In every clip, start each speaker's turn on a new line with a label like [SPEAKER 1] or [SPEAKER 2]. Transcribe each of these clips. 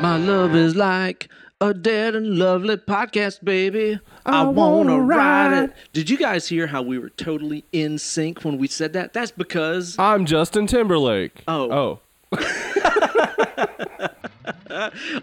[SPEAKER 1] Love is like a dead and lovely podcast, baby. I, wanna ride it. Did you guys hear how we were totally in sync when we said that? That's because
[SPEAKER 2] I'm Justin Timberlake.
[SPEAKER 1] Oh.
[SPEAKER 2] Oh.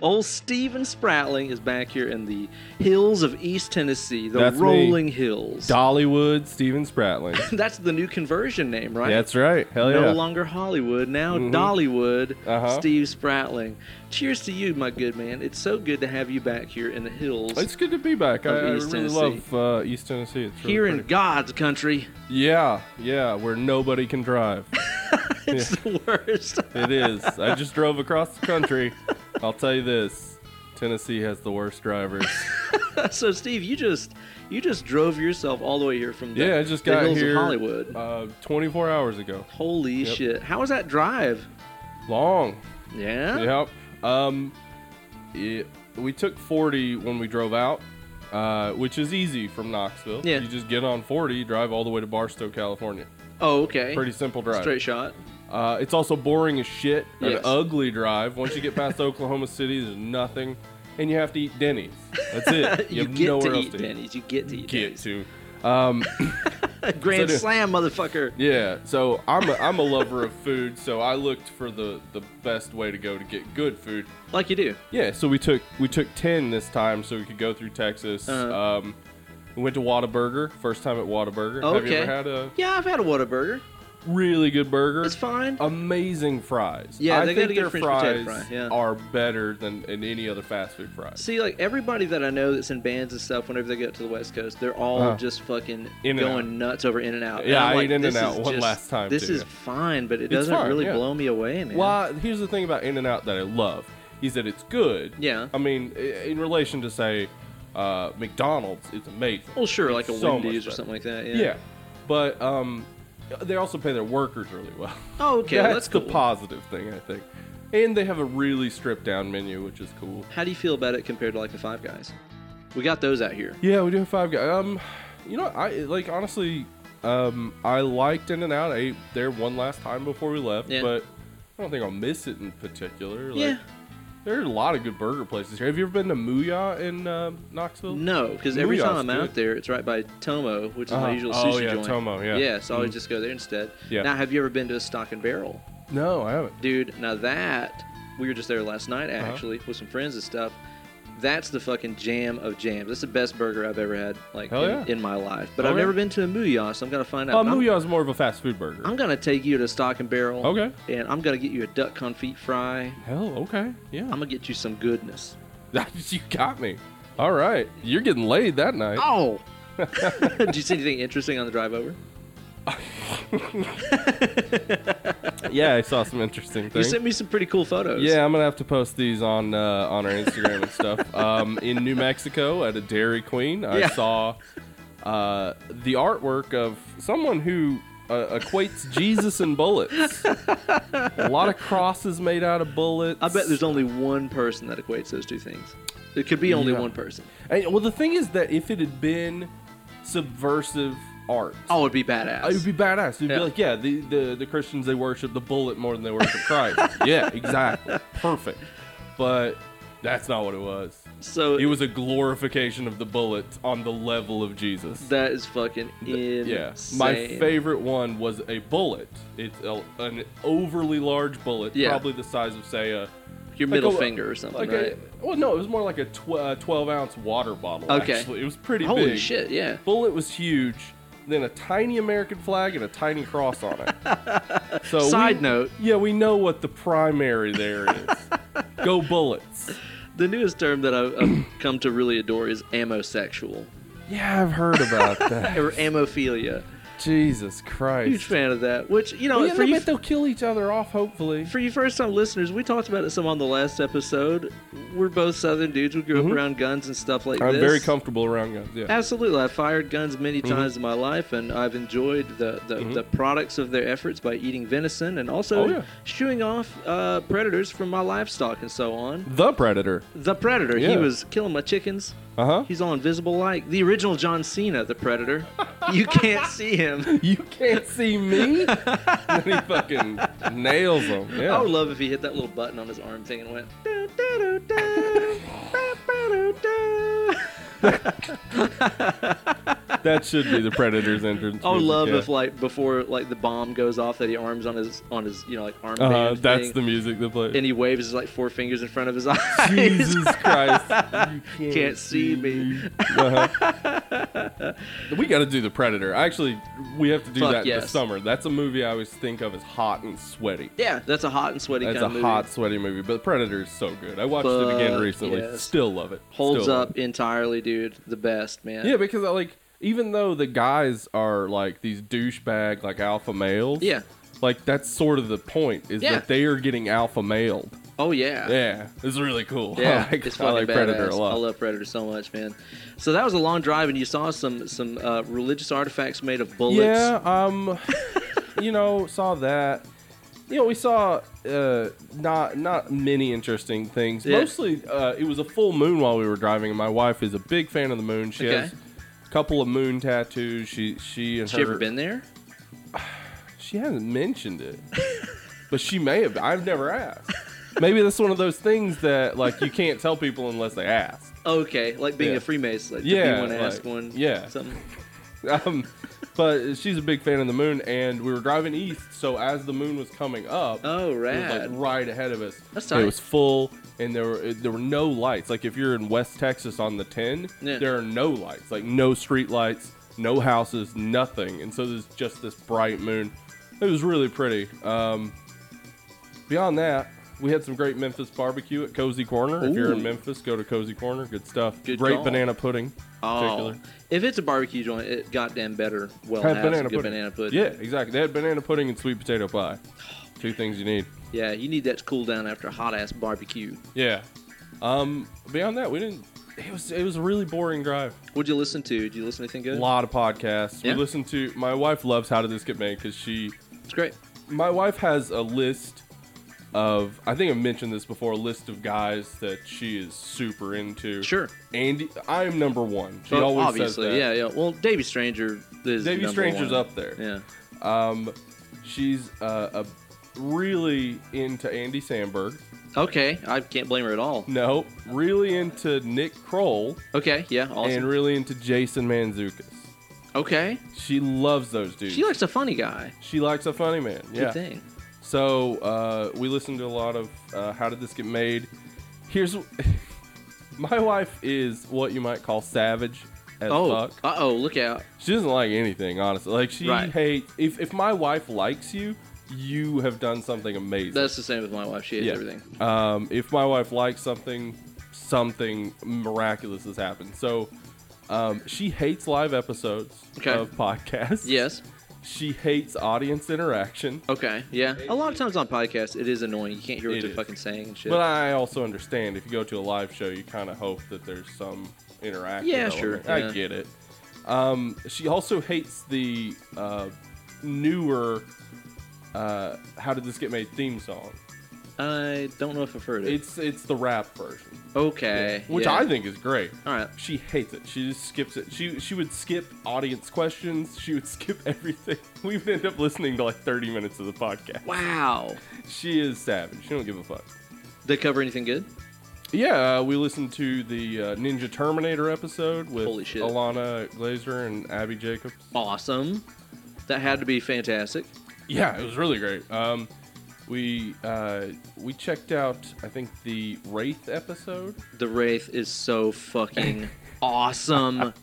[SPEAKER 1] old Steven Spratling is back here in the hills of East Tennessee, the
[SPEAKER 2] That's me.
[SPEAKER 1] rolling hills.
[SPEAKER 2] Dollywood Steven Spratling.
[SPEAKER 1] That's the new conversion name, right?
[SPEAKER 2] That's right. Hell
[SPEAKER 1] no
[SPEAKER 2] yeah. Mm-hmm.
[SPEAKER 1] longer Hollywood, now Dollywood,
[SPEAKER 2] Uh-huh.
[SPEAKER 1] Steve Spratling. Cheers to you, my good man. It's so good to have you back here in the hills,
[SPEAKER 2] it's good to be back. I,
[SPEAKER 1] Of
[SPEAKER 2] I
[SPEAKER 1] East
[SPEAKER 2] really
[SPEAKER 1] Tennessee.
[SPEAKER 2] love uh, East Tennessee. It's really
[SPEAKER 1] here in
[SPEAKER 2] pretty.
[SPEAKER 1] God's country.
[SPEAKER 2] yeah, yeah, where nobody can drive.
[SPEAKER 1] It's the worst.
[SPEAKER 2] it is. I just drove across the country. I'll tell you this: Tennessee has the worst drivers.
[SPEAKER 1] so, Steve, you just you just drove yourself all the way here from the,
[SPEAKER 2] Yeah, I just
[SPEAKER 1] the
[SPEAKER 2] got
[SPEAKER 1] hills
[SPEAKER 2] here
[SPEAKER 1] of Hollywood.
[SPEAKER 2] Uh, 24 hours ago.
[SPEAKER 1] Holy
[SPEAKER 2] yep.
[SPEAKER 1] shit! How was that drive?
[SPEAKER 2] Long.
[SPEAKER 1] Yeah.
[SPEAKER 2] Yep. Um, it, we took 40 when we drove out, uh, which is easy from Knoxville.
[SPEAKER 1] Yeah.
[SPEAKER 2] You just get on 40, drive all the way to Barstow, California.
[SPEAKER 1] Oh, okay.
[SPEAKER 2] Pretty simple drive.
[SPEAKER 1] Straight shot.
[SPEAKER 2] Uh, it's also boring as shit. An
[SPEAKER 1] Yes.
[SPEAKER 2] ugly drive. Once you get past Oklahoma City, there's nothing, and you have to eat Denny's. That's it.
[SPEAKER 1] You,
[SPEAKER 2] have
[SPEAKER 1] get
[SPEAKER 2] nowhere
[SPEAKER 1] to
[SPEAKER 2] else
[SPEAKER 1] eat Denny's. You get to eat
[SPEAKER 2] Get
[SPEAKER 1] Denny's.
[SPEAKER 2] to. Um,
[SPEAKER 1] Grand
[SPEAKER 2] So do-
[SPEAKER 1] slam, motherfucker.
[SPEAKER 2] Yeah, so I'm a, I'm a lover of food, so I looked for the, the best way to go to get good food.
[SPEAKER 1] Like you do.
[SPEAKER 2] Yeah, so we took we took ten this time, so we could go through Texas.
[SPEAKER 1] Uh-huh.
[SPEAKER 2] Um, we went to Whataburger. First time at Whataburger. Have you
[SPEAKER 1] Okay.
[SPEAKER 2] ever had a
[SPEAKER 1] Yeah, I've had a Whataburger.
[SPEAKER 2] really good burger?
[SPEAKER 1] It's fine.
[SPEAKER 2] Oh. Amazing fries.
[SPEAKER 1] Yeah,
[SPEAKER 2] I
[SPEAKER 1] they got
[SPEAKER 2] think
[SPEAKER 1] a good
[SPEAKER 2] their
[SPEAKER 1] French potato
[SPEAKER 2] fries
[SPEAKER 1] fry, yeah.
[SPEAKER 2] are better than in any other fast food fries.
[SPEAKER 1] See, like everybody that I know that's in bands and stuff, whenever they go to the West Coast, they're all
[SPEAKER 2] Uh,
[SPEAKER 1] just fucking
[SPEAKER 2] In and
[SPEAKER 1] going nuts over In and Out.
[SPEAKER 2] Yeah, I ate In-N-Out one last time,
[SPEAKER 1] This
[SPEAKER 2] too,
[SPEAKER 1] is
[SPEAKER 2] yeah.
[SPEAKER 1] fine, but it
[SPEAKER 2] It's
[SPEAKER 1] doesn't
[SPEAKER 2] fine,
[SPEAKER 1] really
[SPEAKER 2] yeah.
[SPEAKER 1] blow me away, man.
[SPEAKER 2] Well, here's the thing about In and Out that I love is that it's good.
[SPEAKER 1] Yeah.
[SPEAKER 2] I mean, i- in relation to say uh, McDonald's, it's amazing.
[SPEAKER 1] Well, sure,
[SPEAKER 2] It's
[SPEAKER 1] like a
[SPEAKER 2] so much
[SPEAKER 1] Wendy's or
[SPEAKER 2] better.
[SPEAKER 1] something like that. Yeah.
[SPEAKER 2] Yeah, but um, they also pay their workers really well.
[SPEAKER 1] Oh, okay,
[SPEAKER 2] that's,
[SPEAKER 1] well, that's cool.
[SPEAKER 2] the positive thing I think. And they have a really stripped down menu, which is cool.
[SPEAKER 1] How do you feel about it compared to like the Five Guys? We got those out here.
[SPEAKER 2] Yeah, we do have five guys. Um, you know, I like honestly, um, I liked In and Out. I ate there one last time before we left,
[SPEAKER 1] Yeah.
[SPEAKER 2] but I don't think I'll miss it in particular. Like,
[SPEAKER 1] Yeah.
[SPEAKER 2] There are a lot of good burger places here. Have you ever been to Mooyah in um, Knoxville?
[SPEAKER 1] No, because every
[SPEAKER 2] Booyah's
[SPEAKER 1] time I'm out
[SPEAKER 2] good.
[SPEAKER 1] there, it's right by Tomo, which is my
[SPEAKER 2] Uh-huh.
[SPEAKER 1] usual
[SPEAKER 2] Oh,
[SPEAKER 1] sushi
[SPEAKER 2] yeah,
[SPEAKER 1] joint.
[SPEAKER 2] Tomo, yeah. Mm.
[SPEAKER 1] Yeah, so I always just go there instead.
[SPEAKER 2] Yeah.
[SPEAKER 1] Now, have you ever been to a Stock and Barrel?
[SPEAKER 2] No, I haven't.
[SPEAKER 1] Dude, now that we were just there last night
[SPEAKER 2] Uh-huh.
[SPEAKER 1] actually with some friends and stuff. That's the fucking jam of jams. That's the best burger I've ever had, like in,
[SPEAKER 2] Hell yeah.
[SPEAKER 1] in my life. But
[SPEAKER 2] Oh,
[SPEAKER 1] I've never
[SPEAKER 2] yeah.
[SPEAKER 1] been to a Mooyah, so I'm gonna find
[SPEAKER 2] Uh,
[SPEAKER 1] out. I'm,
[SPEAKER 2] Mooyah is more of a fast food burger.
[SPEAKER 1] I'm gonna take you to Stock and Barrel.
[SPEAKER 2] Okay.
[SPEAKER 1] And I'm gonna get you a duck confit fry.
[SPEAKER 2] Hell, okay, yeah.
[SPEAKER 1] I'm gonna get you some goodness.
[SPEAKER 2] you got me. All right, you're getting laid that night.
[SPEAKER 1] Oh. Did you see anything interesting on the drive over?
[SPEAKER 2] Yeah, I saw some interesting
[SPEAKER 1] Oh. You
[SPEAKER 2] things.
[SPEAKER 1] sent me some pretty cool photos.
[SPEAKER 2] Yeah, I'm gonna have to post these on uh, on our Instagram and stuff. Um, in New Mexico at a Dairy Queen, I
[SPEAKER 1] Yeah.
[SPEAKER 2] saw uh, the artwork of someone who uh, equates Jesus and bullets. a lot of crosses made out of bullets.
[SPEAKER 1] I bet there's only one person that equates those two things. It could be only
[SPEAKER 2] Yeah.
[SPEAKER 1] one person.
[SPEAKER 2] And, well, the thing is that if it had been subversive art,
[SPEAKER 1] Oh, it'd be badass.
[SPEAKER 2] It would be badass. It'd
[SPEAKER 1] Yeah.
[SPEAKER 2] be like, yeah, the, the, the Christians they worship the bullet more than they worship Christ. yeah, exactly. Perfect. But that's not what it was.
[SPEAKER 1] so
[SPEAKER 2] It was a glorification of the bullet on the level of Jesus.
[SPEAKER 1] That is fucking insane.
[SPEAKER 2] yeah. My favorite one was a bullet. It's a, an overly large bullet,
[SPEAKER 1] Yeah.
[SPEAKER 2] probably the size of say a
[SPEAKER 1] Your middle
[SPEAKER 2] like a-
[SPEAKER 1] finger or something,
[SPEAKER 2] like
[SPEAKER 1] right?
[SPEAKER 2] a well no, it was more like a tw- uh, 12 ounce water bottle
[SPEAKER 1] Okay.
[SPEAKER 2] actually. It was pretty
[SPEAKER 1] Holy
[SPEAKER 2] big.
[SPEAKER 1] shit! Yeah.
[SPEAKER 2] Bullet was huge, then a tiny American flag and a tiny cross on it. So we-
[SPEAKER 1] Side note.
[SPEAKER 2] yeah, we know what the primary there is. Go bullets.
[SPEAKER 1] The newest term that I've, I've come to really adore is amosexual
[SPEAKER 2] Yeah, I've heard about that.
[SPEAKER 1] or amophilia.
[SPEAKER 2] Jesus Christ.
[SPEAKER 1] Huge fan of that. Which you know,
[SPEAKER 2] Well, yeah,
[SPEAKER 1] for
[SPEAKER 2] I
[SPEAKER 1] you,
[SPEAKER 2] bet they'll kill each other off, hopefully.
[SPEAKER 1] for you first time listeners, we talked about it some on the last episode. We're both Southern dudes. We grew up around guns and stuff like
[SPEAKER 2] Mm-hmm. I'm
[SPEAKER 1] this.
[SPEAKER 2] very comfortable Mm-hmm. around guns. Yeah.
[SPEAKER 1] Absolutely, I've fired guns many times in my life, and I've enjoyed the, the, the products of their efforts by eating venison and also
[SPEAKER 2] Mm-hmm. Oh, yeah.
[SPEAKER 1] shooing off uh, predators from my livestock and so on.
[SPEAKER 2] the Predator.
[SPEAKER 1] The predator, he
[SPEAKER 2] Yeah.
[SPEAKER 1] was killing my chickens,
[SPEAKER 2] Uh huh.
[SPEAKER 1] He's all invisible like the original John Cena, the Predator. You can't see him.
[SPEAKER 2] You can't see me. and he fucking nails him. Yeah.
[SPEAKER 1] I would love if he hit that little button on his arm thing and went. "Doo, doo, doo, doo, ba, ba, doo, doo."
[SPEAKER 2] that should be the Predator's entrance.
[SPEAKER 1] I would
[SPEAKER 2] music,
[SPEAKER 1] Oh, love
[SPEAKER 2] yeah.
[SPEAKER 1] if like before like the bomb goes off that he arms on his on his you know like arm.
[SPEAKER 2] Uh-huh,
[SPEAKER 1] band
[SPEAKER 2] that's
[SPEAKER 1] thing,
[SPEAKER 2] the music that plays.
[SPEAKER 1] and he waves his like four fingers in front of his eyes.
[SPEAKER 2] Jesus Christ. You
[SPEAKER 1] Can't see me.
[SPEAKER 2] Uh-huh. we got to do The Predator. Actually, we have to do
[SPEAKER 1] Fuck
[SPEAKER 2] that
[SPEAKER 1] yes.
[SPEAKER 2] this summer. That's a movie I always think of as hot and sweaty.
[SPEAKER 1] Yeah, that's a hot and sweaty
[SPEAKER 2] That's
[SPEAKER 1] kind
[SPEAKER 2] a
[SPEAKER 1] of movie.
[SPEAKER 2] hot, sweaty movie, but The Predator is so good. I watched it again
[SPEAKER 1] Fuck
[SPEAKER 2] recently.
[SPEAKER 1] yes.
[SPEAKER 2] Still love it.
[SPEAKER 1] Holds
[SPEAKER 2] Still love
[SPEAKER 1] up entirely, dude. The best, man.
[SPEAKER 2] it. Yeah, because I like even though the guys are like these douchebag like alpha males.
[SPEAKER 1] Yeah.
[SPEAKER 2] Like that's sort of the point is
[SPEAKER 1] Yeah.
[SPEAKER 2] that they are getting alpha male.
[SPEAKER 1] Oh yeah.
[SPEAKER 2] Yeah, it's really cool.
[SPEAKER 1] Yeah,
[SPEAKER 2] I like,
[SPEAKER 1] it's
[SPEAKER 2] I
[SPEAKER 1] fucking
[SPEAKER 2] like Predator a
[SPEAKER 1] badass.
[SPEAKER 2] lot.
[SPEAKER 1] I love Predator so much, man. So that was a long drive, and you saw some some uh, religious artifacts made of bullets.
[SPEAKER 2] Yeah, um, you know, saw that. You know, we saw uh, not not many interesting things.
[SPEAKER 1] Yeah.
[SPEAKER 2] Mostly, uh, it was a full moon while we were driving, and my wife is a big fan of the moon. She
[SPEAKER 1] Okay.
[SPEAKER 2] has a couple of moon tattoos. She she and
[SPEAKER 1] Has she
[SPEAKER 2] her-
[SPEAKER 1] ever been there?
[SPEAKER 2] She hasn't mentioned it, but she may have. I've never asked. Maybe that's one of those things that like you can't tell people unless they ask.
[SPEAKER 1] Okay, like being
[SPEAKER 2] Yeah.
[SPEAKER 1] a Freemason, like
[SPEAKER 2] Yeah,
[SPEAKER 1] to be one, ask
[SPEAKER 2] like,
[SPEAKER 1] one,
[SPEAKER 2] yeah.
[SPEAKER 1] something.
[SPEAKER 2] Um, but she's a big fan of the moon, and we were driving east. So as the moon was coming up,
[SPEAKER 1] Oh,
[SPEAKER 2] It was
[SPEAKER 1] rad.
[SPEAKER 2] like right ahead of us.
[SPEAKER 1] That's
[SPEAKER 2] It
[SPEAKER 1] tight.
[SPEAKER 2] was full, and there were there were no lights. Like if you're in West Texas on the 10,
[SPEAKER 1] Yeah.
[SPEAKER 2] there are no lights, like no street lights, no houses, nothing. And so there's just this bright moon. It was really pretty. Um, beyond that, we had some great Memphis barbecue at Cozy Corner. If you're in
[SPEAKER 1] Ooh.
[SPEAKER 2] Memphis, go to Cozy Corner. Good stuff.
[SPEAKER 1] Good
[SPEAKER 2] great
[SPEAKER 1] call.
[SPEAKER 2] banana pudding. in
[SPEAKER 1] Oh,
[SPEAKER 2] particular.
[SPEAKER 1] if it's a barbecue joint, it goddamn better. Well,
[SPEAKER 2] Had
[SPEAKER 1] have
[SPEAKER 2] banana
[SPEAKER 1] some good
[SPEAKER 2] pudding.
[SPEAKER 1] banana pudding.
[SPEAKER 2] Yeah, exactly. They had banana pudding and sweet potato pie. Two things you need.
[SPEAKER 1] yeah, you need that to cool down after a hot ass barbecue.
[SPEAKER 2] Yeah. Um. Beyond that, we didn't. It was it was a really boring drive.
[SPEAKER 1] What'd you listen to? Did you listen to anything
[SPEAKER 2] A
[SPEAKER 1] good?
[SPEAKER 2] lot of podcasts.
[SPEAKER 1] Yeah.
[SPEAKER 2] We listened to. My wife loves How Did This Get Made because she.
[SPEAKER 1] It's great.
[SPEAKER 2] My wife has a list of. I think I mentioned this before. A list of guys that she is super into.
[SPEAKER 1] Sure.
[SPEAKER 2] Andy, I am number one. She
[SPEAKER 1] Well,
[SPEAKER 2] always
[SPEAKER 1] obviously,
[SPEAKER 2] says that.
[SPEAKER 1] yeah, yeah. Well, Davy Stranger is
[SPEAKER 2] Davy
[SPEAKER 1] number
[SPEAKER 2] Stranger's
[SPEAKER 1] one.
[SPEAKER 2] up there.
[SPEAKER 1] Yeah.
[SPEAKER 2] Um, she's uh, a really into Andy Samberg.
[SPEAKER 1] Okay, I can't blame her at all.
[SPEAKER 2] No, really into Nick Kroll
[SPEAKER 1] Okay, yeah,
[SPEAKER 2] and
[SPEAKER 1] awesome.
[SPEAKER 2] really into Jason Manzukis.
[SPEAKER 1] Okay,
[SPEAKER 2] She loves those dudes.
[SPEAKER 1] she likes a funny guy.
[SPEAKER 2] She likes a funny man.
[SPEAKER 1] Good
[SPEAKER 2] Yeah.
[SPEAKER 1] thing.
[SPEAKER 2] So uh, we listened to a lot of uh, how did this get made. Here's my wife is what you might call savage as
[SPEAKER 1] Oh,
[SPEAKER 2] fuck.
[SPEAKER 1] uh oh, look out.
[SPEAKER 2] She doesn't like anything, honestly. Like she
[SPEAKER 1] Right.
[SPEAKER 2] hates. If if my wife likes you, you have done something amazing.
[SPEAKER 1] That's the same with my wife. She hates
[SPEAKER 2] Yeah.
[SPEAKER 1] everything.
[SPEAKER 2] Um, if my wife likes something, something miraculous has happened. So. Um, she hates live episodes
[SPEAKER 1] Okay.
[SPEAKER 2] of podcasts.
[SPEAKER 1] Yes.
[SPEAKER 2] She hates audience interaction.
[SPEAKER 1] Okay. Yeah. A lot of times on podcasts, it is annoying. You can't hear what
[SPEAKER 2] It
[SPEAKER 1] they're
[SPEAKER 2] is.
[SPEAKER 1] fucking saying and shit.
[SPEAKER 2] But I also understand if you go to a live show, you kind of hope that there's some interaction.
[SPEAKER 1] Yeah, sure,
[SPEAKER 2] I
[SPEAKER 1] yeah.
[SPEAKER 2] get it. Um, she also hates the uh, newer uh, "How Did This Get Made" theme song.
[SPEAKER 1] I don't know if I've heard it.
[SPEAKER 2] It's it's the rap version,
[SPEAKER 1] okay.
[SPEAKER 2] which
[SPEAKER 1] Eh, yeah.
[SPEAKER 2] I think is great.
[SPEAKER 1] All right.
[SPEAKER 2] She hates it. She just skips it. She she would skip audience questions. She would skip everything. We would end up listening to like 30 minutes of the podcast.
[SPEAKER 1] Wow.
[SPEAKER 2] She is savage. She don't give a fuck.
[SPEAKER 1] They cover anything good?
[SPEAKER 2] Yeah, uh, we listened to the uh, Ninja Terminator episode with
[SPEAKER 1] Holy shit.
[SPEAKER 2] Alana Glazer and Abby Jacobs.
[SPEAKER 1] Awesome. That had to be fantastic.
[SPEAKER 2] Yeah, it was really great. Um, we uh, we checked out I think the Wraith episode.
[SPEAKER 1] The Wraith is so fucking awesome.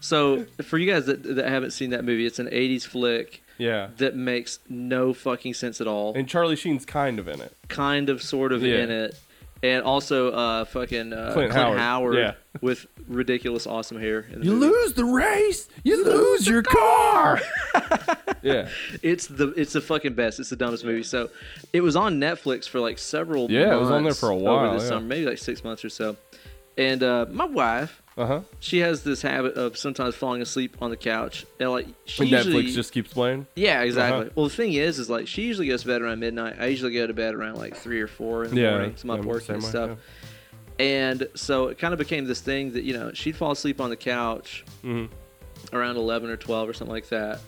[SPEAKER 1] So, for you guys that, that haven't seen that movie, it's an 80s flick
[SPEAKER 2] Yeah,
[SPEAKER 1] that makes no fucking sense at all.
[SPEAKER 2] and Charlie Sheen's kind of in it.
[SPEAKER 1] kind of, sort of
[SPEAKER 2] Yeah.
[SPEAKER 1] in it. And also, uh, fucking uh,
[SPEAKER 2] Clint
[SPEAKER 1] Clint,
[SPEAKER 2] Howard.
[SPEAKER 1] Howard,
[SPEAKER 2] Yeah.
[SPEAKER 1] with ridiculous awesome hair. in the
[SPEAKER 2] You
[SPEAKER 1] movie.
[SPEAKER 2] lose the race, you lose your car. yeah,
[SPEAKER 1] It's the it's the fucking best. It's the dumbest movie. So, it was on Netflix for like several.
[SPEAKER 2] Yeah, it was on there
[SPEAKER 1] months
[SPEAKER 2] for a
[SPEAKER 1] over
[SPEAKER 2] while,
[SPEAKER 1] the
[SPEAKER 2] yeah.
[SPEAKER 1] summer, maybe like six months or so. And uh, my wife,
[SPEAKER 2] uh huh.
[SPEAKER 1] she has this habit of sometimes falling asleep on the couch, and like she
[SPEAKER 2] And
[SPEAKER 1] usually
[SPEAKER 2] Netflix just keeps playing.
[SPEAKER 1] Yeah, exactly.
[SPEAKER 2] Uh-huh.
[SPEAKER 1] Well, the thing is, is like she usually goes to bed around midnight. I usually go to bed around like three or four in the
[SPEAKER 2] Yeah,
[SPEAKER 1] morning. So I'm up
[SPEAKER 2] I'm the
[SPEAKER 1] working and
[SPEAKER 2] same way,
[SPEAKER 1] stuff. And so it kind of became this thing that, you know, she'd fall asleep on the couch
[SPEAKER 2] Mm-hmm.
[SPEAKER 1] around 11 or 12 or something like that.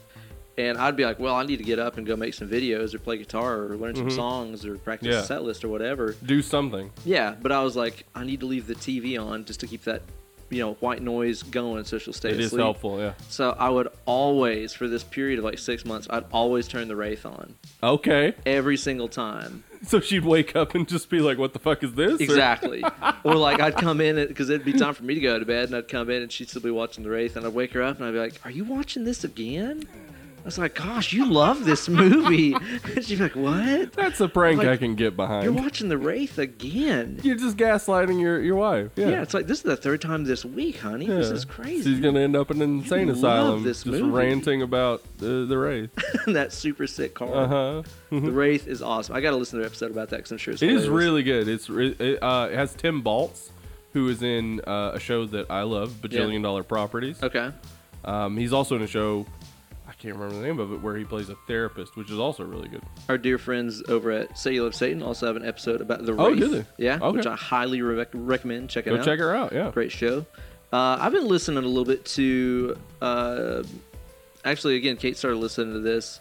[SPEAKER 1] And I'd be like, well, I need to get up and go make some videos or play guitar or learn some songs or practice
[SPEAKER 2] Mm-hmm. Yeah.
[SPEAKER 1] a set list or whatever.
[SPEAKER 2] Do something.
[SPEAKER 1] Yeah, but I was like, I need to leave the TV on just to keep that, you know, white noise going so she'll stay
[SPEAKER 2] It is
[SPEAKER 1] asleep.
[SPEAKER 2] helpful, yeah.
[SPEAKER 1] So I would always, for this period of like six months, I'd always turn the Wraith on
[SPEAKER 2] Okay.
[SPEAKER 1] every single time.
[SPEAKER 2] So she'd wake up and just be like, what the fuck is this? Or-
[SPEAKER 1] Exactly. or like I'd come in because it'd be time for me to go to bed, and I'd come in and she'd still be watching the Wraith, and I'd wake her up and I'd be like, "Are you watching this again?" I was like, "Gosh, you love this movie." She'd be like, "What?
[SPEAKER 2] That's a prank
[SPEAKER 1] Like,
[SPEAKER 2] I can get
[SPEAKER 1] You're
[SPEAKER 2] behind. You're,
[SPEAKER 1] watching the Wraith again?"
[SPEAKER 2] just gaslighting your, your wife. Yeah.
[SPEAKER 1] Yeah. it's like this is the third time this week, honey. This
[SPEAKER 2] Yeah.
[SPEAKER 1] is crazy.
[SPEAKER 2] She's gonna end up in an insane
[SPEAKER 1] love
[SPEAKER 2] asylum,
[SPEAKER 1] this
[SPEAKER 2] just
[SPEAKER 1] movie.
[SPEAKER 2] ranting about uh, the wraith.
[SPEAKER 1] that super sick car.
[SPEAKER 2] Uh huh.
[SPEAKER 1] The Wraith is awesome. I got to listen to an episode about that because I'm sure it's
[SPEAKER 2] It is
[SPEAKER 1] hilarious.
[SPEAKER 2] really good. It's re- it, uh, it has Tim Baltz, who is in uh, a show that I love, Bajillion Dollar Properties.
[SPEAKER 1] okay.
[SPEAKER 2] Um, he's also in a show I can't remember the name of it where he plays a therapist, which is also really good.
[SPEAKER 1] Our dear friends over at Say You Love Satan also have an episode about the
[SPEAKER 2] Oh,
[SPEAKER 1] Wraith.
[SPEAKER 2] do they?
[SPEAKER 1] Yeah,
[SPEAKER 2] Okay.
[SPEAKER 1] which I highly re- recommend checking
[SPEAKER 2] Go
[SPEAKER 1] out.
[SPEAKER 2] check her out. Yeah.
[SPEAKER 1] Great show. Uh, I've been listening a little bit to. Uh, actually, again, Kate started listening to this,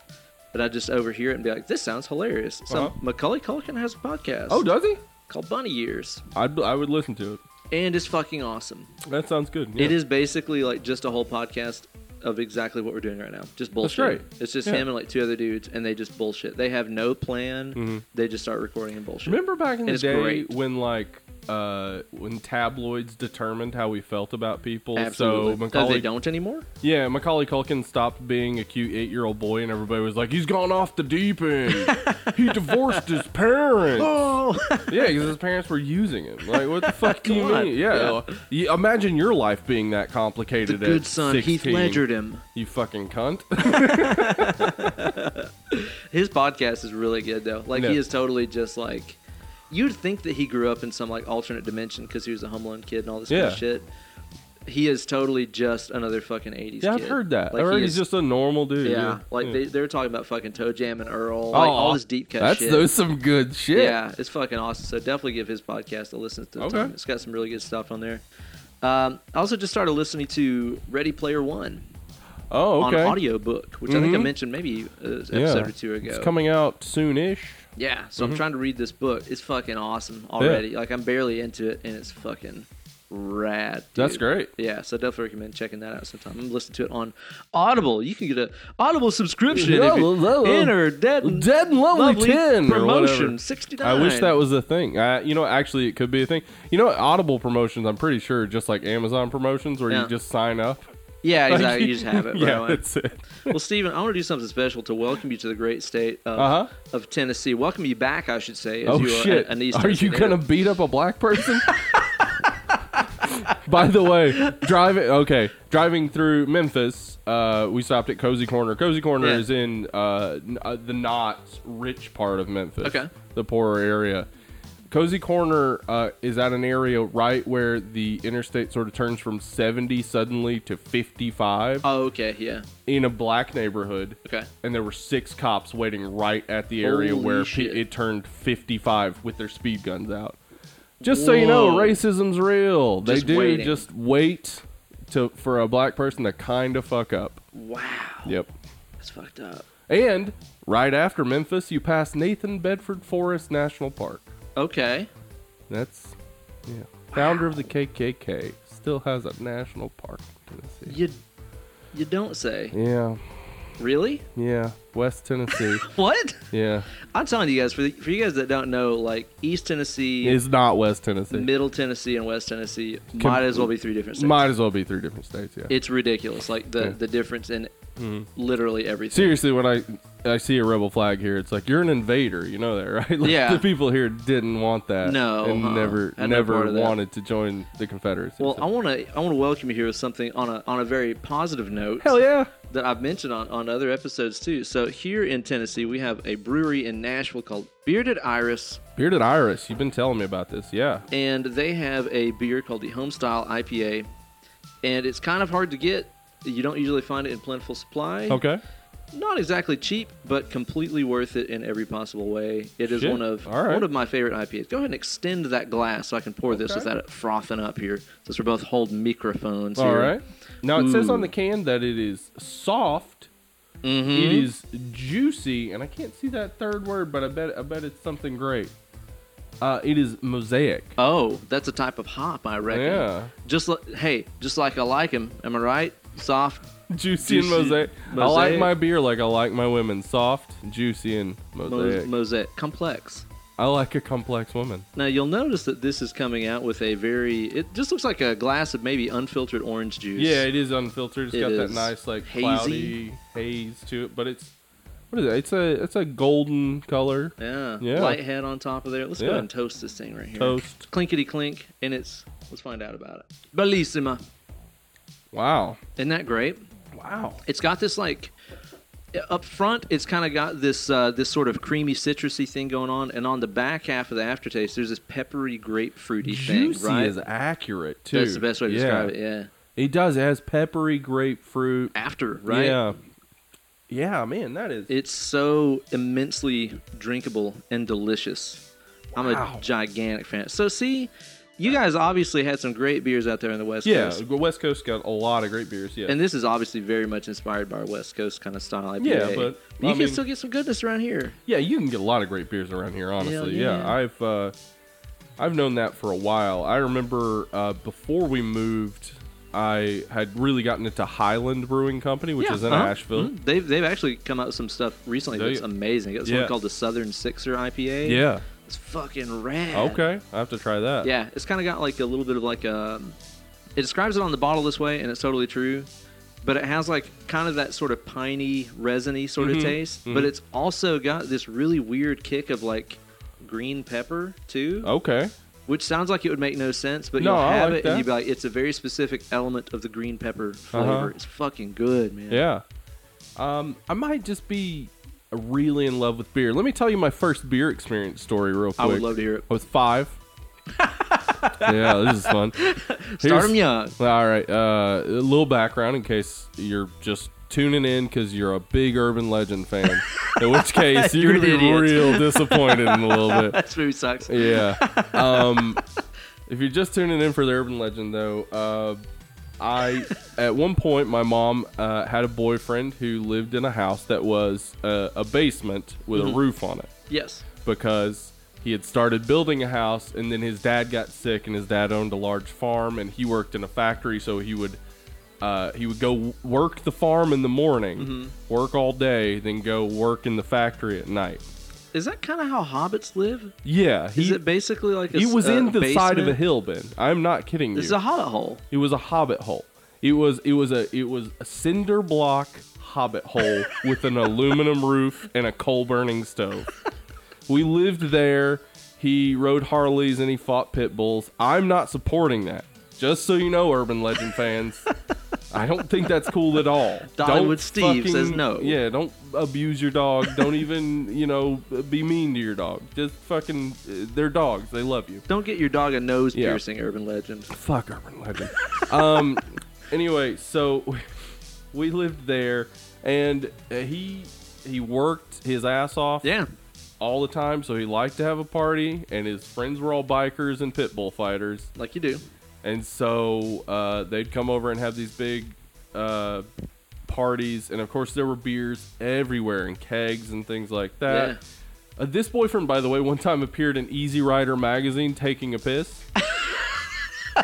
[SPEAKER 1] but I just overhear it and be like, "This sounds hilarious." So
[SPEAKER 2] Uh-huh.
[SPEAKER 1] Macaulay Culkin has a podcast.
[SPEAKER 2] Oh, does he?
[SPEAKER 1] called Bunny Years,
[SPEAKER 2] I'd, I would listen to it.
[SPEAKER 1] and it's fucking awesome.
[SPEAKER 2] That sounds good.
[SPEAKER 1] It
[SPEAKER 2] yeah.
[SPEAKER 1] is basically like just a whole podcast of exactly what we're doing right now. Just bullshit.
[SPEAKER 2] great.
[SPEAKER 1] It's just
[SPEAKER 2] Yeah.
[SPEAKER 1] him and like two other dudes, and they just bullshit. They have no plan. They just start recording and bullshit.
[SPEAKER 2] Mm-hmm. Remember back in the
[SPEAKER 1] It's
[SPEAKER 2] day
[SPEAKER 1] great.
[SPEAKER 2] when like uh, when tabloids determined how we felt about people.
[SPEAKER 1] Absolutely.
[SPEAKER 2] So
[SPEAKER 1] oh, they
[SPEAKER 2] Macaulay,
[SPEAKER 1] don't anymore.
[SPEAKER 2] yeah, Macaulay Culkin stopped being a cute eight-year-old boy, and everybody was like, "He's gone off the deep end. he divorced his parents."
[SPEAKER 1] Oh,
[SPEAKER 2] Yeah, because his parents were using him. Like, what the fuck do you
[SPEAKER 1] Come on.
[SPEAKER 2] mean? Yeah, you- imagine your life being that
[SPEAKER 1] the
[SPEAKER 2] complicated.
[SPEAKER 1] good
[SPEAKER 2] at
[SPEAKER 1] son
[SPEAKER 2] 16.
[SPEAKER 1] Heath Ledger him.
[SPEAKER 2] You fucking cunt.
[SPEAKER 1] His podcast is really good though. Like
[SPEAKER 2] Yeah.
[SPEAKER 1] he is totally just like you'd think that he grew up in some like alternate dimension because he was a homeland kid and all this kind
[SPEAKER 2] Yeah.
[SPEAKER 1] of shit. He is totally just another fucking eighties.
[SPEAKER 2] yeah, I've
[SPEAKER 1] kid.
[SPEAKER 2] heard that.
[SPEAKER 1] Like,
[SPEAKER 2] I heard
[SPEAKER 1] he
[SPEAKER 2] he's
[SPEAKER 1] is-
[SPEAKER 2] just a normal dude.
[SPEAKER 1] Yeah, like They, they were talking about fucking Toe Jam and Earl, like
[SPEAKER 2] Aw,
[SPEAKER 1] all this deep cut
[SPEAKER 2] That's
[SPEAKER 1] shit.
[SPEAKER 2] those some good shit.
[SPEAKER 1] Yeah, it's fucking awesome. So definitely give his podcast a listen. To the
[SPEAKER 2] Okay.
[SPEAKER 1] time. It's got some really good stuff on there. Um, I also just started listening to Ready Player One
[SPEAKER 2] Oh, okay.
[SPEAKER 1] on audiobook, which I think I
[SPEAKER 2] Mhm.
[SPEAKER 1] mentioned maybe uh, episode or two ago.
[SPEAKER 2] It's coming out soonish.
[SPEAKER 1] Yeah, so
[SPEAKER 2] Mm-hmm.
[SPEAKER 1] I'm trying to read this book. It's fucking awesome already. Like I'm barely into it, and it's fucking rad. dude.
[SPEAKER 2] That's great.
[SPEAKER 1] Yeah, so definitely recommend checking that out sometime. I'm listening to it on Audible. You can get a Audible subscription. if you
[SPEAKER 2] Lo- lo- lo-
[SPEAKER 1] enter Dead and,
[SPEAKER 2] Dead and Lovely 10 or
[SPEAKER 1] promotion
[SPEAKER 2] whatever.
[SPEAKER 1] sixty
[SPEAKER 2] I
[SPEAKER 1] nine.
[SPEAKER 2] wish that was a thing. I, you know, actually, it could be a thing. You know, Audible promotions. I'm pretty sure, just like Amazon promotions, where
[SPEAKER 1] Yeah.
[SPEAKER 2] you just sign up.
[SPEAKER 1] yeah
[SPEAKER 2] Like,
[SPEAKER 1] exactly. you just have it. Right
[SPEAKER 2] yeah,
[SPEAKER 1] away.
[SPEAKER 2] that's it.
[SPEAKER 1] well, Steven, I want to do something special to welcome you to the great state of,
[SPEAKER 2] Uh-huh.
[SPEAKER 1] of Tennessee. Welcome you back, I should say. As
[SPEAKER 2] Oh
[SPEAKER 1] you are
[SPEAKER 2] shit!
[SPEAKER 1] An, an East
[SPEAKER 2] are
[SPEAKER 1] Tennessee
[SPEAKER 2] you gonna
[SPEAKER 1] native.
[SPEAKER 2] beat up a black person? By the way, driving okay, driving through Memphis, uh, we stopped at Cozy Corner. Cozy Corner
[SPEAKER 1] Yeah.
[SPEAKER 2] is in uh, n- uh, the not rich part of Memphis,
[SPEAKER 1] Okay.
[SPEAKER 2] the poorer area. Cozy Corner uh, is at an area right where the interstate sort of turns from 70 suddenly to 55
[SPEAKER 1] Oh, okay. Yeah.
[SPEAKER 2] in a black neighborhood.
[SPEAKER 1] Okay.
[SPEAKER 2] And there were six cops waiting right at the area
[SPEAKER 1] Holy
[SPEAKER 2] where pe
[SPEAKER 1] shit.
[SPEAKER 2] it turned 55 with their speed guns out. Just so you know,
[SPEAKER 1] Whoa.
[SPEAKER 2] racism's real. They
[SPEAKER 1] Just
[SPEAKER 2] do
[SPEAKER 1] waiting.
[SPEAKER 2] just wait to for a black person to kind of fuck up.
[SPEAKER 1] Wow.
[SPEAKER 2] Yep.
[SPEAKER 1] That's fucked up.
[SPEAKER 2] And right after Memphis, you pass Nathan Bedford Forest National Park.
[SPEAKER 1] Okay.
[SPEAKER 2] That's yeah. Founder of the KKK still has a national park in Tennessee.
[SPEAKER 1] You you don't say.
[SPEAKER 2] Yeah.
[SPEAKER 1] Really?
[SPEAKER 2] Yeah. West Tennessee.
[SPEAKER 1] What?
[SPEAKER 2] yeah.
[SPEAKER 1] I'm telling you guys for the, for you guys that don't know, like East Tennessee,
[SPEAKER 2] Is not West Tennessee.
[SPEAKER 1] Middle Tennessee, and West Tennessee
[SPEAKER 2] Com-
[SPEAKER 1] might as well be three different states.
[SPEAKER 2] Might as well be three different states. Yeah.
[SPEAKER 1] It's ridiculous, like the
[SPEAKER 2] Yeah. Hmm.
[SPEAKER 1] the difference in literally everything.
[SPEAKER 2] Seriously, when I I see a rebel flag here, it's like you're an invader. You know that, right? Like,
[SPEAKER 1] Yeah.
[SPEAKER 2] The people here didn't want that.
[SPEAKER 1] No,
[SPEAKER 2] And
[SPEAKER 1] uh-uh.
[SPEAKER 2] never
[SPEAKER 1] Had no part
[SPEAKER 2] never
[SPEAKER 1] of that.
[SPEAKER 2] wanted to join the Confederacy.
[SPEAKER 1] Well,
[SPEAKER 2] so-
[SPEAKER 1] I want to I want to welcome you here with something on a on a very positive note.
[SPEAKER 2] hell yeah.
[SPEAKER 1] That I've mentioned on, on other episodes too. So here in Tennessee, we have a brewery in Nashville called Bearded Iris,
[SPEAKER 2] Bearded Iris, you've been telling me about this. Yeah.
[SPEAKER 1] and they have a beer called the Homestyle IPA, and it's kind of hard to get. You don't usually find it in plentiful supply.
[SPEAKER 2] Okay.
[SPEAKER 1] not exactly cheap, but completely worth it in every possible way. It is
[SPEAKER 2] Shit.
[SPEAKER 1] one of
[SPEAKER 2] All right.
[SPEAKER 1] one of my favorite IPAs. Go ahead and extend that glass so I can pour this
[SPEAKER 2] Okay.
[SPEAKER 1] without it frothing up here, since we're both holding microphones.
[SPEAKER 2] All
[SPEAKER 1] here.
[SPEAKER 2] right. Now it says
[SPEAKER 1] Hmm.
[SPEAKER 2] on the can that it is soft.
[SPEAKER 1] Mm-hmm.
[SPEAKER 2] it is juicy, and I can't see that third word, but I bet I bet it's something great. Uh, it is mosaic.
[SPEAKER 1] Oh, that's a type of hop, I reckon.
[SPEAKER 2] Yeah.
[SPEAKER 1] Just li- hey, just like I like him. Am I right? Soft.
[SPEAKER 2] Juicy, and
[SPEAKER 1] Juicy,
[SPEAKER 2] mosaic. I like
[SPEAKER 1] mosaic.
[SPEAKER 2] my beer like I like my women, soft, juicy, and mosaic.
[SPEAKER 1] Mosaic. mosaic complex.
[SPEAKER 2] I like a complex woman.
[SPEAKER 1] Now you'll notice that this is coming out with a very. It just looks like a glass of maybe unfiltered orange juice.
[SPEAKER 2] Yeah, it is unfiltered. It's
[SPEAKER 1] It
[SPEAKER 2] got that
[SPEAKER 1] is
[SPEAKER 2] nice like
[SPEAKER 1] hazy.
[SPEAKER 2] cloudy haze to it, but it's what is it? It's a it's a golden color.
[SPEAKER 1] Yeah.
[SPEAKER 2] Yeah.
[SPEAKER 1] Light head on top of there. Let's go
[SPEAKER 2] Yeah.
[SPEAKER 1] ahead and toast this thing right here.
[SPEAKER 2] Toast.
[SPEAKER 1] Clinkety clink, and it's. Let's find out about it. Bellissima.
[SPEAKER 2] Wow.
[SPEAKER 1] Isn't that great?
[SPEAKER 2] Wow.
[SPEAKER 1] It's got this like. Up front, it's kind of got this uh, this sort of creamy, citrusy thing going on, and on the back half of the aftertaste, there's this peppery, grapefruity
[SPEAKER 2] Juicy
[SPEAKER 1] thing. Right?
[SPEAKER 2] is accurate too.
[SPEAKER 1] That's the best way to
[SPEAKER 2] Yeah.
[SPEAKER 1] describe it. Yeah.
[SPEAKER 2] It does. It has peppery grapefruit.
[SPEAKER 1] After, right?
[SPEAKER 2] Yeah. Yeah, man, that is.
[SPEAKER 1] It's so immensely drinkable and delicious. I'm
[SPEAKER 2] Wow.
[SPEAKER 1] a gigantic fan. So see, you guys obviously had some great beers out there on the West
[SPEAKER 2] yeah,
[SPEAKER 1] Coast.
[SPEAKER 2] West Coast got a lot of great beers. Yeah.
[SPEAKER 1] And this is obviously very much inspired by our West Coast kind of style IPA.
[SPEAKER 2] Yeah, but,
[SPEAKER 1] you
[SPEAKER 2] I
[SPEAKER 1] can
[SPEAKER 2] mean-
[SPEAKER 1] still get some goodness around here.
[SPEAKER 2] yeah, you can get a lot of great beers around here. Honestly,
[SPEAKER 1] Hell
[SPEAKER 2] yeah.
[SPEAKER 1] yeah.
[SPEAKER 2] I've uh, I've known that for a while. I remember uh, before we moved, I had really gotten into Highland Brewing Company, which
[SPEAKER 1] Yeah,
[SPEAKER 2] is in
[SPEAKER 1] uh-huh.
[SPEAKER 2] Asheville.
[SPEAKER 1] Mhm. They've they've actually come out with some stuff recently
[SPEAKER 2] They-
[SPEAKER 1] that's amazing. It's
[SPEAKER 2] Yeah.
[SPEAKER 1] one called the Southern Sixer IPA.
[SPEAKER 2] Yeah.
[SPEAKER 1] it's fucking rad.
[SPEAKER 2] Okay, I have to try that.
[SPEAKER 1] Yeah, it's kind of got like a little bit of like a. It describes it on the bottle this way, and it's totally true. But it has like kind of that sort of piney, resiny sort
[SPEAKER 2] Mhm,
[SPEAKER 1] of taste.
[SPEAKER 2] mhm.
[SPEAKER 1] But it's also got this really weird kick of like green pepper too,
[SPEAKER 2] Okay.
[SPEAKER 1] which sounds like it would make no sense. But
[SPEAKER 2] Oh. No,
[SPEAKER 1] you'll
[SPEAKER 2] I
[SPEAKER 1] have
[SPEAKER 2] like
[SPEAKER 1] it, and you'd
[SPEAKER 2] that.
[SPEAKER 1] be like, it's a very specific element of the green pepper flavor.
[SPEAKER 2] Uh-huh.
[SPEAKER 1] It's fucking good, man.
[SPEAKER 2] Yeah. Um, I might just be really in love with beer. Let me tell you my first beer experience story real
[SPEAKER 1] I
[SPEAKER 2] quick.
[SPEAKER 1] would love to hear it.
[SPEAKER 2] I was five. yeah, this is
[SPEAKER 1] Start
[SPEAKER 2] fun.
[SPEAKER 1] 'em
[SPEAKER 2] Here's-
[SPEAKER 1] young.
[SPEAKER 2] All right. Uh, a little background in case you're just tuning in because you're a big Urban Legend fan. in which case,
[SPEAKER 1] You're
[SPEAKER 2] you're, going to
[SPEAKER 1] an
[SPEAKER 2] be
[SPEAKER 1] idiot.
[SPEAKER 2] real disappointed in a little bit.
[SPEAKER 1] That food sucks.
[SPEAKER 2] Yeah. Um, if you're just tuning in for the Urban Legend, though, uh, I at one point my mom uh, had a boyfriend who lived in a house that was uh, a basement with
[SPEAKER 1] Mm-hmm.
[SPEAKER 2] a roof on it
[SPEAKER 1] Yes.
[SPEAKER 2] because he had started building a house and then his dad got sick and his dad owned a large farm and he worked in a factory so he would uh, he would go w- work the farm in the morning
[SPEAKER 1] Mm-hmm.
[SPEAKER 2] work all day then go work in the factory at night
[SPEAKER 1] Is that kind of how hobbits live?
[SPEAKER 2] yeah
[SPEAKER 1] Is
[SPEAKER 2] he,
[SPEAKER 1] it basically like a
[SPEAKER 2] he
[SPEAKER 1] s-
[SPEAKER 2] was
[SPEAKER 1] a
[SPEAKER 2] in the side of
[SPEAKER 1] basement?
[SPEAKER 2] a hill ben i'm not kidding
[SPEAKER 1] This is
[SPEAKER 2] you
[SPEAKER 1] a hobbit hole.
[SPEAKER 2] it was a hobbit hole it was it was a it was a cinder block hobbit hole with an aluminum roof and a coal burning stove we lived there. He rode Harleys and he fought pit bulls. I'm not supporting that. Just so you know, Urban Legend fans, I don't think that's cool at all.
[SPEAKER 1] Dollywood
[SPEAKER 2] Don't
[SPEAKER 1] Steve says no.
[SPEAKER 2] Yeah, don't abuse your dog. Don't even, you know, be mean to your dog. Just fucking, uh, they're dogs. They love you.
[SPEAKER 1] Don't get your dog a nose
[SPEAKER 2] Yeah.
[SPEAKER 1] piercing, urban legend.
[SPEAKER 2] Fuck Urban Legend. um, anyway, so we- we lived there, and uh, he he worked his ass off
[SPEAKER 1] Yeah.
[SPEAKER 2] all the time, so he liked to have a party, and his friends were all bikers and pit bull fighters,
[SPEAKER 1] Like you do.
[SPEAKER 2] and so uh, they'd come over and have these big uh, parties, and of course there were beers everywhere and kegs and things like that.
[SPEAKER 1] Yeah.
[SPEAKER 2] Uh, this boyfriend, by the way, one time appeared in Easy Rider magazine taking a piss.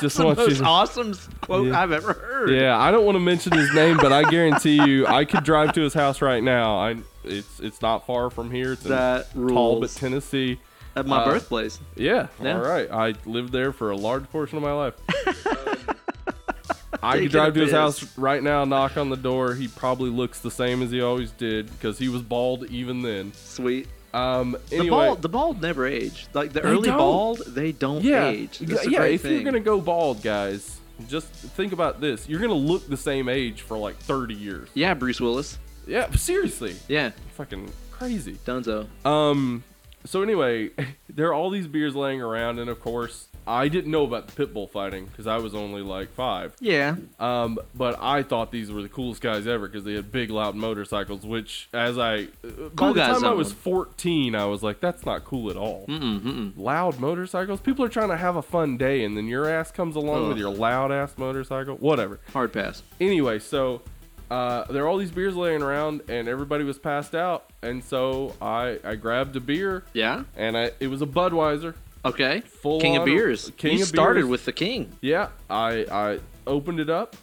[SPEAKER 2] Just want you
[SPEAKER 1] Most
[SPEAKER 2] to-
[SPEAKER 1] awesome s- quote
[SPEAKER 2] Yeah.
[SPEAKER 1] I've ever heard.
[SPEAKER 2] yeah, I don't want to mention his name, but I guarantee you, I could drive to his house right now. I it's it's not far from here. It's in
[SPEAKER 1] That
[SPEAKER 2] Talbot,
[SPEAKER 1] rules.
[SPEAKER 2] Tennessee.
[SPEAKER 1] At my
[SPEAKER 2] Uh,
[SPEAKER 1] birthplace.
[SPEAKER 2] Yeah.
[SPEAKER 1] Yeah.
[SPEAKER 2] All right. I lived there for a large portion of my life. Um, I
[SPEAKER 1] Taking
[SPEAKER 2] could
[SPEAKER 1] a
[SPEAKER 2] drive to his
[SPEAKER 1] piss.
[SPEAKER 2] house right now, knock on the door. He probably looks the same as he always did because he was bald even then.
[SPEAKER 1] Sweet.
[SPEAKER 2] Um, anyway,
[SPEAKER 1] the bald the bald never age. Like the early
[SPEAKER 2] don't.
[SPEAKER 1] bald, they don't
[SPEAKER 2] yeah,
[SPEAKER 1] age.
[SPEAKER 2] yeah.
[SPEAKER 1] That's a
[SPEAKER 2] yeah,
[SPEAKER 1] great
[SPEAKER 2] if you're
[SPEAKER 1] thing.
[SPEAKER 2] gonna go bald, guys, just think about this. You're gonna look the same age for like 30 years.
[SPEAKER 1] Yeah, Bruce Willis.
[SPEAKER 2] Yeah, seriously,
[SPEAKER 1] Yeah.
[SPEAKER 2] fucking crazy.
[SPEAKER 1] Dunzo.
[SPEAKER 2] Um, So anyway, there are all these beers laying around, and of course, I didn't know about the pit bull fighting because I was only like five.
[SPEAKER 1] Yeah.
[SPEAKER 2] Um, but I thought these were the coolest guys ever because they had big, loud motorcycles. Which, as I uh, by
[SPEAKER 1] Cool
[SPEAKER 2] the
[SPEAKER 1] guys Hmm?
[SPEAKER 2] time I
[SPEAKER 1] own
[SPEAKER 2] was
[SPEAKER 1] them.
[SPEAKER 2] fourteen, I was like, that's not cool at all.
[SPEAKER 1] Mm-mm, mm-mm.
[SPEAKER 2] Loud motorcycles. People are trying to have a fun day, and then your ass comes along with
[SPEAKER 1] Ugh.
[SPEAKER 2] your loud ass motorcycle. Whatever
[SPEAKER 1] Hard pass.
[SPEAKER 2] anyway, so uh, there are all these beers laying around, and everybody was passed out, and so I I grabbed a beer,
[SPEAKER 1] Yeah.
[SPEAKER 2] and I it was a Budweiser,
[SPEAKER 1] Okay.
[SPEAKER 2] Full
[SPEAKER 1] king
[SPEAKER 2] on-
[SPEAKER 1] of beers.
[SPEAKER 2] king
[SPEAKER 1] you
[SPEAKER 2] of
[SPEAKER 1] started
[SPEAKER 2] beers.
[SPEAKER 1] with the king.
[SPEAKER 2] yeah. I I opened it up,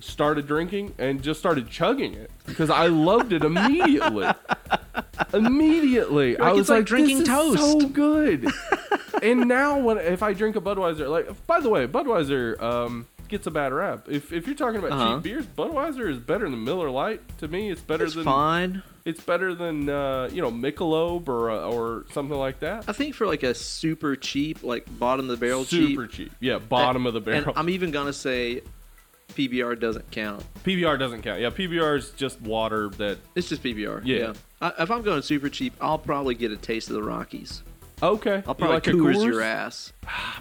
[SPEAKER 2] started drinking, and just started chugging it because I loved it immediately. immediately, I
[SPEAKER 1] like,
[SPEAKER 2] was
[SPEAKER 1] "It's like drinking
[SPEAKER 2] this is So
[SPEAKER 1] toast."
[SPEAKER 2] good. and now when if I drink a Budweiser, like by the way, Budweiser um, gets a bad rap. If if you're talking about
[SPEAKER 1] Uh-huh.
[SPEAKER 2] cheap beers, Budweiser is better than Miller Lite to me. It's better
[SPEAKER 1] It's
[SPEAKER 2] than
[SPEAKER 1] fine.
[SPEAKER 2] it's better than uh, you know Michelob or uh, or something like that.
[SPEAKER 1] I think for like a super cheap, like bottom of the barrel
[SPEAKER 2] Super
[SPEAKER 1] cheap.
[SPEAKER 2] cheap. Yeah, bottom of the barrel.
[SPEAKER 1] And I'm even gonna say, PBR doesn't count.
[SPEAKER 2] PBR doesn't count. Yeah, PBR is just water that.
[SPEAKER 1] It's just PBR.
[SPEAKER 2] Yeah.
[SPEAKER 1] I, if I'm going super cheap, I'll probably get a taste of the Rockies.
[SPEAKER 2] Okay.
[SPEAKER 1] I'll
[SPEAKER 2] You
[SPEAKER 1] probably
[SPEAKER 2] like a
[SPEAKER 1] Coors
[SPEAKER 2] Coors?
[SPEAKER 1] your ass.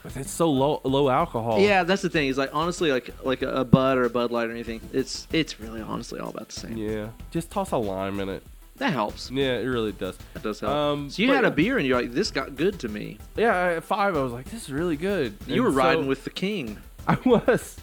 [SPEAKER 2] But it's so low low alcohol.
[SPEAKER 1] Yeah, that's the thing. Is like honestly, like like a, a Bud or a Bud Light or anything. It's it's really honestly all about the same.
[SPEAKER 2] Yeah. Just toss a lime in it.
[SPEAKER 1] That helps.
[SPEAKER 2] Yeah, it really does.
[SPEAKER 1] That does help.
[SPEAKER 2] Um,
[SPEAKER 1] so you
[SPEAKER 2] but-
[SPEAKER 1] had a beer and you're like, this got good to me.
[SPEAKER 2] Yeah, I- at five, I was like, this is really good.
[SPEAKER 1] You were
[SPEAKER 2] And so-
[SPEAKER 1] riding with the king.
[SPEAKER 2] I was.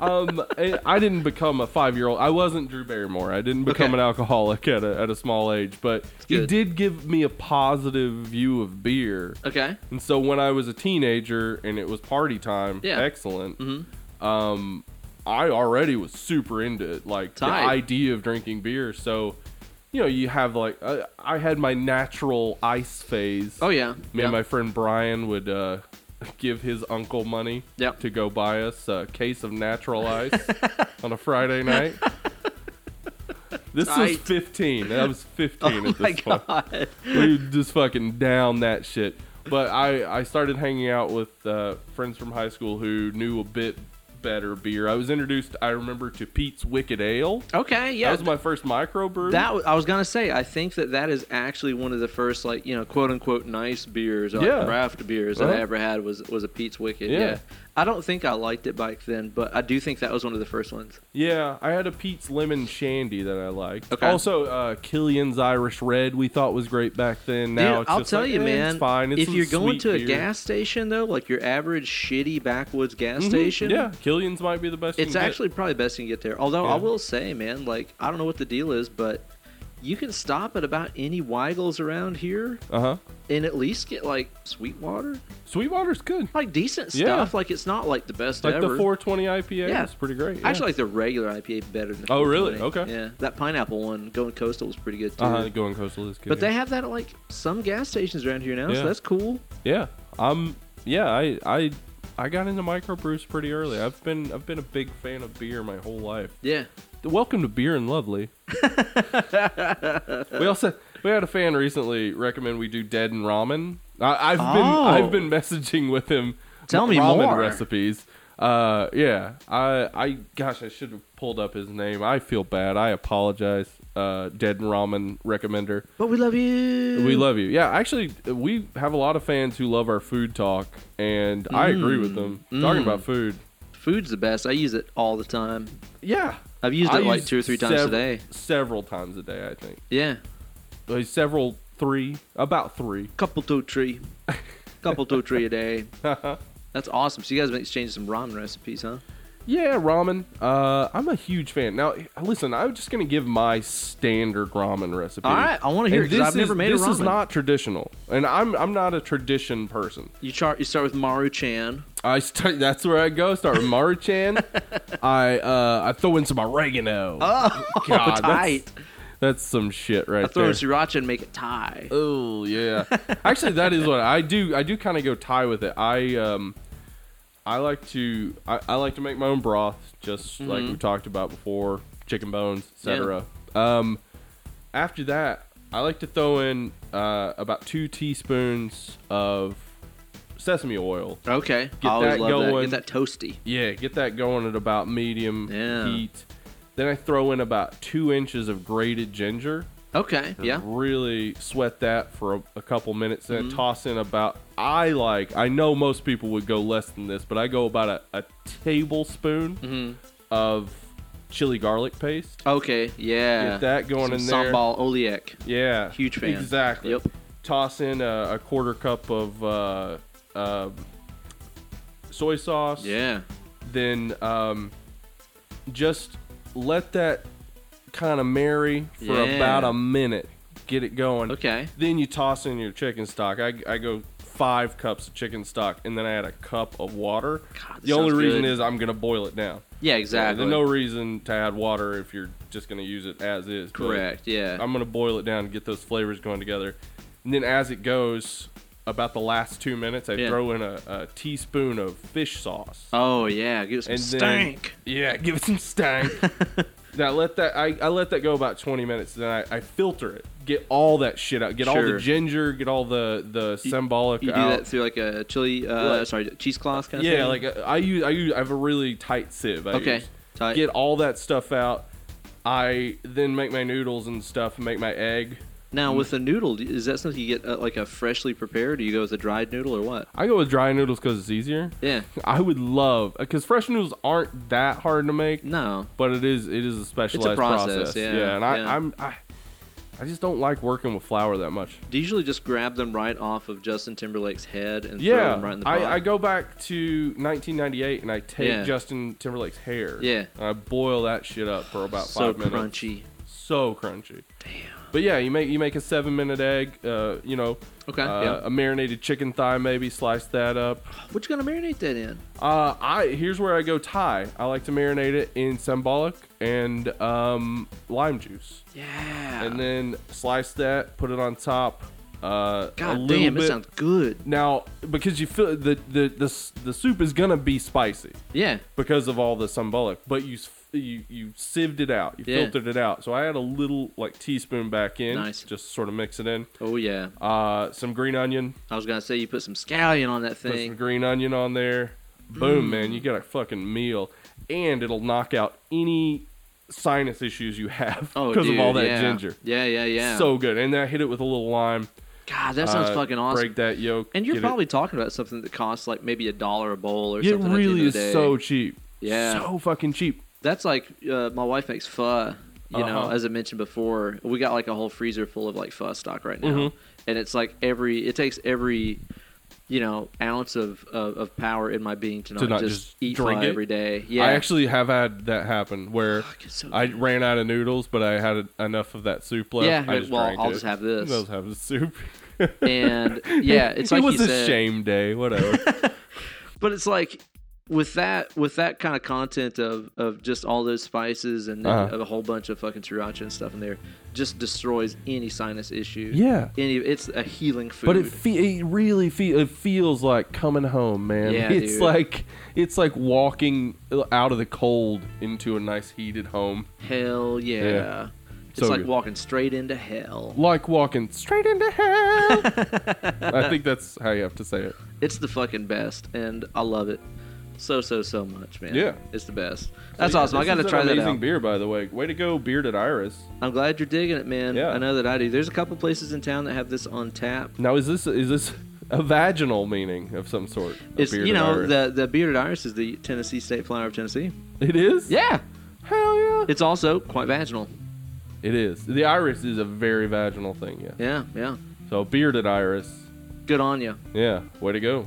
[SPEAKER 2] um, and I didn't become a five year old. I wasn't Drew Barrymore. I didn't become
[SPEAKER 1] Okay.
[SPEAKER 2] an alcoholic at a, at a small age, but you
[SPEAKER 1] good.
[SPEAKER 2] did give me a positive view of beer.
[SPEAKER 1] Okay.
[SPEAKER 2] And so when I was a teenager and it was party time,
[SPEAKER 1] Yeah.
[SPEAKER 2] excellent.
[SPEAKER 1] hmm
[SPEAKER 2] um I already was super into it, like
[SPEAKER 1] Tight.
[SPEAKER 2] the idea of drinking beer. So, you know, you have like I, I had my natural ice phase.
[SPEAKER 1] Oh yeah.
[SPEAKER 2] Me
[SPEAKER 1] yeah.
[SPEAKER 2] and my friend Brian would uh, give his uncle money
[SPEAKER 1] Yep.
[SPEAKER 2] to go buy us a case of natural ice on a Friday night. This was
[SPEAKER 1] Tight.
[SPEAKER 2] 15. I was 15
[SPEAKER 1] Oh
[SPEAKER 2] at
[SPEAKER 1] my
[SPEAKER 2] this point
[SPEAKER 1] god.
[SPEAKER 2] we would just fucking down that shit. But I, I started hanging out with uh, friends from high school who knew a bit better beer. I was introduced, I remember, to Pete's Wicked Ale.
[SPEAKER 1] Okay. Yeah.
[SPEAKER 2] that was my first microbrew.
[SPEAKER 1] That w- I was gonna say, I think that that is actually one of the first, like you know, quote unquote, nice beers, or
[SPEAKER 2] Yeah.
[SPEAKER 1] craft beers that
[SPEAKER 2] Uh-huh.
[SPEAKER 1] I ever had was was a Pete's Wicked.
[SPEAKER 2] Yeah.
[SPEAKER 1] Yeah. I don't think I liked it back then, but I do think that was one of the first ones.
[SPEAKER 2] yeah, I had a Pete's Lemon Shandy that I liked.
[SPEAKER 1] Okay.
[SPEAKER 2] Also, uh, Killian's Irish Red we thought was great back then. Now
[SPEAKER 1] Dude,
[SPEAKER 2] it's
[SPEAKER 1] I'll
[SPEAKER 2] just
[SPEAKER 1] tell
[SPEAKER 2] like,
[SPEAKER 1] you,
[SPEAKER 2] eh,
[SPEAKER 1] man,
[SPEAKER 2] It's fine. It's
[SPEAKER 1] if
[SPEAKER 2] some
[SPEAKER 1] you're going
[SPEAKER 2] sweet
[SPEAKER 1] to a
[SPEAKER 2] beer.
[SPEAKER 1] gas station though, like your average shitty backwoods gas
[SPEAKER 2] Mhm,
[SPEAKER 1] station,
[SPEAKER 2] yeah, Killian's might be the best. you
[SPEAKER 1] it's
[SPEAKER 2] can get.
[SPEAKER 1] actually probably best you can get there. Although I
[SPEAKER 2] Yeah.
[SPEAKER 1] will say, man, like I don't know what the deal is, but you can stop at about any Weigels around here
[SPEAKER 2] uh huh.
[SPEAKER 1] and at least get like sweet water.
[SPEAKER 2] Sweetwater's good.
[SPEAKER 1] like decent
[SPEAKER 2] Yeah.
[SPEAKER 1] stuff. Like it's not like the best
[SPEAKER 2] Like
[SPEAKER 1] ever.
[SPEAKER 2] the 420 IPA
[SPEAKER 1] Yeah.
[SPEAKER 2] is pretty great.
[SPEAKER 1] I
[SPEAKER 2] yeah.
[SPEAKER 1] actually like the regular IPA better than. the
[SPEAKER 2] Oh, really?
[SPEAKER 1] 420.
[SPEAKER 2] Okay.
[SPEAKER 1] Yeah, that pineapple one going coastal was pretty good too.
[SPEAKER 2] uh-huh, going coastal is good.
[SPEAKER 1] But
[SPEAKER 2] yeah.
[SPEAKER 1] they have that at like some gas stations around here now,
[SPEAKER 2] Yeah.
[SPEAKER 1] so that's cool.
[SPEAKER 2] Yeah. Um. Yeah. I. I. I got into microbrews pretty early. I've been. I've been a big fan of beer my whole life.
[SPEAKER 1] Yeah.
[SPEAKER 2] Welcome to Beer and Lovely. we also we had a fan recently recommend we do Dead and Ramen. I, I've
[SPEAKER 1] Oh.
[SPEAKER 2] been I've been messaging with him.
[SPEAKER 1] Tell me
[SPEAKER 2] ramen
[SPEAKER 1] more.
[SPEAKER 2] recipes. Uh. Yeah. I. I. Gosh. I should have pulled up his name. I feel bad. I apologize. Uh. Dead and Ramen recommender.
[SPEAKER 1] But we love you.
[SPEAKER 2] We love you. Yeah, actually, we have a lot of fans who love our food talk, and I agree with them. Talking
[SPEAKER 1] Mm.
[SPEAKER 2] about food.
[SPEAKER 1] Food's the best. I use it all the time.
[SPEAKER 2] Yeah.
[SPEAKER 1] I've used it
[SPEAKER 2] I
[SPEAKER 1] like
[SPEAKER 2] use
[SPEAKER 1] two or three times
[SPEAKER 2] sev-
[SPEAKER 1] a day.
[SPEAKER 2] Several times a day, I think.
[SPEAKER 1] Yeah.
[SPEAKER 2] Like, several, three, about three.
[SPEAKER 1] Couple two three. Couple two three a day.
[SPEAKER 2] Uh-huh.
[SPEAKER 1] That's awesome. So you guys have been exchanging some ramen recipes, huh?
[SPEAKER 2] Yeah, ramen. Uh, I'm a huge fan. Now, listen, I'm just going to give my standard ramen recipe.
[SPEAKER 1] All right, I want to hear
[SPEAKER 2] And
[SPEAKER 1] it 'cause
[SPEAKER 2] this
[SPEAKER 1] I've never
[SPEAKER 2] is-
[SPEAKER 1] made a
[SPEAKER 2] This
[SPEAKER 1] ramen.
[SPEAKER 2] is not traditional, and I'm I'm not a tradition person.
[SPEAKER 1] You chart. You start with Maru Chan.
[SPEAKER 2] I start. That's where I go. Start with Maruchan. I uh, I throw in some oregano.
[SPEAKER 1] Oh,
[SPEAKER 2] God,
[SPEAKER 1] tight.
[SPEAKER 2] That's, that's some shit right
[SPEAKER 1] I throw in
[SPEAKER 2] there.
[SPEAKER 1] sriracha and make it Thai.
[SPEAKER 2] oh yeah. Actually, that is what I do. I do kind of go tie with it. I um, I like to I, I like to make my own broth, just
[SPEAKER 1] Mm-hmm.
[SPEAKER 2] like we talked about before, chicken bones, etc. Um, after that, I like to throw in uh, about two teaspoons of sesame oil.
[SPEAKER 1] Okay,
[SPEAKER 2] Get
[SPEAKER 1] I always
[SPEAKER 2] that
[SPEAKER 1] love
[SPEAKER 2] going.
[SPEAKER 1] that. Get that toasty.
[SPEAKER 2] Yeah, get that going at about medium
[SPEAKER 1] Yeah.
[SPEAKER 2] heat. Then I throw in about two inches of grated ginger.
[SPEAKER 1] Okay. Yeah. Mm-hmm.
[SPEAKER 2] really sweat that for a, a couple minutes and toss in about i like i know most people would go less than this but i go about a, a tablespoon of chili garlic paste
[SPEAKER 1] Mm-hmm. Okay. Yeah.
[SPEAKER 2] Get that
[SPEAKER 1] Some
[SPEAKER 2] going in there.
[SPEAKER 1] Sambal Oliek.
[SPEAKER 2] yeah
[SPEAKER 1] Huge fan.
[SPEAKER 2] exactly
[SPEAKER 1] Yep.
[SPEAKER 2] toss in a, a quarter cup of uh, uh, soy sauce
[SPEAKER 1] Yeah.
[SPEAKER 2] then um, just let that kind of marry for
[SPEAKER 1] Yeah.
[SPEAKER 2] about a minute get it going
[SPEAKER 1] Okay.
[SPEAKER 2] then you toss in your chicken stock. I, I go five cups of chicken stock, and then I add a cup of water.
[SPEAKER 1] God, that
[SPEAKER 2] the only
[SPEAKER 1] sounds
[SPEAKER 2] reason
[SPEAKER 1] good.
[SPEAKER 2] is I'm gonna boil it down.
[SPEAKER 1] Yeah. Exactly.
[SPEAKER 2] There's no reason to add water if you're just gonna use it as is. but
[SPEAKER 1] Correct. Yeah.
[SPEAKER 2] I'm gonna boil it down and get those flavors going together, and then as it goes, about the last two minutes, I
[SPEAKER 1] Yeah.
[SPEAKER 2] throw in a, a teaspoon of fish sauce.
[SPEAKER 1] oh yeah. Give it some
[SPEAKER 2] And then-
[SPEAKER 1] stank.
[SPEAKER 2] Yeah, give it some stank. now let that I, I let that go about twenty minutes. Then I, I filter it, get all that shit out, get all
[SPEAKER 1] Sure.
[SPEAKER 2] the ginger, get all the the symbolic
[SPEAKER 1] you do
[SPEAKER 2] out.
[SPEAKER 1] that through like a chili. Uh,
[SPEAKER 2] Right.
[SPEAKER 1] Sorry, cheesecloth kind of
[SPEAKER 2] yeah,
[SPEAKER 1] thing.
[SPEAKER 2] like uh, I use I use I have a really tight sieve. I
[SPEAKER 1] Okay,
[SPEAKER 2] use.
[SPEAKER 1] tight.
[SPEAKER 2] Get all that stuff out. I then make my noodles and stuff. Make my egg.
[SPEAKER 1] Now
[SPEAKER 2] Mm.
[SPEAKER 1] with the noodle, is that something you get uh, like a freshly prepared? Do you go with a dried noodle or what?
[SPEAKER 2] I go with dry noodles because it's easier.
[SPEAKER 1] Yeah.
[SPEAKER 2] I would love because fresh noodles aren't that hard to make.
[SPEAKER 1] No.
[SPEAKER 2] but it is it is a specialized
[SPEAKER 1] Mm. process,
[SPEAKER 2] process.
[SPEAKER 1] yeah,
[SPEAKER 2] and I,
[SPEAKER 1] yeah.
[SPEAKER 2] I'm I, I just don't like working with flour that much.
[SPEAKER 1] Do you usually just grab them right off of Justin Timberlake's head and throw
[SPEAKER 2] Yeah,
[SPEAKER 1] them right in the pot?
[SPEAKER 2] I, I go back to 1998 and I take
[SPEAKER 1] Yeah.
[SPEAKER 2] Justin Timberlake's hair.
[SPEAKER 1] Yeah.
[SPEAKER 2] and I boil that shit up for about
[SPEAKER 1] so
[SPEAKER 2] five minutes.
[SPEAKER 1] crunchy.
[SPEAKER 2] So crunchy.
[SPEAKER 1] Damn.
[SPEAKER 2] But yeah, you make you make a seven minute egg. Uh, you know,
[SPEAKER 1] Okay.
[SPEAKER 2] uh,
[SPEAKER 1] yeah.
[SPEAKER 2] a marinated chicken thigh maybe slice that up.
[SPEAKER 1] What you gonna marinate that in?
[SPEAKER 2] Uh, I here's where I go Thai. I like to marinate it in sambolic and um, lime juice.
[SPEAKER 1] Yeah.
[SPEAKER 2] and then slice that, put it on top. Uh, a
[SPEAKER 1] God
[SPEAKER 2] little
[SPEAKER 1] damn,
[SPEAKER 2] bit.
[SPEAKER 1] it sounds good.
[SPEAKER 2] now because you feel the the the s- the soup is gonna be spicy
[SPEAKER 1] Yeah.
[SPEAKER 2] because of all the sambolic, but you s- you you sieved it out, you
[SPEAKER 1] Yeah.
[SPEAKER 2] filtered it out. So I add a little like teaspoon back in,
[SPEAKER 1] Nice.
[SPEAKER 2] just sort of mix it in.
[SPEAKER 1] Oh yeah.
[SPEAKER 2] Uh, some green onion,
[SPEAKER 1] I was gonna say you put some scallion on that
[SPEAKER 2] put some
[SPEAKER 1] thing. Mm.
[SPEAKER 2] green onion on there. Boom, man, you got a fucking meal, and it'll knock out any sinus issues you have
[SPEAKER 1] Oh,
[SPEAKER 2] because of all
[SPEAKER 1] dude,
[SPEAKER 2] that
[SPEAKER 1] yeah.
[SPEAKER 2] ginger.
[SPEAKER 1] Yeah, yeah, yeah.
[SPEAKER 2] So good, and then I hit it with a little lime.
[SPEAKER 1] God, that sounds
[SPEAKER 2] uh,
[SPEAKER 1] fucking awesome.
[SPEAKER 2] Break that yolk.
[SPEAKER 1] and you're
[SPEAKER 2] get
[SPEAKER 1] probably talking about something that costs like maybe a dollar a bowl or
[SPEAKER 2] it, it
[SPEAKER 1] something. at the end
[SPEAKER 2] really
[SPEAKER 1] of
[SPEAKER 2] is
[SPEAKER 1] the day.
[SPEAKER 2] so cheap.
[SPEAKER 1] Yeah.
[SPEAKER 2] so fucking cheap.
[SPEAKER 1] That's like uh, my wife makes pho. You know,
[SPEAKER 2] Uh-huh.
[SPEAKER 1] as I mentioned before, we got like a whole freezer full of like pho stock right now,
[SPEAKER 2] Mhm.
[SPEAKER 1] and it's like every it takes every you know ounce of of, of power in my being to not,
[SPEAKER 2] not
[SPEAKER 1] just,
[SPEAKER 2] just
[SPEAKER 1] eat
[SPEAKER 2] drink
[SPEAKER 1] pho
[SPEAKER 2] it?
[SPEAKER 1] every day. Yeah,
[SPEAKER 2] I actually have had that happen where
[SPEAKER 1] it's so
[SPEAKER 2] I
[SPEAKER 1] good.
[SPEAKER 2] ran out of noodles, but I had enough of that soup left.
[SPEAKER 1] Yeah,
[SPEAKER 2] I
[SPEAKER 1] like, well,
[SPEAKER 2] drank
[SPEAKER 1] I'll
[SPEAKER 2] it.
[SPEAKER 1] just have this.
[SPEAKER 2] I'll just have the soup.
[SPEAKER 1] and yeah, it's like
[SPEAKER 2] it was
[SPEAKER 1] you
[SPEAKER 2] a
[SPEAKER 1] said,
[SPEAKER 2] shame day. Whatever.
[SPEAKER 1] but it's like with that with that kind of content of of just all those spices and then
[SPEAKER 2] Uh-huh.
[SPEAKER 1] a whole bunch of fucking sriracha and stuff in there just destroys any sinus issue.
[SPEAKER 2] Yeah.
[SPEAKER 1] any it's a healing food.
[SPEAKER 2] But it, fe- it really fe- it feels like coming home, man.
[SPEAKER 1] Yeah,
[SPEAKER 2] it's
[SPEAKER 1] dude.
[SPEAKER 2] like it's like walking out of the cold into a nice heated home,
[SPEAKER 1] Hell yeah.
[SPEAKER 2] Yeah.
[SPEAKER 1] It's
[SPEAKER 2] So
[SPEAKER 1] like
[SPEAKER 2] good.
[SPEAKER 1] walking straight into hell.
[SPEAKER 2] like walking straight into hell. I think that's how you have to say it.
[SPEAKER 1] It's the fucking best, and I love it so so so much, man.
[SPEAKER 2] Yeah.
[SPEAKER 1] it's the best. That's
[SPEAKER 2] So, yeah,
[SPEAKER 1] awesome. I
[SPEAKER 2] this
[SPEAKER 1] got to
[SPEAKER 2] is an
[SPEAKER 1] try that
[SPEAKER 2] amazing
[SPEAKER 1] out.
[SPEAKER 2] beer, by the way. Way to go, Bearded Iris.
[SPEAKER 1] I'm glad you're digging it, man.
[SPEAKER 2] Yeah.
[SPEAKER 1] I know that I do. There's a couple places in town that have this on tap.
[SPEAKER 2] Now, is this is this a vaginal meaning of some sort? a
[SPEAKER 1] It's you
[SPEAKER 2] Bearded
[SPEAKER 1] know
[SPEAKER 2] Iris?
[SPEAKER 1] the the bearded iris is the Tennessee state flower of Tennessee.
[SPEAKER 2] it is.
[SPEAKER 1] Yeah,
[SPEAKER 2] Hell yeah.
[SPEAKER 1] it's also quite vaginal.
[SPEAKER 2] it is. The iris is a very vaginal thing. Yeah.
[SPEAKER 1] Yeah, yeah.
[SPEAKER 2] So Bearded Iris.
[SPEAKER 1] Good on you.
[SPEAKER 2] Yeah. Way to go.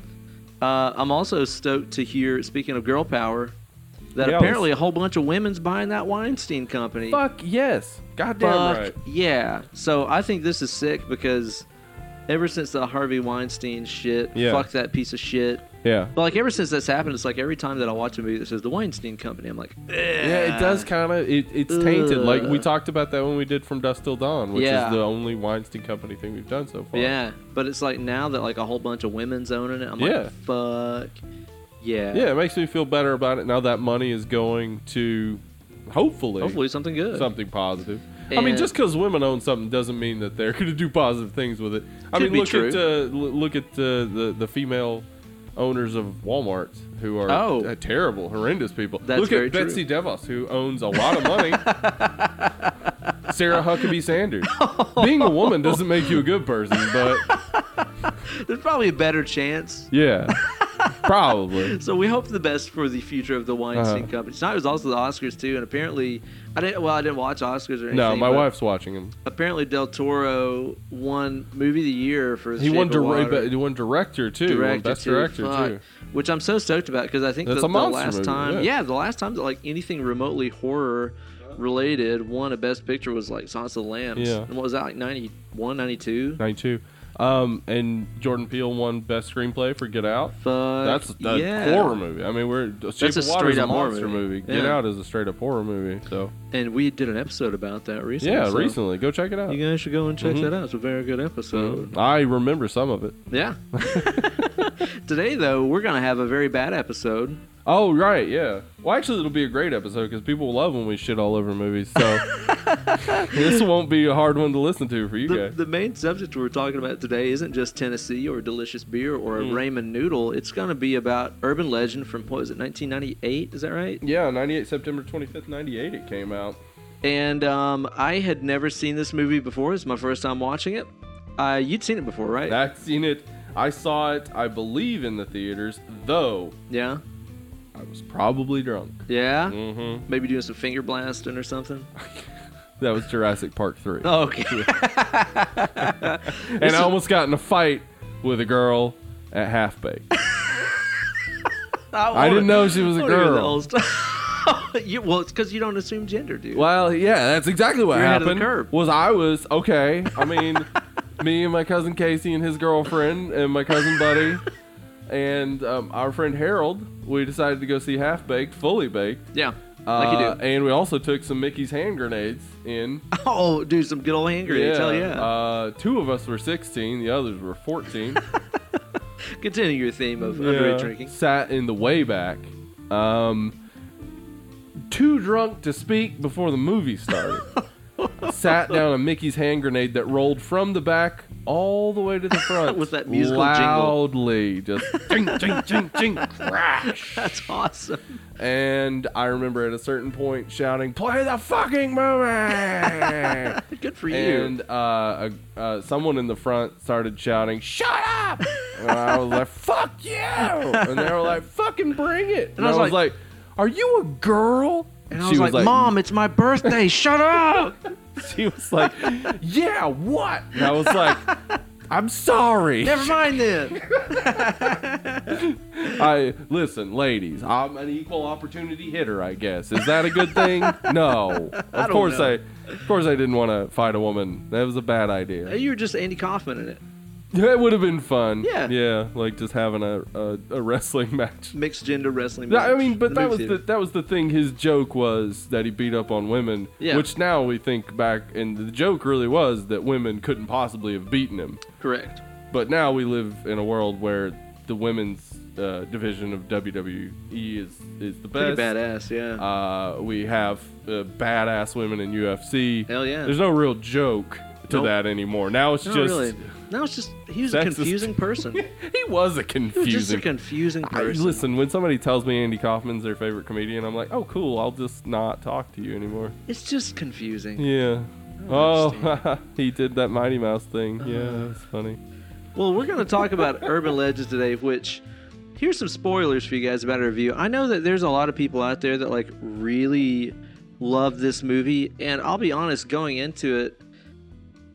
[SPEAKER 1] Uh, I'm also stoked to hear. Speaking of girl power, that
[SPEAKER 2] Yeah, I was-
[SPEAKER 1] apparently a whole bunch of women's buying that Weinstein company.
[SPEAKER 2] Fuck yes. Goddamn
[SPEAKER 1] Fuck
[SPEAKER 2] right.
[SPEAKER 1] yeah. So I think this is sick because ever since the Harvey Weinstein shit,
[SPEAKER 2] Yeah.
[SPEAKER 1] fuck that piece of shit.
[SPEAKER 2] Yeah.
[SPEAKER 1] But like ever since that's happened, it's like every time that I watch a movie that says the Weinstein Company, I'm like, "Eh."
[SPEAKER 2] Yeah, it does kind of. It, it's tainted.
[SPEAKER 1] Ugh.
[SPEAKER 2] Like we talked about that when we did from Dust Till Dawn, which
[SPEAKER 1] Yeah.
[SPEAKER 2] is the only Weinstein Company thing we've done so far.
[SPEAKER 1] yeah. But it's like now that like a whole bunch of women's owning it, I'm
[SPEAKER 2] Yeah.
[SPEAKER 1] like, fuck, yeah.
[SPEAKER 2] Yeah, it makes me feel better about it now that money is going to hopefully,
[SPEAKER 1] Hopefully something good.
[SPEAKER 2] something positive. I mean,
[SPEAKER 1] And-
[SPEAKER 2] just because women own something doesn't mean that they're going to do positive things with it. I
[SPEAKER 1] Could
[SPEAKER 2] mean,
[SPEAKER 1] be
[SPEAKER 2] look
[SPEAKER 1] true.
[SPEAKER 2] at uh, l- look at uh, the the female owners of Walmart who are
[SPEAKER 1] Oh.
[SPEAKER 2] uh, terrible, horrendous people.
[SPEAKER 1] That's
[SPEAKER 2] look
[SPEAKER 1] very
[SPEAKER 2] at
[SPEAKER 1] true.
[SPEAKER 2] Betsy DeVos who owns a lot of money. Sarah Huckabee Sanders. Being a woman doesn't make you a good person, but
[SPEAKER 1] There's probably a better chance.
[SPEAKER 2] yeah, probably.
[SPEAKER 1] So we hope the best for the future of the Weinstein
[SPEAKER 2] Uh-huh.
[SPEAKER 1] Company. Tonight was also the Oscars too, and apparently, I didn't. Well, I didn't watch Oscars or anything.
[SPEAKER 2] No, my
[SPEAKER 1] but
[SPEAKER 2] wife's watching him.
[SPEAKER 1] Apparently, Del Toro won movie of the year for. The
[SPEAKER 2] He
[SPEAKER 1] Shape
[SPEAKER 2] won,
[SPEAKER 1] of
[SPEAKER 2] dir-
[SPEAKER 1] Water.
[SPEAKER 2] he won director too. Won
[SPEAKER 1] director
[SPEAKER 2] best
[SPEAKER 1] too.
[SPEAKER 2] director
[SPEAKER 1] Fuck.
[SPEAKER 2] too.
[SPEAKER 1] Which I'm so stoked about because I think the,
[SPEAKER 2] That's
[SPEAKER 1] the
[SPEAKER 2] a monster
[SPEAKER 1] last
[SPEAKER 2] movie,
[SPEAKER 1] time,
[SPEAKER 2] yeah.
[SPEAKER 1] yeah. the last time that like anything remotely horror related won a best picture was like Silence of the Lambs.
[SPEAKER 2] Yeah.
[SPEAKER 1] And what was that like 91, 92?
[SPEAKER 2] 92. Um, and Jordan Peele won best screenplay for Get Out.
[SPEAKER 1] Fuck.
[SPEAKER 2] That's a
[SPEAKER 1] yeah.
[SPEAKER 2] horror movie. I mean, we're Shape
[SPEAKER 1] That's a
[SPEAKER 2] of Water is a
[SPEAKER 1] straight-up horror
[SPEAKER 2] monster movie.
[SPEAKER 1] movie.
[SPEAKER 2] Get
[SPEAKER 1] Yeah.
[SPEAKER 2] Out is a straight up horror movie. So
[SPEAKER 1] And we did an episode about that recently.
[SPEAKER 2] yeah,
[SPEAKER 1] so
[SPEAKER 2] recently go check it out.
[SPEAKER 1] You guys should go and check
[SPEAKER 2] Mhm.
[SPEAKER 1] that out. It's a very good episode.
[SPEAKER 2] Mhm. I remember some of it.
[SPEAKER 1] Yeah. Today though, we're gonna have a very bad episode.
[SPEAKER 2] Oh right, yeah. Well, actually, it'll be a great episode because people love when we shit all over movies. So this won't be a hard one to listen to for you
[SPEAKER 1] The,
[SPEAKER 2] guys.
[SPEAKER 1] the main subject we're talking about today isn't just Tennessee or delicious beer or
[SPEAKER 2] Mm.
[SPEAKER 1] a ramen noodle. It's going to be about urban legend from what was it, 1998? Is that right?
[SPEAKER 2] Yeah, 98 September 25th, 98 it came out.
[SPEAKER 1] And um, I had never seen this movie before. It's my first time watching it. Uh, you'd seen it before, right?
[SPEAKER 2] I've seen it. I saw it, I believe, in the theaters, though
[SPEAKER 1] yeah,
[SPEAKER 2] I was probably drunk.
[SPEAKER 1] yeah.
[SPEAKER 2] Mm-hmm.
[SPEAKER 1] Maybe doing some finger blasting or something.
[SPEAKER 2] That was Jurassic Park 3.
[SPEAKER 1] Oh, okay.
[SPEAKER 2] and I almost got in a fight with a girl at Half Baked. I
[SPEAKER 1] wanna-
[SPEAKER 2] didn't know she was a
[SPEAKER 1] I wanna hear the
[SPEAKER 2] girl.
[SPEAKER 1] whole sto- you, well, it's because you don't assume gender, dude.
[SPEAKER 2] Well, yeah, that's exactly what
[SPEAKER 1] You're ahead of the
[SPEAKER 2] happened.
[SPEAKER 1] curve.
[SPEAKER 2] Was I was okay. I mean, me and my cousin Casey and his girlfriend and my cousin Buddy and um, our friend Harold, we decided to go see Half Baked, Fully Baked.
[SPEAKER 1] Yeah, like
[SPEAKER 2] Uh,
[SPEAKER 1] you do.
[SPEAKER 2] And we also took some Mickey's hand grenades in.
[SPEAKER 1] Oh, dude, some good old hand grenades. Hell yeah.
[SPEAKER 2] Uh, two of us were 16, the others were 14.
[SPEAKER 1] Continue your theme of
[SPEAKER 2] uh, Yeah.
[SPEAKER 1] underage drinking.
[SPEAKER 2] Sat in the way back. Um, too drunk to speak before the movie started. Sat down on Mickey's hand grenade that rolled from the back all the way to the front.
[SPEAKER 1] With that musical jingle.
[SPEAKER 2] loudly, just ching, ching, ching, ching, crash.
[SPEAKER 1] That's awesome.
[SPEAKER 2] And I remember at a certain point shouting, "Play the fucking movie!"
[SPEAKER 1] Good for you.
[SPEAKER 2] and uh, a, uh, someone in the front started shouting, "Shut up!" and I was like, "Fuck you!" And they were like, "Fucking bring it!" And, I, was like, "Are you a girl?"
[SPEAKER 1] and I was, like, "Mom, it's my birthday. Shut up."
[SPEAKER 2] She was like, "Yeah, what?" And I was like, "I'm sorry."
[SPEAKER 1] Never mind then.
[SPEAKER 2] I listen, ladies. I'm an equal opportunity hitter, I guess. Is that a good thing? No. Of
[SPEAKER 1] don't
[SPEAKER 2] course
[SPEAKER 1] know.
[SPEAKER 2] I, of course I didn't want to fight a woman. That was a bad idea.
[SPEAKER 1] You were just Andy Kaufman in it.
[SPEAKER 2] That would have been fun.
[SPEAKER 1] Yeah.
[SPEAKER 2] Yeah, like just having a, a, a wrestling match.
[SPEAKER 1] Mixed gender wrestling.
[SPEAKER 2] That- I
[SPEAKER 1] match.
[SPEAKER 2] mean, but that was
[SPEAKER 1] movie
[SPEAKER 2] the
[SPEAKER 1] theater.
[SPEAKER 2] that was the thing. His joke was that he beat up on women,
[SPEAKER 1] Yeah.
[SPEAKER 2] which now we think back, and the joke really was that women couldn't possibly have beaten him.
[SPEAKER 1] correct.
[SPEAKER 2] But now we live in a world where the women's uh, division of WWE is is the
[SPEAKER 1] Pretty
[SPEAKER 2] best.
[SPEAKER 1] badass, yeah.
[SPEAKER 2] Uh, we have uh, badass women in UFC.
[SPEAKER 1] Hell yeah.
[SPEAKER 2] There's no real joke to
[SPEAKER 1] Nope.
[SPEAKER 2] that anymore. Now it's
[SPEAKER 1] Not
[SPEAKER 2] just
[SPEAKER 1] really. No, it's just he was a
[SPEAKER 2] Sexist.
[SPEAKER 1] confusing person. He
[SPEAKER 2] he
[SPEAKER 1] was just
[SPEAKER 2] was a
[SPEAKER 1] a
[SPEAKER 2] confusing
[SPEAKER 1] confusing
[SPEAKER 2] I,
[SPEAKER 1] person.
[SPEAKER 2] listen, when somebody tells me Andy Kaufman's their favorite comedian, I'm like, oh, cool. I'll just not talk to you anymore.
[SPEAKER 1] It's just confusing.
[SPEAKER 2] Yeah.
[SPEAKER 1] understand.
[SPEAKER 2] Oh, he did that Mighty Mouse thing. Yeah, that's funny.
[SPEAKER 1] Well, we're going to talk about urban legends today, which here's some spoilers for you guys about our review. I know that there's a lot of people out there that like really love this movie, and I'll be honest, going into it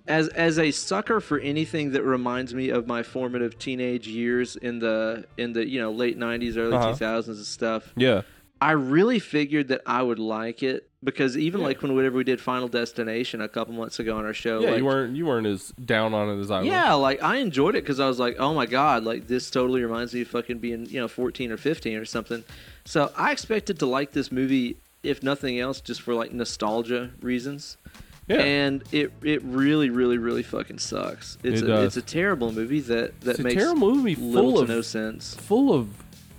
[SPEAKER 1] as as a sucker for anything that reminds me of my formative teenage years in the in the, you know, late 90s, early
[SPEAKER 2] Uh-huh.
[SPEAKER 1] 2000s and stuff.
[SPEAKER 2] Yeah.
[SPEAKER 1] I really figured that I would like it because even
[SPEAKER 2] Yeah.
[SPEAKER 1] like when whenever we did Final Destination a couple months ago on our show,
[SPEAKER 2] yeah,
[SPEAKER 1] like,
[SPEAKER 2] you weren't you weren't as down on it as I was.
[SPEAKER 1] yeah, like I enjoyed it because I was like, oh my god, like this totally reminds me of fucking being you know 14 or 15 or something. So I expected to like this movie if nothing else just for like nostalgia reasons.
[SPEAKER 2] Yeah.
[SPEAKER 1] And it it really really really fucking sucks. It's
[SPEAKER 2] It
[SPEAKER 1] a,
[SPEAKER 2] does.
[SPEAKER 1] it's a terrible movie that that
[SPEAKER 2] it's a
[SPEAKER 1] makes
[SPEAKER 2] terrible movie
[SPEAKER 1] little
[SPEAKER 2] full
[SPEAKER 1] to
[SPEAKER 2] of
[SPEAKER 1] no sense.
[SPEAKER 2] full of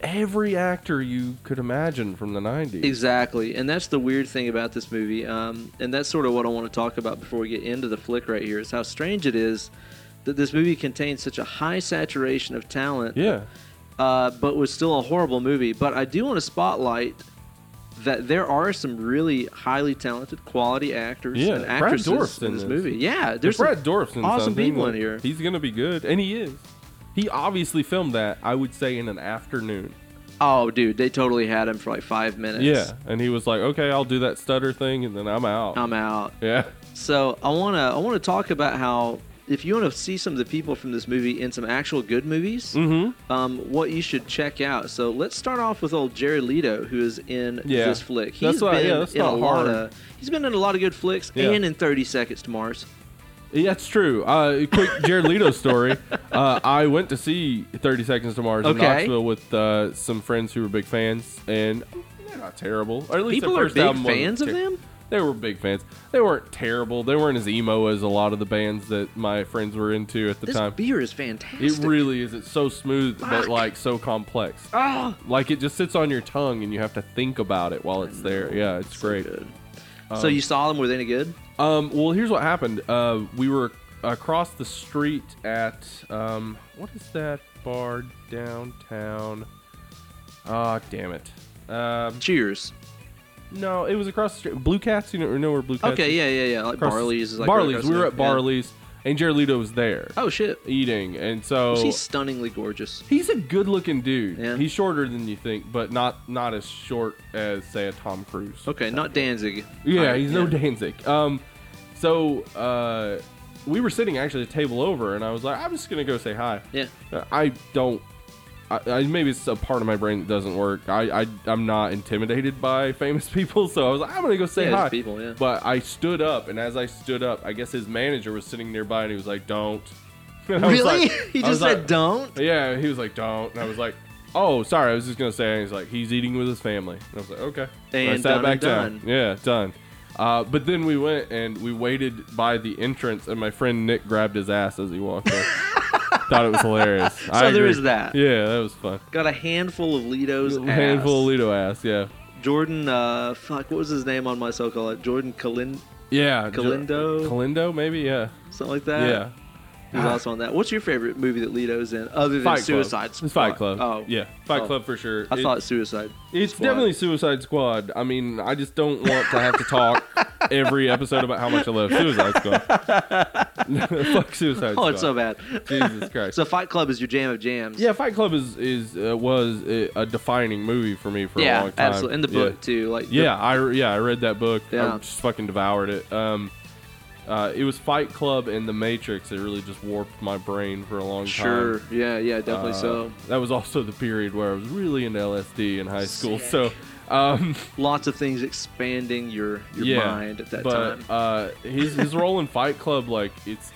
[SPEAKER 2] every actor you could imagine from the 90s.
[SPEAKER 1] Exactly, and that's the weird thing about this movie, um, and that's sort of what I want to talk about before we get into the flick right here. Is how strange it is that this movie contains such a high saturation of talent,
[SPEAKER 2] Yeah.
[SPEAKER 1] uh, but was still a horrible movie. But I do want to spotlight that there are some really highly talented, quality actors
[SPEAKER 2] Yeah,
[SPEAKER 1] and
[SPEAKER 2] Brad
[SPEAKER 1] actresses
[SPEAKER 2] Dorff's in
[SPEAKER 1] in this
[SPEAKER 2] this.
[SPEAKER 1] movie. Yeah, there's some
[SPEAKER 2] Brad Dorff's in
[SPEAKER 1] awesome
[SPEAKER 2] something,
[SPEAKER 1] people
[SPEAKER 2] like,
[SPEAKER 1] in here.
[SPEAKER 2] He's gonna be good, and he is. He obviously filmed that. I would say in an afternoon.
[SPEAKER 1] Oh, dude, they totally had him for like five minutes.
[SPEAKER 2] Yeah, and he was like, "Okay, I'll do that stutter thing, and then I'm out."
[SPEAKER 1] I'm out.
[SPEAKER 2] yeah,
[SPEAKER 1] So I wanna I wanna talk about how if you wanna see some of the people from this movie in some actual good movies,
[SPEAKER 2] mm-hmm.
[SPEAKER 1] um, what you should check out. So let's start off with old Jared Leto, who is in
[SPEAKER 2] Yeah.
[SPEAKER 1] this flick. He's
[SPEAKER 2] That's what I-
[SPEAKER 1] been
[SPEAKER 2] yeah, that's
[SPEAKER 1] in a
[SPEAKER 2] not
[SPEAKER 1] lot
[SPEAKER 2] hard.
[SPEAKER 1] of he's been in a lot of good flicks
[SPEAKER 2] Yeah.
[SPEAKER 1] and in Thirty Seconds to Mars.
[SPEAKER 2] Yeah, That's true. Uh, quick Jared Leto story. Uh, I went to see 30 Seconds to Mars in
[SPEAKER 1] Okay.
[SPEAKER 2] Knoxville with uh, some friends who were big fans, and they're not terrible. Or at least
[SPEAKER 1] People
[SPEAKER 2] their
[SPEAKER 1] are
[SPEAKER 2] first
[SPEAKER 1] big
[SPEAKER 2] album wasn't
[SPEAKER 1] fans of
[SPEAKER 2] ter-
[SPEAKER 1] them.
[SPEAKER 2] They were big fans. They weren't terrible. They weren't as emo as a lot of the bands that my friends were into at the
[SPEAKER 1] This
[SPEAKER 2] time.
[SPEAKER 1] beer is fantastic.
[SPEAKER 2] It really is. It's so smooth,
[SPEAKER 1] Fuck.
[SPEAKER 2] but like so complex.
[SPEAKER 1] oh,
[SPEAKER 2] Like it just sits on your tongue, and you have to think about it while it's there. Yeah, it's great.
[SPEAKER 1] good. so you saw them? Were they any good?
[SPEAKER 2] Um, well, here's what happened. Uh, we were across the street at um, what is that bar downtown? Ah, damn it. Um,
[SPEAKER 1] Cheers.
[SPEAKER 2] no, it was across the street. Blue Cats. You know, you know where Blue Cats?
[SPEAKER 1] Okay,
[SPEAKER 2] is?
[SPEAKER 1] yeah, yeah, yeah. Like
[SPEAKER 2] Across the-
[SPEAKER 1] Barley's is like right
[SPEAKER 2] Barley's.
[SPEAKER 1] across
[SPEAKER 2] We
[SPEAKER 1] the-
[SPEAKER 2] were at
[SPEAKER 1] yeah.
[SPEAKER 2] Barley's, and Jared Leto was there
[SPEAKER 1] Oh shit.
[SPEAKER 2] eating, and so
[SPEAKER 1] She's stunningly gorgeous.
[SPEAKER 2] He's a good-looking dude.
[SPEAKER 1] Yeah.
[SPEAKER 2] He's shorter than you think, but not not as short as say a Tom Cruise.
[SPEAKER 1] Okay, not Danzig.
[SPEAKER 2] Yeah,
[SPEAKER 1] Alright,
[SPEAKER 2] he's no Danzig. Um, so uh, we were sitting actually at a table over, and I was like, I'm just gonna go say hi.
[SPEAKER 1] Yeah.
[SPEAKER 2] Uh, I don't. I, I maybe it's a part of my brain that doesn't work. I, I I'm not intimidated by famous people, so I was like, I'm gonna go say
[SPEAKER 1] Yeah, just
[SPEAKER 2] hi.
[SPEAKER 1] people, yeah.
[SPEAKER 2] But I stood up, and as I stood up, I guess his manager was sitting nearby, and he was like, "Don't." And I was
[SPEAKER 1] Really?
[SPEAKER 2] like-
[SPEAKER 1] he
[SPEAKER 2] I was
[SPEAKER 1] just said
[SPEAKER 2] like-
[SPEAKER 1] don't.
[SPEAKER 2] yeah, he was like, "Don't," and I was like, "Oh, sorry, I was just gonna say." And he's like, "He's eating with his family," and I was like, "Okay." I
[SPEAKER 1] And
[SPEAKER 2] sat
[SPEAKER 1] done and
[SPEAKER 2] back
[SPEAKER 1] done.
[SPEAKER 2] down. Yeah, done. Uh, but then we went and we waited by the entrance, and my friend Nick grabbed his ass as he walked in. Thought it was hilarious. So
[SPEAKER 1] there is that.
[SPEAKER 2] Yeah, that was fun.
[SPEAKER 1] Got a handful of Leto's. ass.
[SPEAKER 2] Handful of Lido ass. Yeah.
[SPEAKER 1] Jordan, uh, fuck, what was his name on my so-called it? Jordan Kalin,
[SPEAKER 2] Yeah.
[SPEAKER 1] Galindo?
[SPEAKER 2] Calindo, maybe. Yeah.
[SPEAKER 1] something like that.
[SPEAKER 2] Yeah.
[SPEAKER 1] he was also on that. What's your favorite movie that Leto's in, other than
[SPEAKER 2] Fight
[SPEAKER 1] Suicide
[SPEAKER 2] Club.
[SPEAKER 1] Squad?
[SPEAKER 2] It's Fight Club.
[SPEAKER 1] Oh,
[SPEAKER 2] yeah, Fight
[SPEAKER 1] Oh.
[SPEAKER 2] Club for sure.
[SPEAKER 1] I
[SPEAKER 2] It-
[SPEAKER 1] thought Suicide.
[SPEAKER 2] It's
[SPEAKER 1] Squad.
[SPEAKER 2] definitely Suicide Squad. I mean, I just don't want to have to talk every episode about how much I love Suicide Squad. Fuck Suicide Squad.
[SPEAKER 1] Oh, it's so bad.
[SPEAKER 2] Jesus Christ.
[SPEAKER 1] So Fight Club is your jam of jams.
[SPEAKER 2] yeah, Fight Club is is uh, was a, a defining movie for me for a
[SPEAKER 1] yeah,
[SPEAKER 2] long time.
[SPEAKER 1] absolutely. And the book
[SPEAKER 2] Yeah.
[SPEAKER 1] too. Like, the-
[SPEAKER 2] Yeah, I yeah I read that book.
[SPEAKER 1] Yeah.
[SPEAKER 2] I just fucking devoured it. Um, uh, it was Fight Club and The Matrix. It really just warped my brain for a long time.
[SPEAKER 1] sure. Yeah, yeah, definitely.
[SPEAKER 2] Uh,
[SPEAKER 1] so
[SPEAKER 2] that was also the period where I was really into LSD in high school. So, um,
[SPEAKER 1] lots of things expanding your your
[SPEAKER 2] yeah,
[SPEAKER 1] mind at that
[SPEAKER 2] but,
[SPEAKER 1] time.
[SPEAKER 2] uh, his his role in Fight Club, like it's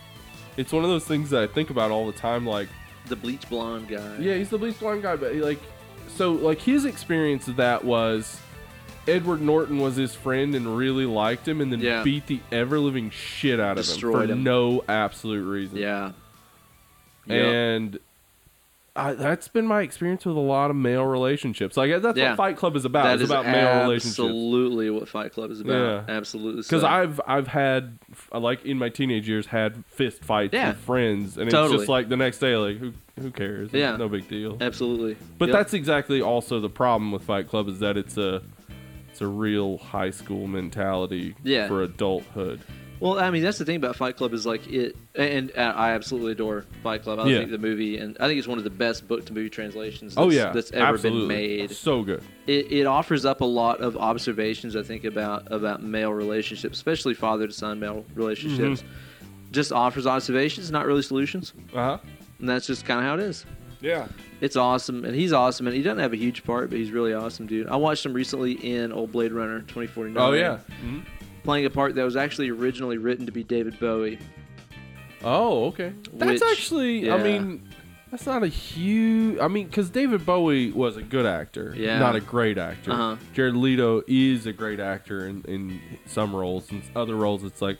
[SPEAKER 2] it's one of those things that I think about all the time. Like,
[SPEAKER 1] The bleach blonde guy.
[SPEAKER 2] yeah, he's the bleach blonde guy, but he, like, so like his experience of that was. Edward Norton was his friend and really liked him, and then
[SPEAKER 1] Yeah.
[SPEAKER 2] beat the ever living shit out of him
[SPEAKER 1] Destroyed
[SPEAKER 2] for
[SPEAKER 1] him.
[SPEAKER 2] no absolute reason.
[SPEAKER 1] Yeah. Yep.
[SPEAKER 2] and I, that's been my experience with a lot of male relationships. Like that's
[SPEAKER 1] Yeah.
[SPEAKER 2] what Fight Club is about.
[SPEAKER 1] That
[SPEAKER 2] it's
[SPEAKER 1] is
[SPEAKER 2] about male relationships.
[SPEAKER 1] Absolutely, what Fight Club is about.
[SPEAKER 2] Yeah.
[SPEAKER 1] Absolutely.
[SPEAKER 2] Because
[SPEAKER 1] so.
[SPEAKER 2] I've I've had uh, like in my teenage years had fist fights
[SPEAKER 1] Yeah.
[SPEAKER 2] with friends, and
[SPEAKER 1] Totally.
[SPEAKER 2] it's just like the next day, like who who cares? It's
[SPEAKER 1] Yeah.
[SPEAKER 2] no big deal.
[SPEAKER 1] absolutely.
[SPEAKER 2] But
[SPEAKER 1] Yep.
[SPEAKER 2] that's exactly also the problem with Fight Club is that it's a it's a real high school mentality
[SPEAKER 1] Yeah.
[SPEAKER 2] for adulthood.
[SPEAKER 1] well. I mean, that's the thing about Fight Club is like it, and, uh I absolutely adore Fight Club. I
[SPEAKER 2] Yeah.
[SPEAKER 1] think the movie, and I think it's one of the best book to movie translations. That's,
[SPEAKER 2] Oh yeah,
[SPEAKER 1] that's ever
[SPEAKER 2] absolutely.
[SPEAKER 1] been made.
[SPEAKER 2] So good.
[SPEAKER 1] It, it offers up a lot of observations. I think about about male relationships, especially father to son male relationships.
[SPEAKER 2] Mm-hmm.
[SPEAKER 1] Just offers observations, not really solutions,
[SPEAKER 2] Uh huh.
[SPEAKER 1] and that's just kind of how it is.
[SPEAKER 2] Yeah.
[SPEAKER 1] It's awesome, and he's awesome, and he doesn't have a huge part, but he's really awesome, dude. I watched him recently in Old Blade Runner 2049.
[SPEAKER 2] Oh yeah.
[SPEAKER 1] Mm-hmm.
[SPEAKER 2] Mhm.
[SPEAKER 1] playing a part that was actually originally written to be David Bowie.
[SPEAKER 2] Oh, okay. That's
[SPEAKER 1] Which-
[SPEAKER 2] actually, I
[SPEAKER 1] yeah.
[SPEAKER 2] mean, that's not a huge. I mean, because David Bowie was a good actor,
[SPEAKER 1] Yeah.
[SPEAKER 2] not a great actor.
[SPEAKER 1] Uh-huh.
[SPEAKER 2] Jared Leto is a great actor in, in some roles, and other roles, it's like,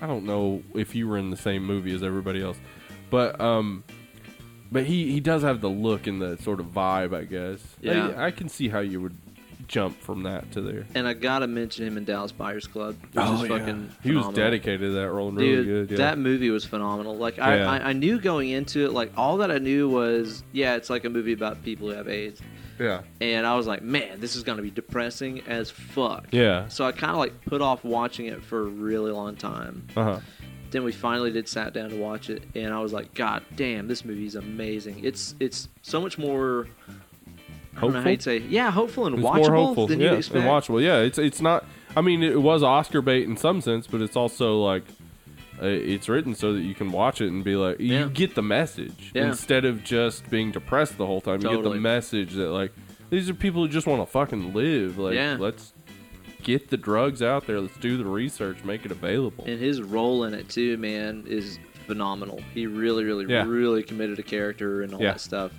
[SPEAKER 2] I don't know if you were in the same movie as everybody else, but um, but he he does have the look and the sort of vibe, I guess.
[SPEAKER 1] Yeah.
[SPEAKER 2] I, I can see how you would jump from that to there.
[SPEAKER 1] And I gotta mention him in Dallas Buyers Club, which is fucking.
[SPEAKER 2] Oh, he was
[SPEAKER 1] phenomenal.
[SPEAKER 2] dedicated to that role and really
[SPEAKER 1] Dude,
[SPEAKER 2] good. Yeah.
[SPEAKER 1] that movie was phenomenal. Like I,
[SPEAKER 2] Yeah.
[SPEAKER 1] I, I knew going into it, like all that I knew was, yeah, it's like a movie about people who have AIDS.
[SPEAKER 2] Yeah.
[SPEAKER 1] and I was like, man, this is gonna be depressing as fuck.
[SPEAKER 2] Yeah.
[SPEAKER 1] So I kind of like put off watching it for a really long time.
[SPEAKER 2] Uh huh.
[SPEAKER 1] Then we finally did sat down to watch it, and I was like, God damn, this movie is amazing. It's it's so much more. I don't know how
[SPEAKER 2] Hopeful?
[SPEAKER 1] you'd say, yeah, hopeful and
[SPEAKER 2] It's
[SPEAKER 1] watchable
[SPEAKER 2] more hopeful.
[SPEAKER 1] than
[SPEAKER 2] yeah,
[SPEAKER 1] you'd
[SPEAKER 2] and
[SPEAKER 1] expect.
[SPEAKER 2] watchable. Yeah, it's it's not. I mean, it was Oscar bait in some sense, but it's also like uh, it's written so that you can watch it and be like, you
[SPEAKER 1] Yeah.
[SPEAKER 2] get the message
[SPEAKER 1] Yeah.
[SPEAKER 2] instead of just being depressed the whole time. You get the
[SPEAKER 1] Totally.
[SPEAKER 2] message that like these are people who just want to fucking live. Like,
[SPEAKER 1] Yeah.
[SPEAKER 2] let's get the drugs out there. Let's do the research. Make it available.
[SPEAKER 1] And his role in it too, man, is phenomenal. He really, really,
[SPEAKER 2] Yeah.
[SPEAKER 1] really committed a character and all
[SPEAKER 2] Yeah.
[SPEAKER 1] that stuff.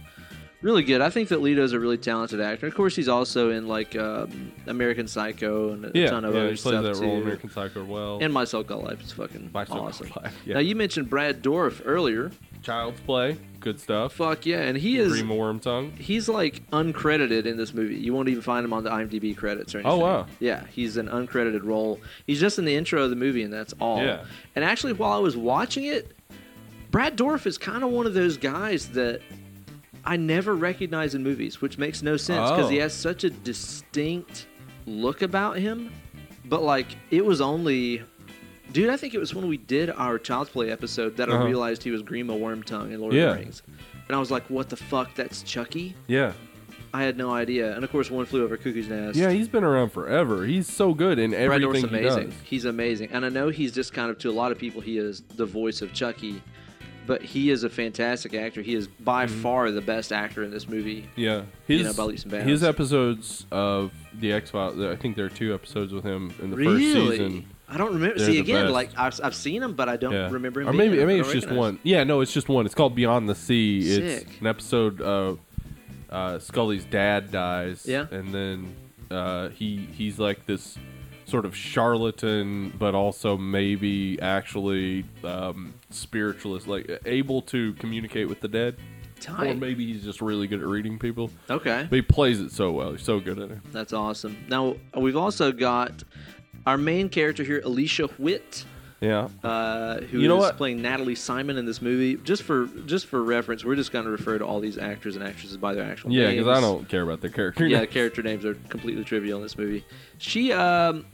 [SPEAKER 1] Really good. I think that Leto's a really talented actor. Of course, he's also in like um, American Psycho and a
[SPEAKER 2] yeah,
[SPEAKER 1] ton of
[SPEAKER 2] yeah,
[SPEAKER 1] other
[SPEAKER 2] he plays
[SPEAKER 1] stuff
[SPEAKER 2] that
[SPEAKER 1] too.
[SPEAKER 2] role in American Psycho well.
[SPEAKER 1] and My So Called Life is fucking
[SPEAKER 2] My So-Called
[SPEAKER 1] awesome.
[SPEAKER 2] Life, yeah.
[SPEAKER 1] Now you mentioned Brad Dorff earlier.
[SPEAKER 2] Child's Play, good stuff.
[SPEAKER 1] Fuck yeah, and he is
[SPEAKER 2] Dream Worm Tongue.
[SPEAKER 1] he's like uncredited in this movie. You won't even find him on the IMDb credits or
[SPEAKER 2] Oh,
[SPEAKER 1] anything.
[SPEAKER 2] wow.
[SPEAKER 1] Yeah, he's an uncredited role. He's just in the intro of the movie, and that's all.
[SPEAKER 2] Yeah.
[SPEAKER 1] And actually, while I was watching it, Brad Dorff is kind of one of those guys that I never recognize in movies, which makes no sense because he
[SPEAKER 2] Oh.
[SPEAKER 1] has such a distinct look about him. But like, it was only. Dude, I think it was when we did our Child's Play episode that
[SPEAKER 2] Uh-huh.
[SPEAKER 1] I realized he was Grima Wormtongue in Lord
[SPEAKER 2] Yeah.
[SPEAKER 1] of the Rings. And I was like, what the fuck? That's Chucky?
[SPEAKER 2] Yeah,
[SPEAKER 1] I had no idea. And of course, one flew over Cuckoo's Nest.
[SPEAKER 2] yeah, he's been around forever. He's so good in
[SPEAKER 1] Brad
[SPEAKER 2] everything
[SPEAKER 1] Dorff's
[SPEAKER 2] he
[SPEAKER 1] amazing.
[SPEAKER 2] does.
[SPEAKER 1] He's amazing, and I know he's just kind of to a lot of people he is the voice of Chucky, but he is a fantastic actor. He is by
[SPEAKER 2] Mm-hmm.
[SPEAKER 1] far the best actor in this movie.
[SPEAKER 2] Yeah,
[SPEAKER 1] You
[SPEAKER 2] his
[SPEAKER 1] know, by leaps and bounds.
[SPEAKER 2] his episodes of the X Files. I think there are two episodes with him in the first
[SPEAKER 1] really,
[SPEAKER 2] season.
[SPEAKER 1] I don't remember.
[SPEAKER 2] They're
[SPEAKER 1] See
[SPEAKER 2] the
[SPEAKER 1] again,
[SPEAKER 2] best.
[SPEAKER 1] like I've, I've seen him, but I don't
[SPEAKER 2] Yeah,
[SPEAKER 1] remember him.
[SPEAKER 2] or
[SPEAKER 1] being
[SPEAKER 2] maybe
[SPEAKER 1] in it. I
[SPEAKER 2] maybe it's
[SPEAKER 1] don't
[SPEAKER 2] just
[SPEAKER 1] recognize
[SPEAKER 2] one.
[SPEAKER 1] him.
[SPEAKER 2] Yeah, no, it's just one. It's called Beyond the Sea. It's
[SPEAKER 1] Sick.
[SPEAKER 2] an episode of uh, Scully's dad dies.
[SPEAKER 1] Yeah.
[SPEAKER 2] and then uh, he he's like this sort of charlatan, but also maybe actually um, spiritualist, like able to communicate with the dead, or
[SPEAKER 1] Tight.
[SPEAKER 2] maybe he's just really good at reading people.
[SPEAKER 1] Okay,
[SPEAKER 2] But he plays it so well. He's so good at it.
[SPEAKER 1] that's awesome. Now we've also got our main character here, Alicia Witt.
[SPEAKER 2] Yeah.
[SPEAKER 1] uh, who
[SPEAKER 2] You know
[SPEAKER 1] is
[SPEAKER 2] what?
[SPEAKER 1] playing Natalie Simon in this movie. Just for just for reference, we're just going to refer to all these actors and actresses by their actual
[SPEAKER 2] Yeah,
[SPEAKER 1] names.
[SPEAKER 2] because I don't care about the character.
[SPEAKER 1] Yeah, character names are completely trivial in this movie. She, um,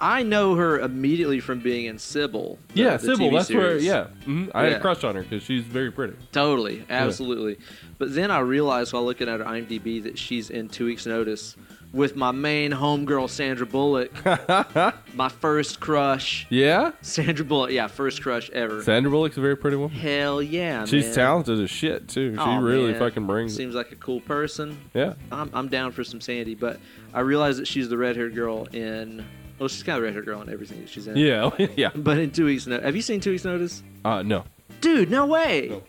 [SPEAKER 1] I know her immediately from being in Sybil. the-
[SPEAKER 2] Yeah,
[SPEAKER 1] the
[SPEAKER 2] Sybil.
[SPEAKER 1] TV
[SPEAKER 2] That's where.
[SPEAKER 1] series.
[SPEAKER 2] Yeah, hmm I had a
[SPEAKER 1] Yeah.
[SPEAKER 2] crush on her because she's very pretty.
[SPEAKER 1] Totally, absolutely. But then I realized while looking at her IMDb that she's in Two Weeks Notice with my main homegirl Sandra Bullock, my first crush.
[SPEAKER 2] Yeah,
[SPEAKER 1] Sandra Bullock, yeah, first crush ever.
[SPEAKER 2] Sandra Bullock's a very pretty woman.
[SPEAKER 1] Hell yeah,
[SPEAKER 2] She's
[SPEAKER 1] man.
[SPEAKER 2] talented as shit too. She
[SPEAKER 1] Aw,
[SPEAKER 2] really
[SPEAKER 1] Oh, man.
[SPEAKER 2] fucking brings it.
[SPEAKER 1] Seems like a cool person.
[SPEAKER 2] Yeah,
[SPEAKER 1] I'm, I'm down for some Sandy, but I realize that she's the red haired girl in. Well, she's kind of red haired girl in everything that she's in.
[SPEAKER 2] yeah, yeah.
[SPEAKER 1] But in Two Weeks Notice. Have you seen Two Weeks Notice?
[SPEAKER 2] Uh, no.
[SPEAKER 1] Dude, no way.
[SPEAKER 2] No.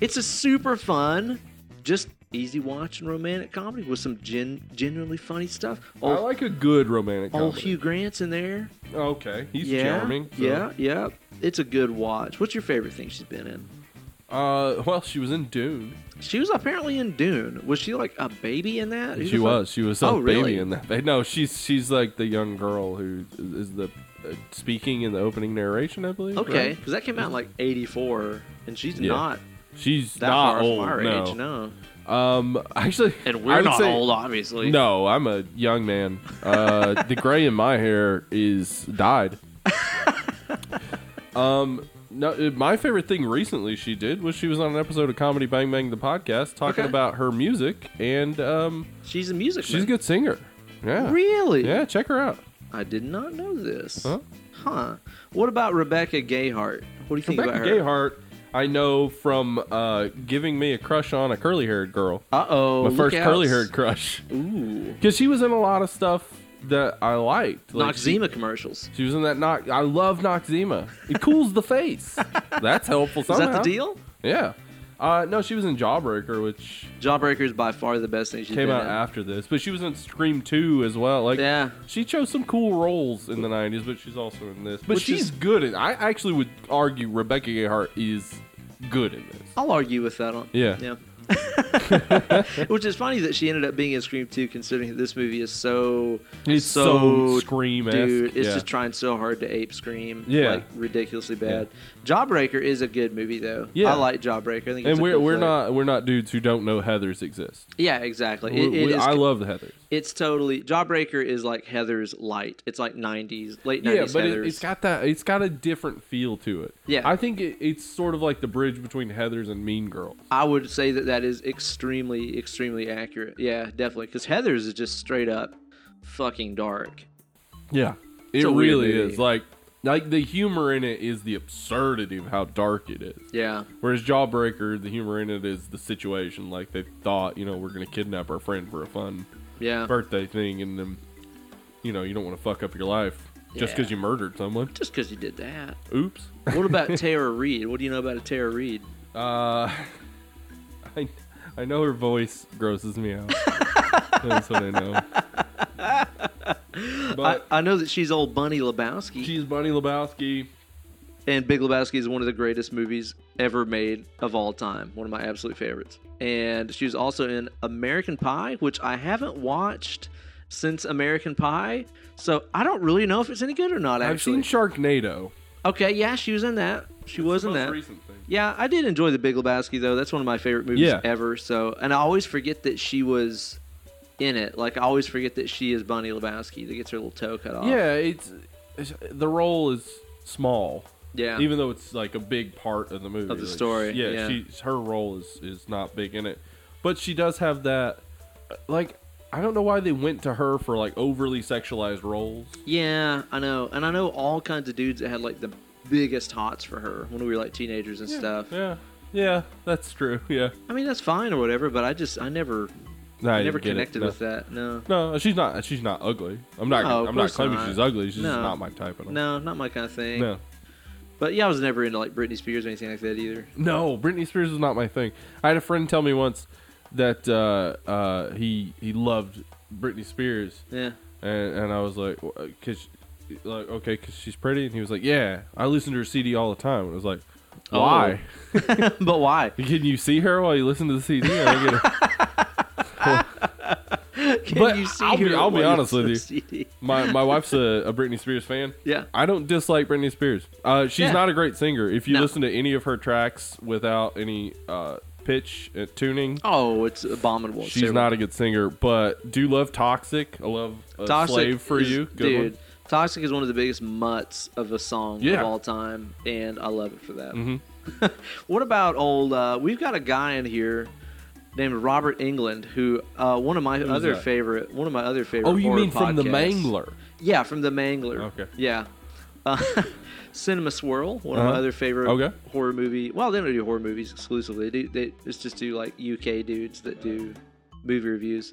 [SPEAKER 1] It's a super fun, just easy watch and romantic comedy with some gen- genuinely funny stuff.
[SPEAKER 2] I
[SPEAKER 1] Old,
[SPEAKER 2] like a good romantic
[SPEAKER 1] old
[SPEAKER 2] comedy.
[SPEAKER 1] Hugh Grant's in there.
[SPEAKER 2] Okay, he's
[SPEAKER 1] Oh, yeah.
[SPEAKER 2] charming. so-
[SPEAKER 1] Yeah, yeah. It's a good watch. What's your favorite thing she's been in?
[SPEAKER 2] Uh, well, she was in Dune.
[SPEAKER 1] She was apparently in Dune. Was she like a baby in that? Who
[SPEAKER 2] she
[SPEAKER 1] the fuck-
[SPEAKER 2] was. She was a
[SPEAKER 1] Oh,
[SPEAKER 2] baby
[SPEAKER 1] really?
[SPEAKER 2] in that. No, she's she's like the young girl who is the uh, speaking in the opening narration, I believe.
[SPEAKER 1] Okay,
[SPEAKER 2] right?
[SPEAKER 1] because that came out in like '84, and she's
[SPEAKER 2] Yeah.
[SPEAKER 1] not
[SPEAKER 2] She's
[SPEAKER 1] that
[SPEAKER 2] not
[SPEAKER 1] far
[SPEAKER 2] old.
[SPEAKER 1] from our
[SPEAKER 2] no.
[SPEAKER 1] age, no.
[SPEAKER 2] Um, actually,
[SPEAKER 1] And
[SPEAKER 2] I
[SPEAKER 1] we're
[SPEAKER 2] would
[SPEAKER 1] not
[SPEAKER 2] say-
[SPEAKER 1] old, obviously.
[SPEAKER 2] No, I'm a young man. Uh, the gray in my hair is dyed. um, no, uh, my favorite thing recently she did was she was on an episode of Comedy Bang Bang the podcast talking
[SPEAKER 1] Okay.
[SPEAKER 2] about her music, and um,
[SPEAKER 1] she's a music.
[SPEAKER 2] she's a
[SPEAKER 1] man.
[SPEAKER 2] good singer. Yeah,
[SPEAKER 1] Really?
[SPEAKER 2] yeah, check her out.
[SPEAKER 1] I did not know this.
[SPEAKER 2] Huh?
[SPEAKER 1] Huh? What about Rebecca Gayheart? What do you think
[SPEAKER 2] Rebecca
[SPEAKER 1] about her?
[SPEAKER 2] Gayheart, I know from uh, giving me a crush on a curly-haired girl.
[SPEAKER 1] Uh oh.
[SPEAKER 2] my first curly-haired crush,
[SPEAKER 1] Ooh.
[SPEAKER 2] because she was in a lot of stuff that I liked. Like, she-
[SPEAKER 1] Noxzema commercials.
[SPEAKER 2] She was in that knock. I love Noxzema. It cools the face. That's helpful.
[SPEAKER 1] Is
[SPEAKER 2] Somehow.
[SPEAKER 1] that the deal?
[SPEAKER 2] Yeah. Uh, no, she was in Jawbreaker, which
[SPEAKER 1] Jawbreaker is by far the best thing she's
[SPEAKER 2] came
[SPEAKER 1] been
[SPEAKER 2] out
[SPEAKER 1] in.
[SPEAKER 2] after this, but she was in Scream 2 as well. Like,
[SPEAKER 1] Yeah.
[SPEAKER 2] she chose some cool roles in the '90s, but she's also in this. But
[SPEAKER 1] Which
[SPEAKER 2] she's
[SPEAKER 1] is-
[SPEAKER 2] good. In, I actually would argue Rebecca Gayheart is good in this.
[SPEAKER 1] I'll argue with that on.
[SPEAKER 2] Yeah.
[SPEAKER 1] Yeah. Which is funny that she ended up being in Scream 2, considering that this movie is so
[SPEAKER 2] It's so Scream esque.
[SPEAKER 1] Dude, it's
[SPEAKER 2] yeah.
[SPEAKER 1] just trying so hard to ape Scream.
[SPEAKER 2] Yeah.
[SPEAKER 1] like ridiculously bad. Jawbreaker is a good movie though.
[SPEAKER 2] Yeah.
[SPEAKER 1] I like Jawbreaker. I think it's
[SPEAKER 2] and
[SPEAKER 1] a
[SPEAKER 2] we're
[SPEAKER 1] cool
[SPEAKER 2] we're
[SPEAKER 1] flick.
[SPEAKER 2] not we're not dudes who don't know Heather's exist.
[SPEAKER 1] Yeah, exactly.
[SPEAKER 2] We-
[SPEAKER 1] It, it
[SPEAKER 2] we-
[SPEAKER 1] is-
[SPEAKER 2] I love the Heather's.
[SPEAKER 1] It's totally Jawbreaker is like Heather's light. It's like '90s, late '90s
[SPEAKER 2] Yeah, but it,
[SPEAKER 1] Heather's.
[SPEAKER 2] it's got that. It's got a different feel to it.
[SPEAKER 1] Yeah.
[SPEAKER 2] I think it, it's sort of like the bridge between Heather's and Mean Girl.
[SPEAKER 1] I would say that that is extremely, extremely accurate. Yeah, definitely. Because Heather's is just straight up fucking dark.
[SPEAKER 2] Yeah,
[SPEAKER 1] It's
[SPEAKER 2] it
[SPEAKER 1] a weird
[SPEAKER 2] really
[SPEAKER 1] movie.
[SPEAKER 2] is. Like, like the humor in it is the absurdity of how dark it is.
[SPEAKER 1] Yeah,
[SPEAKER 2] Whereas Jawbreaker, the humor in it is the situation. Like they thought, you know, we're gonna kidnap our friend for a fun
[SPEAKER 1] yeah.
[SPEAKER 2] birthday thing, and then, you know, you don't want to fuck up your life just
[SPEAKER 1] Yeah.
[SPEAKER 2] because you murdered someone.
[SPEAKER 1] Just because you did that.
[SPEAKER 2] Oops.
[SPEAKER 1] What about Tara Reid? What do you know about a Tara Reid?
[SPEAKER 2] Uh, I, I know her voice grosses me out. That's what I know.
[SPEAKER 1] I,
[SPEAKER 2] But
[SPEAKER 1] I know that she's old Bunny Lebowski,
[SPEAKER 2] she's Bunny Lebowski.
[SPEAKER 1] and Big Lebowski is one of the greatest movies ever made of all time. One of my absolute favorites. And she was also in American Pie, which I haven't watched since American Pie, so I don't really know if it's any good or not.
[SPEAKER 2] I've seen
[SPEAKER 1] Actually,
[SPEAKER 2] Sharknado.
[SPEAKER 1] okay, yeah, she was in that. She was in
[SPEAKER 2] Most
[SPEAKER 1] that.
[SPEAKER 2] recent thing.
[SPEAKER 1] Yeah, I did enjoy The Big Lebowski though. That's one of my favorite movies
[SPEAKER 2] Yeah.
[SPEAKER 1] ever. So, and I always forget that she was in it. Like I always forget that she is Bunny Lebowski that gets her little toe cut off.
[SPEAKER 2] Yeah, it's, it's the role is small,
[SPEAKER 1] yeah,
[SPEAKER 2] even though it's like a big part of the movie
[SPEAKER 1] Of the
[SPEAKER 2] Like,
[SPEAKER 1] story, yeah.
[SPEAKER 2] Yeah, she her role is is not big in it, but she does have that. uh, Like I don't know why they went to her for like overly sexualized roles.
[SPEAKER 1] yeah. I know, and I know all kinds of dudes that had like the biggest hots for her when we were like teenagers and stuff.
[SPEAKER 2] Yeah, yeah, that's true. Yeah.
[SPEAKER 1] I mean, that's fine or whatever, but I just I never
[SPEAKER 2] No, I
[SPEAKER 1] I
[SPEAKER 2] didn't
[SPEAKER 1] never
[SPEAKER 2] get it.
[SPEAKER 1] connected
[SPEAKER 2] No.
[SPEAKER 1] with that. No,
[SPEAKER 2] No, she's not. She's not ugly. I'm not.
[SPEAKER 1] No, of
[SPEAKER 2] I'm not
[SPEAKER 1] course
[SPEAKER 2] claiming
[SPEAKER 1] not.
[SPEAKER 2] she's ugly. She's just
[SPEAKER 1] No.
[SPEAKER 2] not my type at all.
[SPEAKER 1] no, eh. not my kind of thing.
[SPEAKER 2] no,
[SPEAKER 1] But yeah, I was never into like Britney Spears or anything like that either.
[SPEAKER 2] no. Britney Spears is not my thing. I had a friend tell me once that uh, uh, he he loved Britney Spears,
[SPEAKER 1] Yeah,
[SPEAKER 2] and and I was like, "W- cause like okay, cause she's pretty, and he was like, yeah, I listen to her CD all the time. And I was like,
[SPEAKER 1] Oh.
[SPEAKER 2] why?
[SPEAKER 1] but why?
[SPEAKER 2] Can you see her while you listen to the CD? I don't get it.
[SPEAKER 1] Can
[SPEAKER 2] But
[SPEAKER 1] you see
[SPEAKER 2] I'll be-
[SPEAKER 1] her
[SPEAKER 2] I'll be
[SPEAKER 1] when
[SPEAKER 2] honest with you.
[SPEAKER 1] CD?
[SPEAKER 2] my my wife's a, a Britney Spears fan.
[SPEAKER 1] Yeah.
[SPEAKER 2] I don't dislike Britney Spears. Uh, she's
[SPEAKER 1] Yeah.
[SPEAKER 2] not a great singer. If you
[SPEAKER 1] No.
[SPEAKER 2] listen to any of her tracks without any uh, pitch uh, tuning,
[SPEAKER 1] Oh, it's abominable. It's
[SPEAKER 2] she's
[SPEAKER 1] terrible.
[SPEAKER 2] not a good singer. But do love Toxic. I love uh, Slave for
[SPEAKER 1] is-
[SPEAKER 2] You. Good
[SPEAKER 1] dude.
[SPEAKER 2] one.
[SPEAKER 1] Toxic is one of the biggest mutts of a song
[SPEAKER 2] Yeah. Mm.
[SPEAKER 1] of all time, and I love it for that.
[SPEAKER 2] Mm-hmm.
[SPEAKER 1] what about old? Uh, we've got a guy in here named Robert England, who uh, one of my other
[SPEAKER 2] that?
[SPEAKER 1] favorite, one of my other favorite.
[SPEAKER 2] Oh, you
[SPEAKER 1] horror
[SPEAKER 2] mean from the
[SPEAKER 1] podcasts.
[SPEAKER 2] Mangler?
[SPEAKER 1] Yeah, from the Mangler.
[SPEAKER 2] Okay.
[SPEAKER 1] Yeah. Uh, Cinema Swirl, one of
[SPEAKER 2] Uh-huh.
[SPEAKER 1] my other favorite
[SPEAKER 2] Okay.
[SPEAKER 1] horror movie. Well, they don't do horror movies exclusively. They do. They it's just do like UK dudes that do movie reviews.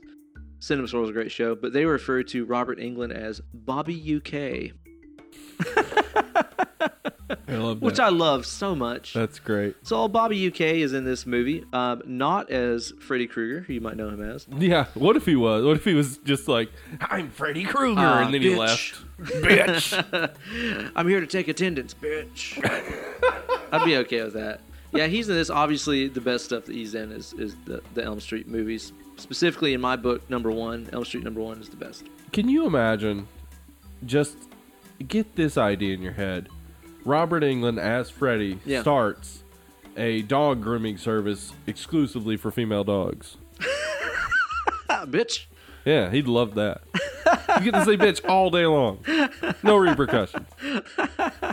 [SPEAKER 1] Cinema Swirl is a great show, but they refer to Robert England as Bobby UK,
[SPEAKER 2] I love that.
[SPEAKER 1] which I love so much.
[SPEAKER 2] That's great.
[SPEAKER 1] so all Bobby UK is in this movie, um, not as Freddy Krueger, who you might know him as.
[SPEAKER 2] Yeah. What if he was? What if he was just like I'm Freddy Krueger,
[SPEAKER 1] Ah,
[SPEAKER 2] and then he
[SPEAKER 1] bitch.
[SPEAKER 2] left. bitch.
[SPEAKER 1] I'm here to take attendance, bitch. I'd be okay with that. Yeah, he's in this. Obviously, the best stuff that he's in is is the, the Elm Street movies. Specifically, in my book, number one, Elm Street number one is the best.
[SPEAKER 2] Can you imagine? Just get this idea in your head. Robert England as Freddy
[SPEAKER 1] Yeah.
[SPEAKER 2] starts a dog grooming service exclusively for female dogs.
[SPEAKER 1] Ah, bitch.
[SPEAKER 2] Yeah, he'd love that. you get to say bitch all day long. No repercussions.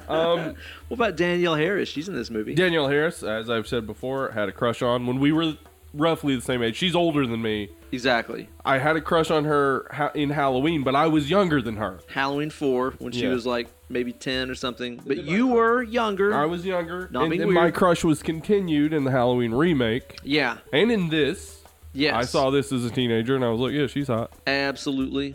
[SPEAKER 2] Um,
[SPEAKER 1] What about Danielle Harris? She's in this movie.
[SPEAKER 2] Danielle Harris, as I've said before, had a crush on when we were roughly the same age. She's older than me.
[SPEAKER 1] Exactly.
[SPEAKER 2] I had a crush on her ha- in Halloween, but I was younger than her.
[SPEAKER 1] Halloween four, when she
[SPEAKER 2] Yeah.
[SPEAKER 1] was like maybe ten or something. But you were younger.
[SPEAKER 2] I was younger.
[SPEAKER 1] Not
[SPEAKER 2] and,
[SPEAKER 1] being
[SPEAKER 2] and my
[SPEAKER 1] weird.
[SPEAKER 2] crush was continued in the Halloween remake.
[SPEAKER 1] yeah.
[SPEAKER 2] And in this,
[SPEAKER 1] Yes.
[SPEAKER 2] I saw this as a teenager and I was like, yeah, she's hot.
[SPEAKER 1] Absolutely.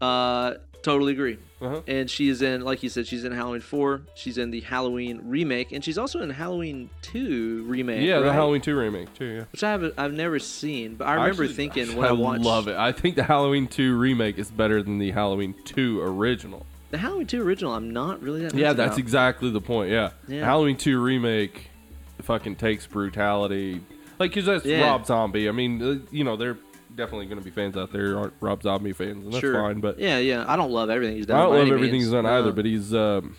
[SPEAKER 1] Uh, totally agree.
[SPEAKER 2] Uh-huh.
[SPEAKER 1] And she is in, like you said, she's in Halloween 4. She's in the Halloween remake. And she's also in Halloween 2 remake.
[SPEAKER 2] Yeah, the
[SPEAKER 1] right?
[SPEAKER 2] Halloween 2 remake, too, yeah.
[SPEAKER 1] Which I have, I've never seen, but I remember
[SPEAKER 2] Actually,
[SPEAKER 1] thinking when I,
[SPEAKER 2] I
[SPEAKER 1] watched.
[SPEAKER 2] love it. I think the Halloween 2 remake is better than the Halloween 2 original.
[SPEAKER 1] The Halloween 2 original, I'm not really that.
[SPEAKER 2] yeah,
[SPEAKER 1] nuts
[SPEAKER 2] that's
[SPEAKER 1] about.
[SPEAKER 2] exactly the point. Yeah.
[SPEAKER 1] Yeah.
[SPEAKER 2] Halloween 2 remake fucking takes brutality. Like, because that's
[SPEAKER 1] Yeah.
[SPEAKER 2] Rob Zombie. I mean, uh, you know, they're definitely going to be fans out there who aren't Rob Zombie fans, and that's
[SPEAKER 1] sure.
[SPEAKER 2] fine. But
[SPEAKER 1] yeah, yeah, I don't love everything he's done.
[SPEAKER 2] I don't
[SPEAKER 1] by
[SPEAKER 2] love
[SPEAKER 1] any
[SPEAKER 2] everything
[SPEAKER 1] means.
[SPEAKER 2] he's done
[SPEAKER 1] No.
[SPEAKER 2] either. But he's um,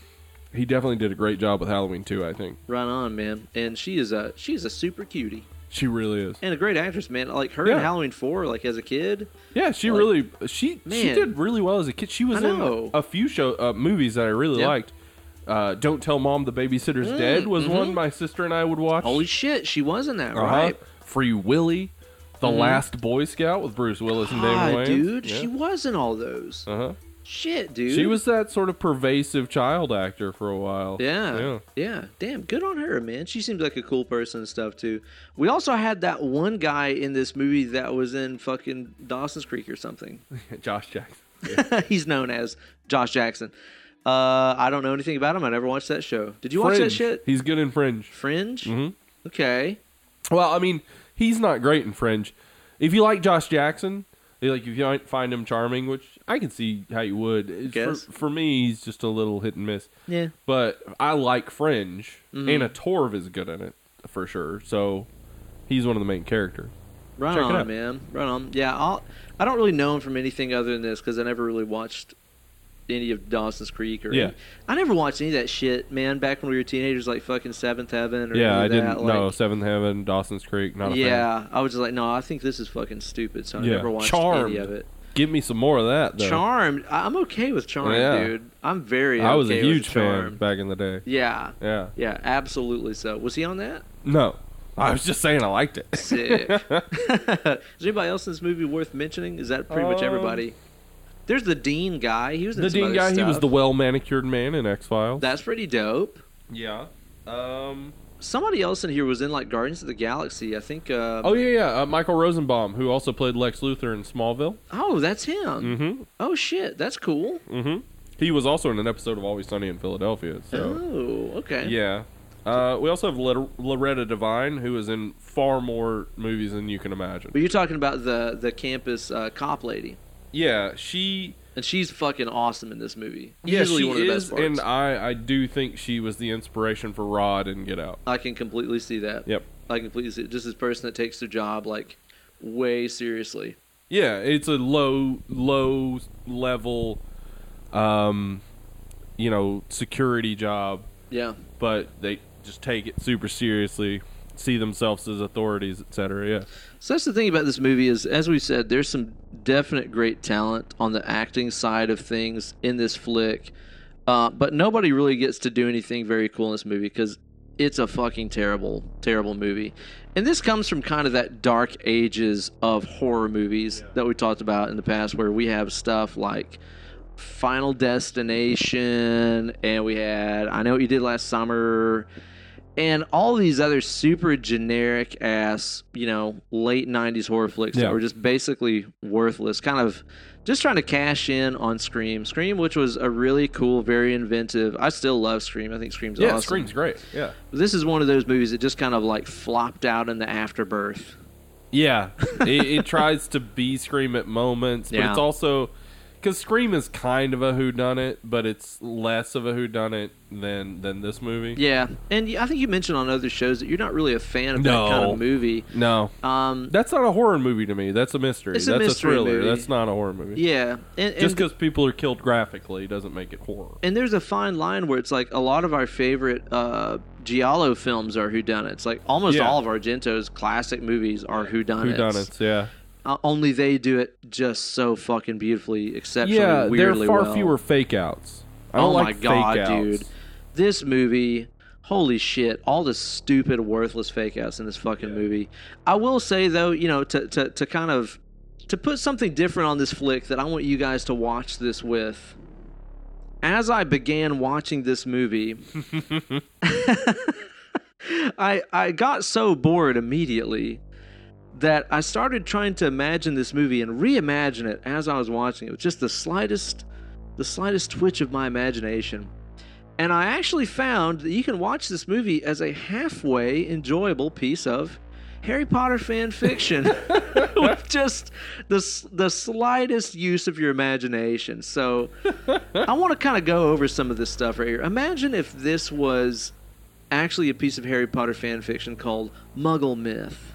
[SPEAKER 2] he definitely did a great job with Halloween too. I think
[SPEAKER 1] Right on, man. And she is a she is a super cutie
[SPEAKER 2] she really is.
[SPEAKER 1] and a great actress, man. Like her in
[SPEAKER 2] Yeah.
[SPEAKER 1] Halloween Four, like as a kid.
[SPEAKER 2] Yeah, she
[SPEAKER 1] Like,
[SPEAKER 2] really she she
[SPEAKER 1] man.
[SPEAKER 2] did really well as a kid. She was
[SPEAKER 1] I
[SPEAKER 2] in
[SPEAKER 1] know.
[SPEAKER 2] a few show uh, movies that I really
[SPEAKER 1] Yeah.
[SPEAKER 2] liked. Uh, Don't tell mom the babysitter's
[SPEAKER 1] Mm,
[SPEAKER 2] dead was one
[SPEAKER 1] mhm.
[SPEAKER 2] my sister and I would watch.
[SPEAKER 1] Holy shit, she was in that,
[SPEAKER 2] Uh-huh.
[SPEAKER 1] right?
[SPEAKER 2] Free Willy, The
[SPEAKER 1] Mhm.
[SPEAKER 2] Last Boy Scout with Bruce Willis and Damon
[SPEAKER 1] Ah,
[SPEAKER 2] Wayans.
[SPEAKER 1] dude,
[SPEAKER 2] Yeah.
[SPEAKER 1] she was in all those.
[SPEAKER 2] uh-huh.
[SPEAKER 1] Shit, dude.
[SPEAKER 2] She was that sort of pervasive child actor for a while.
[SPEAKER 1] Yeah, yeah. Damn, good on her, man. She seems like a cool person and stuff too. We also had that one guy in this movie that was in fucking Dawson's Creek or something.
[SPEAKER 2] Yeah. Josh Jackson.
[SPEAKER 1] He's known as Josh Jackson. Uh, I don't know anything about him. I never watched that show. Did you watch that
[SPEAKER 2] Fringe.
[SPEAKER 1] shit?
[SPEAKER 2] He's good in Fringe.
[SPEAKER 1] Fringe.
[SPEAKER 2] Mhm.
[SPEAKER 1] Okay.
[SPEAKER 2] Well, I mean, he's not great in Fringe. If you like Josh Jackson, like if you don't find him charming, which I can see how you would. It's
[SPEAKER 1] Guess.
[SPEAKER 2] For, for me, he's just a little hit and miss.
[SPEAKER 1] Yeah.
[SPEAKER 2] But I like Fringe.
[SPEAKER 1] Mm-hmm.
[SPEAKER 2] Anna Torv is good in it for sure. So he's one of the main characters.
[SPEAKER 1] Right
[SPEAKER 2] Check it
[SPEAKER 1] on,
[SPEAKER 2] out.
[SPEAKER 1] man. Right on. Yeah, I'll, I don't really know him from anything other than this because I never really watched any of Dawson's Creek or
[SPEAKER 2] Yeah.
[SPEAKER 1] any- I never watched any of that shit, man. Back when we were teenagers, like fucking Seventh Heaven or
[SPEAKER 2] yeah,
[SPEAKER 1] any
[SPEAKER 2] I
[SPEAKER 1] of
[SPEAKER 2] didn't
[SPEAKER 1] that, like,
[SPEAKER 2] know Seventh Heaven, Dawson's Creek. Not a fan.
[SPEAKER 1] yeah, I was just like, no, I think this is fucking stupid, so I
[SPEAKER 2] Yeah.
[SPEAKER 1] never watched
[SPEAKER 2] Charmed.
[SPEAKER 1] any of it.
[SPEAKER 2] Give me some more of that. Though.
[SPEAKER 1] Charmed, I- I'm okay with Charmed,
[SPEAKER 2] Yeah.
[SPEAKER 1] dude. I'm very.
[SPEAKER 2] I was a
[SPEAKER 1] okay with
[SPEAKER 2] huge fan
[SPEAKER 1] Charmed.
[SPEAKER 2] back in the day.
[SPEAKER 1] Yeah,
[SPEAKER 2] Yeah.
[SPEAKER 1] yeah, absolutely. So, was he on that?
[SPEAKER 2] No, I was just saying I liked it.
[SPEAKER 1] Sick. is there anybody else in this movie worth mentioning? Is that pretty much
[SPEAKER 2] Um,
[SPEAKER 1] everybody? There's the Dean guy. He was in
[SPEAKER 2] the
[SPEAKER 1] some
[SPEAKER 2] Dean
[SPEAKER 1] other
[SPEAKER 2] guy, he was
[SPEAKER 1] stuff.
[SPEAKER 2] the well manicured man in X Files.
[SPEAKER 1] That's pretty dope.
[SPEAKER 2] Yeah. Um.
[SPEAKER 1] Somebody else in here was in like Guardians of the Galaxy. I think. Uh,
[SPEAKER 2] Oh yeah, yeah. Uh, Michael Rosenbaum, who also played Lex Luthor in Smallville.
[SPEAKER 1] oh, that's him.
[SPEAKER 2] Mm-hmm.
[SPEAKER 1] Oh shit, that's cool.
[SPEAKER 2] Mm-hmm. He was also in an episode of Always Sunny in Philadelphia. So
[SPEAKER 1] Oh, okay.
[SPEAKER 2] yeah. Uh, we also have Lor- Loretta Devine, who is in far more movies than you can imagine.
[SPEAKER 1] But you're talking about the the campus uh, cop lady,
[SPEAKER 2] Yeah, she.
[SPEAKER 1] and she's fucking awesome in this movie.
[SPEAKER 2] Yeah,
[SPEAKER 1] Easily
[SPEAKER 2] she
[SPEAKER 1] one of the
[SPEAKER 2] is,
[SPEAKER 1] best parts.
[SPEAKER 2] and I, I do think she was the inspiration for Rod and Get Out.
[SPEAKER 1] I can completely see that.
[SPEAKER 2] Yep.
[SPEAKER 1] I completely see just this person that takes their job like way seriously.
[SPEAKER 2] Yeah, it's a low low level, um, you know, security job
[SPEAKER 1] Yeah.
[SPEAKER 2] but they just take it super seriously, see themselves as authorities, etc. Yeah,
[SPEAKER 1] So that's the thing about this movie is, as we said, there's some definite great talent on the acting side of things in this flick, uh, but nobody really gets to do anything very cool in this movie because it's a fucking terrible, terrible movie. And this comes from kind of that dark ages of horror movies that we talked about in the past, where we have stuff like Final Destination, and we had I know what you did last summer, and all these other super generic ass, you know, late '90s horror flicks
[SPEAKER 2] Yeah.
[SPEAKER 1] that were just basically worthless. Kind of just trying to cash in on Scream, Scream, which was a really cool, very inventive. I still love Scream. I think Scream's
[SPEAKER 2] yeah,
[SPEAKER 1] awesome.
[SPEAKER 2] Scream's great. Yeah,
[SPEAKER 1] This is one of those movies that just kind of like flopped out in the afterbirth.
[SPEAKER 2] yeah. it, it tries to be Scream at moments, but
[SPEAKER 1] Yeah.
[SPEAKER 2] it's also because Scream is kind of a whodunit, but it's less of a whodunit than than this movie.
[SPEAKER 1] Yeah, and I think you mentioned on other shows that you're not really a fan of
[SPEAKER 2] No.
[SPEAKER 1] that kind of movie.
[SPEAKER 2] No,
[SPEAKER 1] Um,
[SPEAKER 2] that's not a horror movie to me. That's a mystery.
[SPEAKER 1] It's a
[SPEAKER 2] that's
[SPEAKER 1] mystery
[SPEAKER 2] thriller.
[SPEAKER 1] movie.
[SPEAKER 2] That's not a horror movie.
[SPEAKER 1] yeah, and, and
[SPEAKER 2] Just because people are killed graphically doesn't make it horror.
[SPEAKER 1] and there's a fine line where it's like a lot of our favorite uh, giallo films are whodunits. Like almost
[SPEAKER 2] Yeah.
[SPEAKER 1] all of Argento's classic movies are
[SPEAKER 2] Who
[SPEAKER 1] whodunits.
[SPEAKER 2] done Yeah,
[SPEAKER 1] Uh, only they do it just so fucking beautifully, exceptionally
[SPEAKER 2] yeah. There
[SPEAKER 1] weirdly
[SPEAKER 2] are far
[SPEAKER 1] well.
[SPEAKER 2] fewer fake outs. I don't
[SPEAKER 1] oh
[SPEAKER 2] like
[SPEAKER 1] my god,
[SPEAKER 2] fake outs.
[SPEAKER 1] dude! This movie, holy shit! All the stupid, worthless fake outs in this fucking movie. I will say though, you know, to to to kind of to put something different on this flick that I want you guys to watch this with. As I began watching this movie, I I got so bored immediately that I started trying to imagine this movie and reimagine it as I was watching it with just the slightest the slightest twitch of my imagination. And I actually found that you can watch this movie as a halfway enjoyable piece of Harry Potter fan fiction with just the, s- the slightest use of your imagination. So I want to kind of go over some of this stuff right here. Imagine if this was actually a piece of Harry Potter fan fiction called Muggle Myth.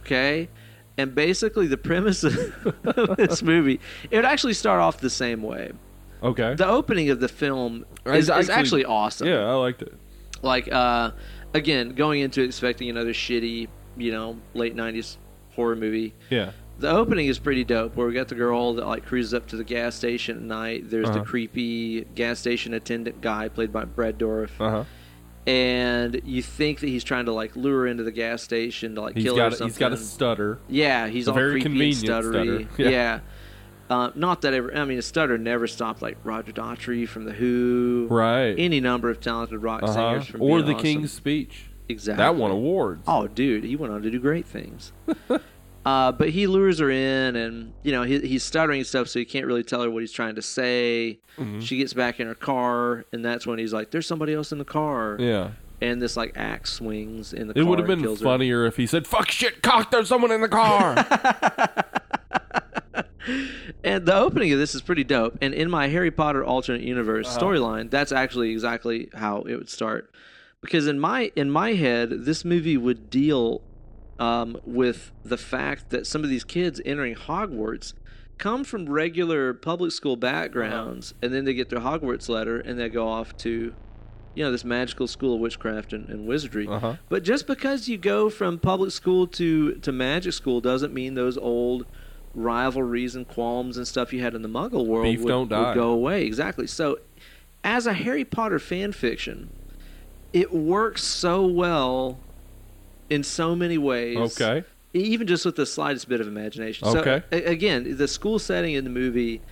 [SPEAKER 1] Okay? And basically, the premise of this movie, it would actually start off the same way.
[SPEAKER 2] Okay.
[SPEAKER 1] The opening of the film
[SPEAKER 2] Right,
[SPEAKER 1] is,
[SPEAKER 2] it's
[SPEAKER 1] is
[SPEAKER 2] actually-
[SPEAKER 1] actually awesome.
[SPEAKER 2] yeah, I liked it.
[SPEAKER 1] Like, uh, again, going into expecting another shitty, you know, late 90s horror movie.
[SPEAKER 2] Yeah.
[SPEAKER 1] The opening is pretty dope, where we got the girl that like cruises up to the gas station at night. There's
[SPEAKER 2] Uh-huh.
[SPEAKER 1] the creepy gas station attendant guy played by Brad Dourif,
[SPEAKER 2] Uh huh.
[SPEAKER 1] and you think that he's trying to like lure her into the gas station to like
[SPEAKER 2] He's
[SPEAKER 1] kill her.
[SPEAKER 2] got
[SPEAKER 1] or
[SPEAKER 2] a,
[SPEAKER 1] something.
[SPEAKER 2] he's got a stutter.
[SPEAKER 1] yeah, he's
[SPEAKER 2] a
[SPEAKER 1] all
[SPEAKER 2] very
[SPEAKER 1] creepy and
[SPEAKER 2] convenient
[SPEAKER 1] stuttery.
[SPEAKER 2] stutter. Yeah.
[SPEAKER 1] Yeah. Uh, not that ever. I mean, a stutter never stopped. Like Roger Daughtry from the Who,
[SPEAKER 2] Right.
[SPEAKER 1] Any number of talented rock
[SPEAKER 2] uh-huh.
[SPEAKER 1] singers from
[SPEAKER 2] Or
[SPEAKER 1] being
[SPEAKER 2] the
[SPEAKER 1] awesome.
[SPEAKER 2] King's Speech.
[SPEAKER 1] Exactly.
[SPEAKER 2] That won awards.
[SPEAKER 1] Oh, dude, he went on to do great things. uh, but he lures her in, and you know he, he's stuttering and stuff, so he can't really tell her what he's trying to say.
[SPEAKER 2] Mm-hmm.
[SPEAKER 1] She gets back in her car, and that's when he's like, "There's somebody else in the car."
[SPEAKER 2] Yeah.
[SPEAKER 1] And this like axe swings in the
[SPEAKER 2] It
[SPEAKER 1] car.
[SPEAKER 2] would have
[SPEAKER 1] and
[SPEAKER 2] been
[SPEAKER 1] kills her.
[SPEAKER 2] funnier if he said, "Fuck shit, cock! There's someone in the car."
[SPEAKER 1] And the opening of this is pretty dope. And in my Harry Potter alternate universe storyline, that's actually exactly how it would start. Because in my in my head, this movie would deal um, with the fact that some of these kids entering Hogwarts come from regular public school backgrounds, and then they get their Hogwarts letter and they go off to, you know, this magical school of witchcraft and, and wizardry.
[SPEAKER 2] Uh-huh.
[SPEAKER 1] But just because you go from public school to to magic school doesn't mean those old rivalries and qualms and stuff you had in the Muggle world
[SPEAKER 2] Beef
[SPEAKER 1] would,
[SPEAKER 2] don't
[SPEAKER 1] would
[SPEAKER 2] die.
[SPEAKER 1] go away. Exactly. So, as a Harry Potter fan fiction, it works so well in so many ways. e,
[SPEAKER 2] okay.
[SPEAKER 1] Even just with the slightest bit of imagination.
[SPEAKER 2] Okay.
[SPEAKER 1] So a- again, the school setting in the movie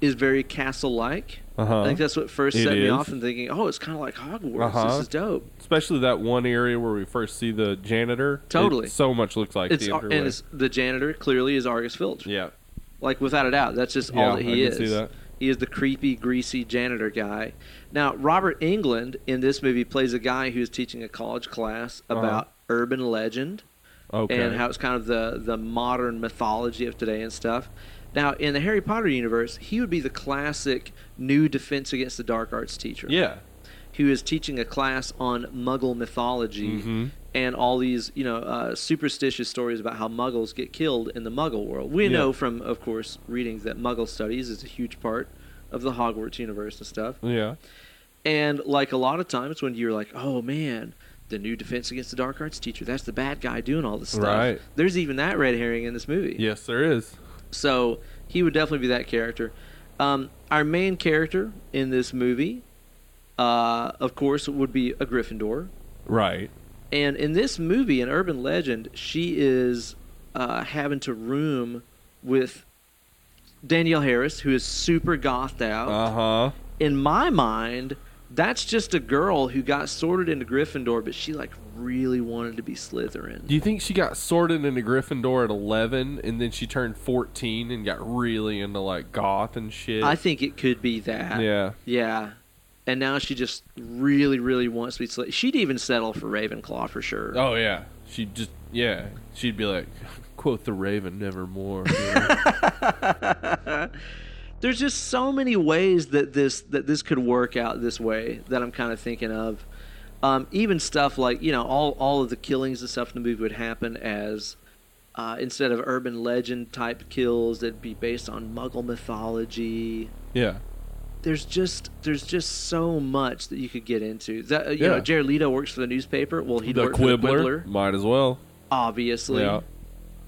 [SPEAKER 1] is very castle-like.
[SPEAKER 2] Uh
[SPEAKER 1] I
[SPEAKER 2] huh.
[SPEAKER 1] think that's what first
[SPEAKER 2] It
[SPEAKER 1] set me
[SPEAKER 2] is.
[SPEAKER 1] off in thinking, oh, it's kind of like Hogwarts.
[SPEAKER 2] Uh-huh.
[SPEAKER 1] This is dope.
[SPEAKER 2] Especially that one area where we first see the janitor. It
[SPEAKER 1] Totally.
[SPEAKER 2] so much looks like
[SPEAKER 1] It's
[SPEAKER 2] the
[SPEAKER 1] and
[SPEAKER 2] entryway.
[SPEAKER 1] it's, the janitor clearly is Argus Filch.
[SPEAKER 2] yeah.
[SPEAKER 1] Like without a doubt, that's just
[SPEAKER 2] Yeah,
[SPEAKER 1] all that he
[SPEAKER 2] I
[SPEAKER 1] is.
[SPEAKER 2] can see that.
[SPEAKER 1] He is the creepy, greasy janitor guy. Now, Robert England in this movie plays a guy who's teaching a college class
[SPEAKER 2] Uh-huh.
[SPEAKER 1] about urban legend
[SPEAKER 2] Okay.
[SPEAKER 1] and how it's kind of the the modern mythology of today and stuff. Now, in the Harry Potter universe, he would be the classic new defense against the dark arts teacher
[SPEAKER 2] yeah.
[SPEAKER 1] who is teaching a class on Muggle mythology
[SPEAKER 2] Mhm.
[SPEAKER 1] and all these, you know, uh, superstitious stories about how Muggles get killed in the Muggle world. We
[SPEAKER 2] Yeah.
[SPEAKER 1] know from, of course, readings that Muggle studies is a huge part of the Hogwarts universe and stuff.
[SPEAKER 2] Yeah.
[SPEAKER 1] And like a lot of times when you're like, oh man, the new Defense Against the Dark Arts teacher, that's the bad guy doing all this stuff.
[SPEAKER 2] Right.
[SPEAKER 1] There's even that red herring in this movie.
[SPEAKER 2] Yes, there is.
[SPEAKER 1] So he would definitely be that character. Um, our main character in this movie, uh, of course, would be a Gryffindor.
[SPEAKER 2] Right.
[SPEAKER 1] And in this movie, in Urban Legend, she is uh, having to room with Danielle Harris, who is super gothed out.
[SPEAKER 2] Uh huh.
[SPEAKER 1] In my mind, that's just a girl who got sorted into Gryffindor, but she like really wanted to be Slytherin.
[SPEAKER 2] Do you think she got sorted into Gryffindor at 11 and then she turned 14 and got really into like goth and shit?
[SPEAKER 1] I think it could be that.
[SPEAKER 2] yeah.
[SPEAKER 1] Yeah. And now she just really, really wants to be Slytherin. She'd even settle for Ravenclaw for sure.
[SPEAKER 2] Oh yeah. She just yeah. She'd be like, "Quote the Raven, nevermore." you know?
[SPEAKER 1] There's just so many ways that this that this could work out this way that I'm kind of thinking of. Um, even stuff like you know all all of the killings and stuff in the movie would happen as uh, instead of urban legend type kills that'd be based on Muggle mythology.
[SPEAKER 2] yeah.
[SPEAKER 1] there's just there's just so much that you could get into. That uh, you
[SPEAKER 2] Yeah.
[SPEAKER 1] know, Jared Leto works for the newspaper. Well, he
[SPEAKER 2] the
[SPEAKER 1] worked for
[SPEAKER 2] Quibbler,
[SPEAKER 1] the Quibbler,
[SPEAKER 2] might as well.
[SPEAKER 1] obviously.
[SPEAKER 2] Yeah.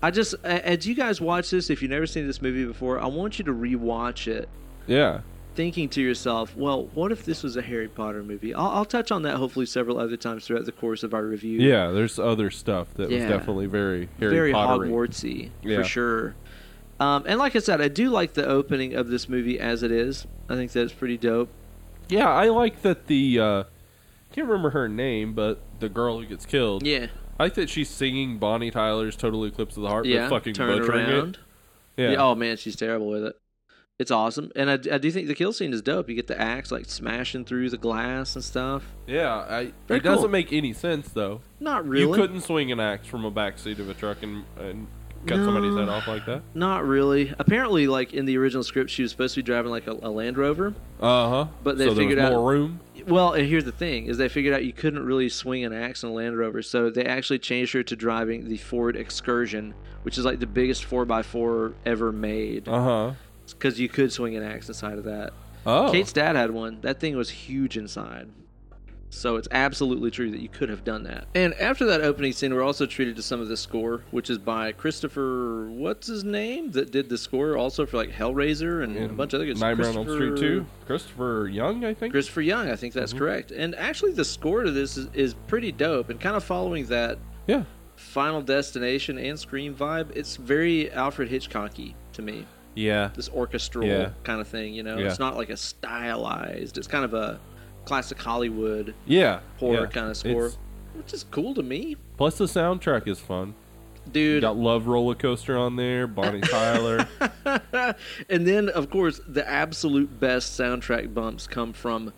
[SPEAKER 1] I just uh, as you guys watch this, if you've never seen this movie before, I want you to rewatch it,
[SPEAKER 2] Yeah.
[SPEAKER 1] thinking to yourself, well, what if this was a Harry Potter movie? I'll, I'll touch on that hopefully several other times throughout the course of our review.
[SPEAKER 2] Yeah. There's other stuff that was
[SPEAKER 1] Yeah.
[SPEAKER 2] definitely very Harry
[SPEAKER 1] very
[SPEAKER 2] Potter-y.
[SPEAKER 1] Hogwartsy
[SPEAKER 2] Yeah.
[SPEAKER 1] for sure. Um, and like I said, I do like the opening of this movie as it is. I think that's pretty dope.
[SPEAKER 2] Yeah, I like that the uh can't remember her name, but the girl who gets killed.
[SPEAKER 1] Yeah,
[SPEAKER 2] I like that she's singing Bonnie Tyler's "Total Eclipse of the Heart." but
[SPEAKER 1] yeah.
[SPEAKER 2] fucking
[SPEAKER 1] Turn
[SPEAKER 2] butchering
[SPEAKER 1] around.
[SPEAKER 2] it. Yeah.
[SPEAKER 1] Yeah, Oh man, she's terrible with it. It's awesome, and I, I do think the kill scene is dope. You get the axe like smashing through the glass and stuff.
[SPEAKER 2] Yeah, I,
[SPEAKER 1] Very
[SPEAKER 2] it doesn't
[SPEAKER 1] cool.
[SPEAKER 2] make any sense though.
[SPEAKER 1] Not really.
[SPEAKER 2] You couldn't swing an axe from a backseat of a truck in, in cut somebody's
[SPEAKER 1] No.
[SPEAKER 2] head off like that?
[SPEAKER 1] Not really. Apparently, like in the original script, she was supposed to be driving like a, a Land Rover.
[SPEAKER 2] Uh huh.
[SPEAKER 1] But they
[SPEAKER 2] so there was
[SPEAKER 1] figured out-
[SPEAKER 2] more room.
[SPEAKER 1] Well, and here's the thing: is they figured out you couldn't really swing an axe in a Land Rover, so they actually changed her to driving the Ford Excursion, which is like the biggest four x four ever made,
[SPEAKER 2] Uh huh.
[SPEAKER 1] because you could swing an axe inside of that.
[SPEAKER 2] Oh,
[SPEAKER 1] Kate's dad had one. That thing was huge inside. So it's absolutely true that you could have done that. And after that opening scene, we're also treated to some of the score, which is by Christopher, what's his name, that did the score also for like Hellraiser and, a bunch of other good
[SPEAKER 2] Nightmare on Elm Street Mm-hmm.
[SPEAKER 1] Christopher-
[SPEAKER 2] two. Christopher Young, I think.
[SPEAKER 1] Christopher Young, I think that's correct. And actually, the score to this is, is pretty dope and kind of following that
[SPEAKER 2] yeah.
[SPEAKER 1] Final Destination and Scream vibe. It's very Alfred Hitchcocky to me.
[SPEAKER 2] Yeah.
[SPEAKER 1] This orchestral
[SPEAKER 2] Yeah.
[SPEAKER 1] kind of thing, you know?
[SPEAKER 2] Yeah.
[SPEAKER 1] It's not like a stylized, it's kind of a classic Hollywood
[SPEAKER 2] Yeah.
[SPEAKER 1] horror
[SPEAKER 2] yeah.
[SPEAKER 1] kind of score,
[SPEAKER 2] It's-
[SPEAKER 1] which is cool to me.
[SPEAKER 2] plus the soundtrack is fun. You
[SPEAKER 1] Dude,
[SPEAKER 2] got Love Roller Coaster on there, Bonnie Tyler.
[SPEAKER 1] and then of course the absolute best soundtrack bumps come from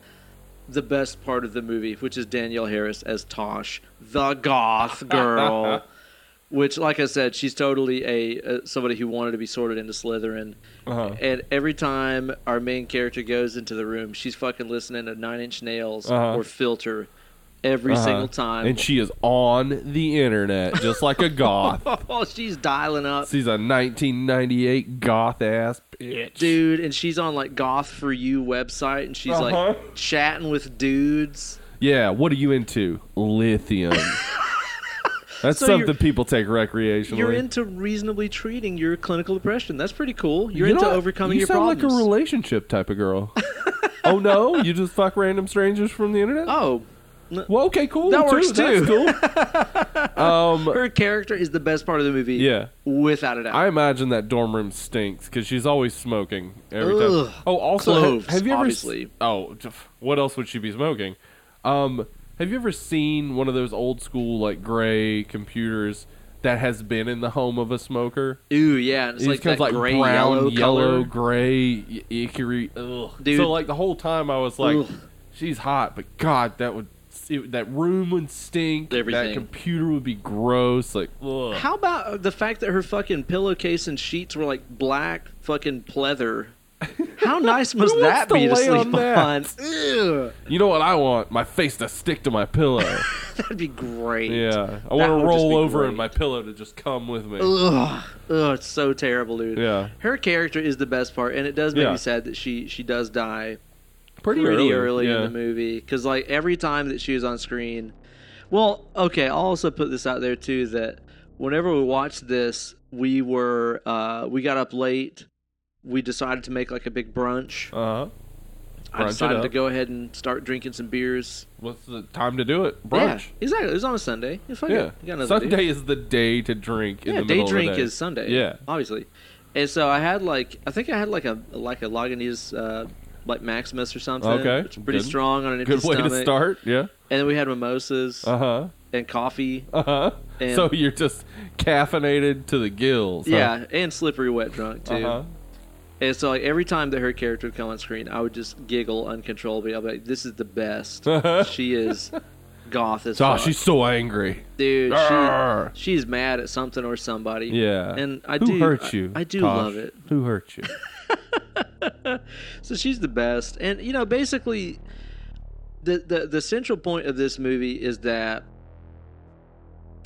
[SPEAKER 1] the best part of the movie, which is Danielle Harris as Tosh, the goth girl. which, like I said, she's totally a uh, somebody who wanted to be sorted into Slytherin.
[SPEAKER 2] Uh-huh.
[SPEAKER 1] And every time our main character goes into the room, she's fucking listening to Nine Inch Nails
[SPEAKER 2] Uh-huh.
[SPEAKER 1] or Filter every
[SPEAKER 2] Uh-huh.
[SPEAKER 1] single time.
[SPEAKER 2] And she is on the internet just like a goth.
[SPEAKER 1] oh, she's dialing up.
[SPEAKER 2] She's a 1998 goth ass bitch.
[SPEAKER 1] dude and she's on like goth for you website and she's
[SPEAKER 2] Uh-huh.
[SPEAKER 1] like chatting with dudes
[SPEAKER 2] Yeah, what are you into? Lithium. That's
[SPEAKER 1] So you're-
[SPEAKER 2] something people take recreationally.
[SPEAKER 1] you're into reasonably treating your clinical depression that's pretty cool you're
[SPEAKER 2] You know
[SPEAKER 1] into
[SPEAKER 2] what?
[SPEAKER 1] overcoming
[SPEAKER 2] you
[SPEAKER 1] your
[SPEAKER 2] sound
[SPEAKER 1] problems
[SPEAKER 2] like a relationship type of girl. oh no, you just fuck random strangers from the internet.
[SPEAKER 1] oh n-
[SPEAKER 2] Well, okay, cool.
[SPEAKER 1] That works,
[SPEAKER 2] That's cool. um,
[SPEAKER 1] her character is the best part of the movie
[SPEAKER 2] yeah.
[SPEAKER 1] without a doubt
[SPEAKER 2] I imagine that dorm room stinks because she's always smoking every
[SPEAKER 1] Ugh.
[SPEAKER 2] time. Oh, also, ha-
[SPEAKER 1] Cloves,
[SPEAKER 2] have you ever? s-
[SPEAKER 1] obviously.
[SPEAKER 2] oh, t- what else would she be smoking? Um, have you ever seen one of those old school like gray computers that has been in the home of a smoker?
[SPEAKER 1] ooh yeah and it's
[SPEAKER 2] It
[SPEAKER 1] like
[SPEAKER 2] becomes,
[SPEAKER 1] that gray
[SPEAKER 2] brown,
[SPEAKER 1] yellow, color.
[SPEAKER 2] gray, y- icky. Ugh.
[SPEAKER 1] Dude.
[SPEAKER 2] uh, So like the whole time I was like,
[SPEAKER 1] Ugh.
[SPEAKER 2] she's hot, but God, that would it, that room would stink. That
[SPEAKER 1] Everything.
[SPEAKER 2] computer would be gross. Like, ugh.
[SPEAKER 1] how about the fact that her fucking pillowcase and sheets were like black fucking pleather how nice must
[SPEAKER 2] Who
[SPEAKER 1] that
[SPEAKER 2] wants to
[SPEAKER 1] be to
[SPEAKER 2] lay
[SPEAKER 1] sleep
[SPEAKER 2] on that?
[SPEAKER 1] on Ugh.
[SPEAKER 2] you know what I want? My face to stick to my pillow.
[SPEAKER 1] that'd be great
[SPEAKER 2] Yeah, I
[SPEAKER 1] That
[SPEAKER 2] want
[SPEAKER 1] would
[SPEAKER 2] to
[SPEAKER 1] just be
[SPEAKER 2] roll over
[SPEAKER 1] great.
[SPEAKER 2] and my pillow to just come with me.
[SPEAKER 1] Ugh. Ugh, it's so terrible, dude.
[SPEAKER 2] Yeah.
[SPEAKER 1] Her character is the best part, and it does make
[SPEAKER 2] Yeah.
[SPEAKER 1] me sad that she she does die
[SPEAKER 2] Pretty,
[SPEAKER 1] pretty early, in the movie. Because like every time that she is on screen, well, okay. I'll also put this out there too that whenever we watched this, we were uh, we got up late. We decided to make like a big brunch.
[SPEAKER 2] Uh huh.
[SPEAKER 1] I
[SPEAKER 2] brunch it
[SPEAKER 1] decided to
[SPEAKER 2] up.
[SPEAKER 1] go ahead and start drinking some beers.
[SPEAKER 2] What's the time to do it?
[SPEAKER 1] Yeah,
[SPEAKER 2] Brunch.
[SPEAKER 1] exactly. It was on a Sunday. Yeah, fuck it.
[SPEAKER 2] Yeah.
[SPEAKER 1] You got nothing to do.
[SPEAKER 2] Sunday is the day to drink. In
[SPEAKER 1] yeah,
[SPEAKER 2] the
[SPEAKER 1] day
[SPEAKER 2] middle of the
[SPEAKER 1] drink
[SPEAKER 2] day.
[SPEAKER 1] is Sunday.
[SPEAKER 2] Yeah.
[SPEAKER 1] obviously. And so I had like I think I had like a like a Lagunitas uh, like Maximus or something.
[SPEAKER 2] Okay,
[SPEAKER 1] which is pretty
[SPEAKER 2] good.
[SPEAKER 1] strong on an empty
[SPEAKER 2] Good way
[SPEAKER 1] stomach.
[SPEAKER 2] to start. Yeah.
[SPEAKER 1] And then we had mimosas
[SPEAKER 2] Uh huh.
[SPEAKER 1] and coffee.
[SPEAKER 2] Uh huh.
[SPEAKER 1] And-
[SPEAKER 2] So you're just caffeinated to the gills. Huh?
[SPEAKER 1] Yeah, and slippery wet drunk too.
[SPEAKER 2] Uh-huh.
[SPEAKER 1] And so like every time that her character would come on screen, I would just giggle uncontrollably. I'll be like, "This is the best. she is goth as
[SPEAKER 2] So oh,
[SPEAKER 1] fuck,
[SPEAKER 2] she's so angry.
[SPEAKER 1] dude.
[SPEAKER 2] Arr.
[SPEAKER 1] She, she's mad at something or somebody.
[SPEAKER 2] Yeah.
[SPEAKER 1] And I
[SPEAKER 2] Who
[SPEAKER 1] do
[SPEAKER 2] hurt
[SPEAKER 1] I-
[SPEAKER 2] you?
[SPEAKER 1] I, do
[SPEAKER 2] Tosh?
[SPEAKER 1] love it.
[SPEAKER 2] Who hurt you?
[SPEAKER 1] So she's the best, and you know, basically, the the the central point of this movie is that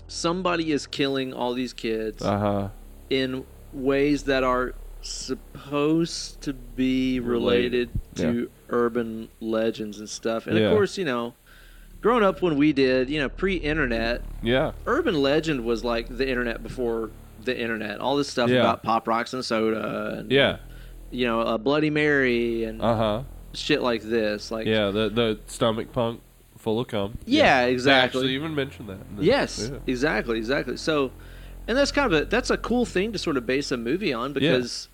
[SPEAKER 1] somebody is killing all these kids
[SPEAKER 2] Uh huh.
[SPEAKER 1] in ways that are supposed to be related
[SPEAKER 2] Related,
[SPEAKER 1] to urban legends and stuff. And
[SPEAKER 2] Yeah.
[SPEAKER 1] of course, you know, growing up when we did, you know, pre-internet,
[SPEAKER 2] Yeah.
[SPEAKER 1] urban legend was like the internet before the internet. All this stuff
[SPEAKER 2] Yeah.
[SPEAKER 1] about pop rocks and soda, and
[SPEAKER 2] Yeah.
[SPEAKER 1] you know, a Bloody Mary and
[SPEAKER 2] Uh huh.
[SPEAKER 1] shit like this. Like
[SPEAKER 2] Yeah. The the stomach punk full of cum.
[SPEAKER 1] Yeah,
[SPEAKER 2] They
[SPEAKER 1] exactly.
[SPEAKER 2] actually even mentioned that. in the-
[SPEAKER 1] yes,
[SPEAKER 2] yeah.
[SPEAKER 1] exactly, exactly. So, and that's kind of a that's a cool thing to sort of base a movie on because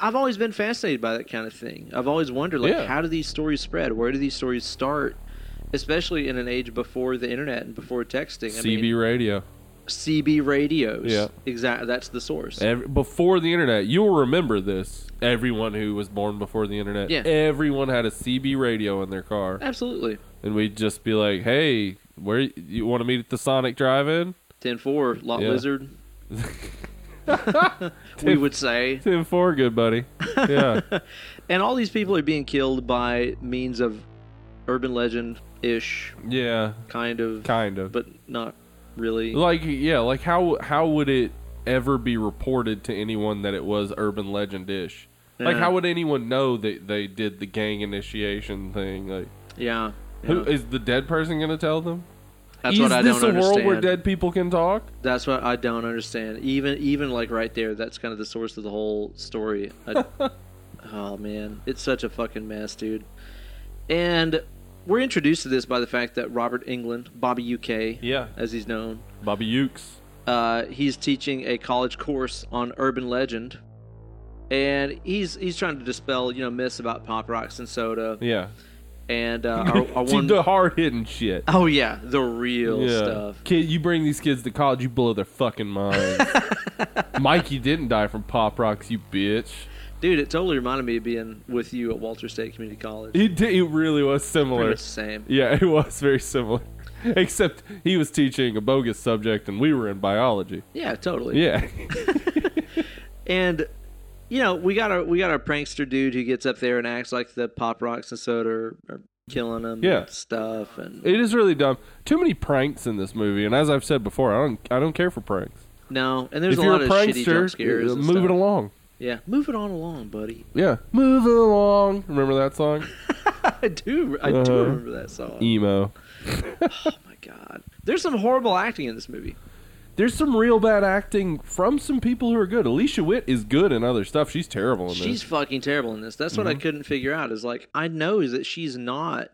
[SPEAKER 1] I've always been fascinated by that kind of thing. I've always wondered like
[SPEAKER 2] Yeah.
[SPEAKER 1] how do these stories spread? Where do these stories start? Especially in an age before the internet and before texting. I
[SPEAKER 2] CB
[SPEAKER 1] mean,
[SPEAKER 2] radio.
[SPEAKER 1] CB radios.
[SPEAKER 2] Yeah.
[SPEAKER 1] exactly. That's the source.
[SPEAKER 2] Every, before the internet, you'll remember this. Everyone who was born before the internet,
[SPEAKER 1] Yeah.
[SPEAKER 2] everyone had a CB radio in their car,
[SPEAKER 1] Absolutely.
[SPEAKER 2] and we'd just be like, "Hey, where you want to meet at the Sonic Drive-In?"
[SPEAKER 1] Ten four. Lot
[SPEAKER 2] Yeah.
[SPEAKER 1] lizard. we would say.
[SPEAKER 2] Tim Four, good buddy. Yeah.
[SPEAKER 1] And all these people are being killed by means of urban legend ish
[SPEAKER 2] yeah.
[SPEAKER 1] kind of,
[SPEAKER 2] Kind of.
[SPEAKER 1] but not really.
[SPEAKER 2] like yeah, like how how would it ever be reported to anyone that it was urban legend ish? Like
[SPEAKER 1] Yeah.
[SPEAKER 2] how would anyone know that they did the gang initiation thing? Like
[SPEAKER 1] yeah.
[SPEAKER 2] who
[SPEAKER 1] yeah.
[SPEAKER 2] is the dead person gonna tell them?
[SPEAKER 1] That's
[SPEAKER 2] is
[SPEAKER 1] what I
[SPEAKER 2] this
[SPEAKER 1] don't
[SPEAKER 2] a world where
[SPEAKER 1] understand.
[SPEAKER 2] dead people can talk?
[SPEAKER 1] That's what I don't understand. Even even like right there, that's kind of the source of the whole story. I, oh man, it's such a fucking mess, dude. And we're introduced to this by the fact that Robert England, Bobby UK,
[SPEAKER 2] Yeah.
[SPEAKER 1] as he's known,
[SPEAKER 2] Bobby Ukes.
[SPEAKER 1] uh, he's teaching a college course on urban legend, and he's he's trying to dispel you know myths about pop rocks and soda
[SPEAKER 2] Yeah.
[SPEAKER 1] and uh, our, our
[SPEAKER 2] See,
[SPEAKER 1] one
[SPEAKER 2] the hard hitting shit.
[SPEAKER 1] oh yeah, the real stuff.
[SPEAKER 2] Kid, you bring these kids to college, you blow their fucking mind. Mikey didn't die from pop rocks, you bitch.
[SPEAKER 1] Dude, it totally reminded me of being with you at Walter State Community College.
[SPEAKER 2] It, di- it really was
[SPEAKER 1] Pretty
[SPEAKER 2] similar.
[SPEAKER 1] much the same.
[SPEAKER 2] Yeah, it was very similar. Except he was teaching a bogus subject and we were in biology.
[SPEAKER 1] Yeah, totally.
[SPEAKER 2] Yeah.
[SPEAKER 1] And you know, we got our we got our prankster dude who gets up there and acts like the pop rocks and soda are, are killing him
[SPEAKER 2] Yeah.
[SPEAKER 1] and stuff and
[SPEAKER 2] it is really dumb. Too many pranks in this movie, and as I've said before, I don't I don't care for pranks.
[SPEAKER 1] no, and there's
[SPEAKER 2] if
[SPEAKER 1] a
[SPEAKER 2] you're
[SPEAKER 1] lot
[SPEAKER 2] a
[SPEAKER 1] of shitty jump scares.
[SPEAKER 2] prankster, uh,
[SPEAKER 1] and
[SPEAKER 2] move
[SPEAKER 1] stuff.
[SPEAKER 2] it along.
[SPEAKER 1] Yeah, move it on along, buddy.
[SPEAKER 2] Yeah. Move it along. Remember that song?
[SPEAKER 1] I do I
[SPEAKER 2] Uh-huh.
[SPEAKER 1] do remember that song.
[SPEAKER 2] Emo.
[SPEAKER 1] Oh my god. There's some horrible acting in this movie.
[SPEAKER 2] There's some real bad acting from some people who are good. Alicia Witt is good in other stuff. She's terrible in this.
[SPEAKER 1] She's fucking terrible in this. That's what I
[SPEAKER 2] Mm-hmm.
[SPEAKER 1] couldn't figure out is like I know that she's not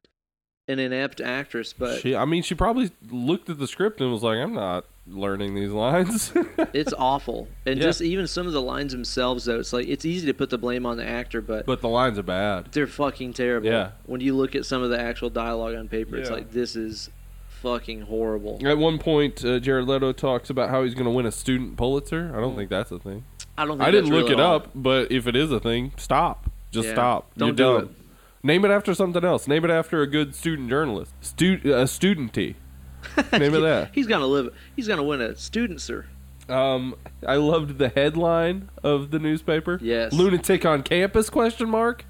[SPEAKER 1] an inept actress, but
[SPEAKER 2] she, I mean, she probably looked at the script and was like, "I'm not learning these lines."
[SPEAKER 1] It's awful. And
[SPEAKER 2] Yeah.
[SPEAKER 1] just even some of the lines themselves, though, it's like it's easy to put the blame on the actor, but,
[SPEAKER 2] but the lines are bad.
[SPEAKER 1] they're fucking terrible.
[SPEAKER 2] Yeah.
[SPEAKER 1] When you look at some of the actual dialogue on paper, it's
[SPEAKER 2] Yeah.
[SPEAKER 1] like this is fucking horrible.
[SPEAKER 2] At one point, uh, Jared Leto talks about how he's going to win a student Pulitzer. I
[SPEAKER 1] Mm.
[SPEAKER 2] don't think that's a thing.
[SPEAKER 1] I don't. Think
[SPEAKER 2] I didn't
[SPEAKER 1] that's
[SPEAKER 2] look
[SPEAKER 1] real
[SPEAKER 2] it
[SPEAKER 1] at all.
[SPEAKER 2] up, but if it is a thing, stop. Just
[SPEAKER 1] Yeah.
[SPEAKER 2] stop.
[SPEAKER 1] Don't
[SPEAKER 2] You're
[SPEAKER 1] do
[SPEAKER 2] dumb. Name it after something else. Name it after a good student journalist. Stu- uh, a studenty. Name it that.
[SPEAKER 1] He's gonna live. He's gonna win a student, sir.
[SPEAKER 2] Um, I loved the headline of the newspaper.
[SPEAKER 1] Yes.
[SPEAKER 2] lunatic on campus? Question mark.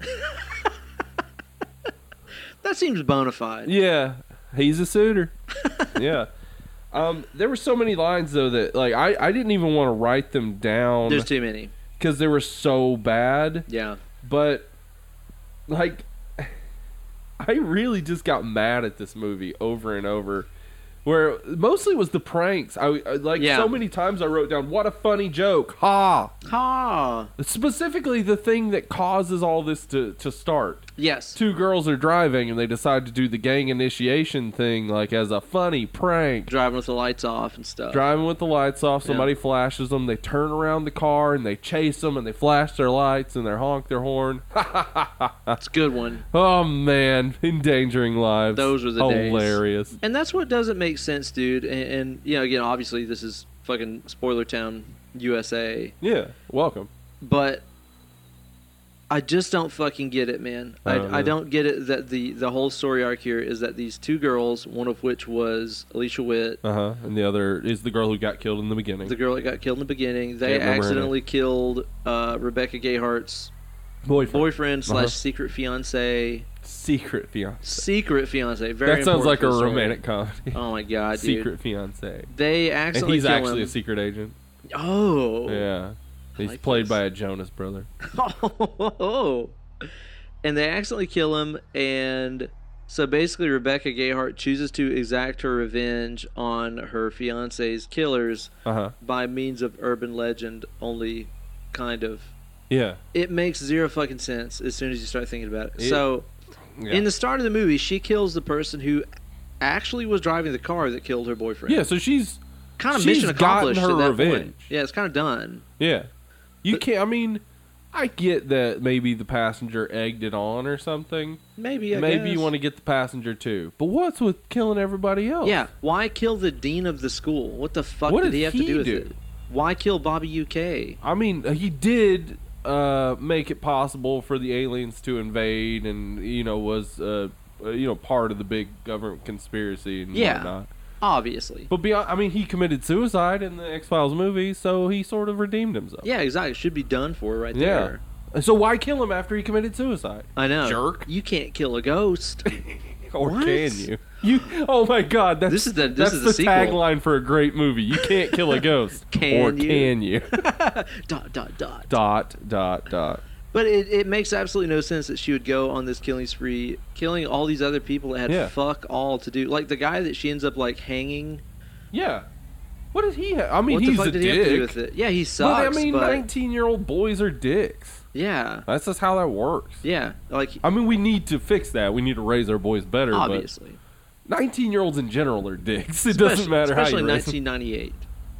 [SPEAKER 1] That seems bona fide.
[SPEAKER 2] Yeah, he's a suitor. yeah. Um, there were so many lines though that like I, I didn't even want to write them down
[SPEAKER 1] There's too many.
[SPEAKER 2] because they were so bad.
[SPEAKER 1] Yeah.
[SPEAKER 2] But like, I really just got mad at this movie over and over. Where mostly was the pranks. I I- like
[SPEAKER 1] Yeah.
[SPEAKER 2] so many times I wrote down what a funny joke. Ha!
[SPEAKER 1] Ha.
[SPEAKER 2] Specifically, the thing that causes all this to to start
[SPEAKER 1] Yes.
[SPEAKER 2] two girls are driving and they decide to do the gang initiation thing like as a funny prank
[SPEAKER 1] Driving with the lights off and stuff.
[SPEAKER 2] driving with the lights off somebody flashes them they turn around the car and they chase them and they flash their lights and they honk their horn
[SPEAKER 1] That's a good one.
[SPEAKER 2] oh man endangering lives
[SPEAKER 1] Those were the days.
[SPEAKER 2] hilarious
[SPEAKER 1] And that's what doesn't make sense, dude. And, and you know, again, obviously, this is fucking spoiler town, USA.
[SPEAKER 2] yeah welcome
[SPEAKER 1] but I just don't fucking get it, man. I,
[SPEAKER 2] I don't
[SPEAKER 1] I,
[SPEAKER 2] either.
[SPEAKER 1] don't get it that the the whole story arc here is that these two girls, one of which was Alicia Witt,
[SPEAKER 2] uh-huh and the other is the girl who got killed in the beginning
[SPEAKER 1] the girl that got killed in the beginning. They
[SPEAKER 2] Can't remember her
[SPEAKER 1] accidentally killed uh, Rebecca Gayhart's
[SPEAKER 2] boyfriend
[SPEAKER 1] boyfriend
[SPEAKER 2] Uh-huh.
[SPEAKER 1] slash secret fiance,
[SPEAKER 2] secret fiance
[SPEAKER 1] secret fiance. Very
[SPEAKER 2] that sounds
[SPEAKER 1] important
[SPEAKER 2] like
[SPEAKER 1] for
[SPEAKER 2] a
[SPEAKER 1] the story.
[SPEAKER 2] romantic comedy
[SPEAKER 1] Oh my god, dude!
[SPEAKER 2] secret fiance
[SPEAKER 1] They
[SPEAKER 2] and
[SPEAKER 1] accidentally
[SPEAKER 2] he's
[SPEAKER 1] kill
[SPEAKER 2] actually
[SPEAKER 1] him.
[SPEAKER 2] a secret agent
[SPEAKER 1] oh,
[SPEAKER 2] yeah he's
[SPEAKER 1] like
[SPEAKER 2] played
[SPEAKER 1] this.
[SPEAKER 2] by a jonas brother
[SPEAKER 1] Oh, and they accidentally kill him. And so basically, Rebecca Gayhart chooses to exact her revenge on her fiance's killers
[SPEAKER 2] uh-huh
[SPEAKER 1] by means of urban legend only, kind of.
[SPEAKER 2] yeah
[SPEAKER 1] It makes zero fucking sense as soon as you start thinking about it.
[SPEAKER 2] It-
[SPEAKER 1] so,
[SPEAKER 2] Yeah.
[SPEAKER 1] in the start of the movie, she kills the person who actually was driving the car that killed her boyfriend.
[SPEAKER 2] yeah, so she's
[SPEAKER 1] kind of
[SPEAKER 2] she's
[SPEAKER 1] mission
[SPEAKER 2] gotten
[SPEAKER 1] accomplished
[SPEAKER 2] her
[SPEAKER 1] at that
[SPEAKER 2] revenge.
[SPEAKER 1] point. Yeah, it's kind of done.
[SPEAKER 2] yeah. You
[SPEAKER 1] But-
[SPEAKER 2] can't. I mean, I get that maybe the passenger egged it on or something.
[SPEAKER 1] Maybe I
[SPEAKER 2] maybe you
[SPEAKER 1] guess.
[SPEAKER 2] want to get the passenger too. But what's with killing everybody else?
[SPEAKER 1] Yeah, why kill the dean of the school? What the fuck
[SPEAKER 2] What
[SPEAKER 1] did
[SPEAKER 2] did
[SPEAKER 1] he have to
[SPEAKER 2] he
[SPEAKER 1] do with
[SPEAKER 2] do?
[SPEAKER 1] it? Why kill Bobby UK?
[SPEAKER 2] I mean, he did uh, make it possible for the aliens to invade, and you know was uh, uh, you know part of the big government conspiracy and
[SPEAKER 1] Yeah.
[SPEAKER 2] whatnot.
[SPEAKER 1] Obviously.
[SPEAKER 2] But beyond, I mean, he committed suicide in the X Files movie, so he sort of redeemed himself.
[SPEAKER 1] Yeah, exactly. Should be done for right
[SPEAKER 2] Yeah.
[SPEAKER 1] there.
[SPEAKER 2] So why kill him after he committed suicide?
[SPEAKER 1] I know.
[SPEAKER 2] Jerk.
[SPEAKER 1] You can't kill a ghost.
[SPEAKER 2] Or
[SPEAKER 1] What?
[SPEAKER 2] can you? You? Oh my God! That's,
[SPEAKER 1] This is the- this
[SPEAKER 2] that's
[SPEAKER 1] is the
[SPEAKER 2] the
[SPEAKER 1] sequel.
[SPEAKER 2] tagline for a great movie. You can't kill a ghost.
[SPEAKER 1] Can
[SPEAKER 2] or
[SPEAKER 1] you?
[SPEAKER 2] can you?
[SPEAKER 1] dot dot dot.
[SPEAKER 2] dot dot dot.
[SPEAKER 1] But it, it makes absolutely no sense that she would go on this killing spree, killing all these other people that had
[SPEAKER 2] Yeah.
[SPEAKER 1] fuck all to do. Like the guy that she ends up like hanging.
[SPEAKER 2] Yeah. What did he? Ha- I mean,
[SPEAKER 1] what
[SPEAKER 2] he's
[SPEAKER 1] the fuck
[SPEAKER 2] a
[SPEAKER 1] did
[SPEAKER 2] dick.
[SPEAKER 1] he have to do with it? Yeah, he
[SPEAKER 2] but I
[SPEAKER 1] sucks. But
[SPEAKER 2] mean, nineteen-year-old boys are dicks.
[SPEAKER 1] yeah,
[SPEAKER 2] That's just how that works.
[SPEAKER 1] yeah, like
[SPEAKER 2] I mean, we need to fix that. We need to raise our boys better.
[SPEAKER 1] obviously.
[SPEAKER 2] But nineteen-year-olds in general are dicks. It doesn't
[SPEAKER 1] Especially-
[SPEAKER 2] matter how
[SPEAKER 1] Especially
[SPEAKER 2] you raise them.
[SPEAKER 1] 1998.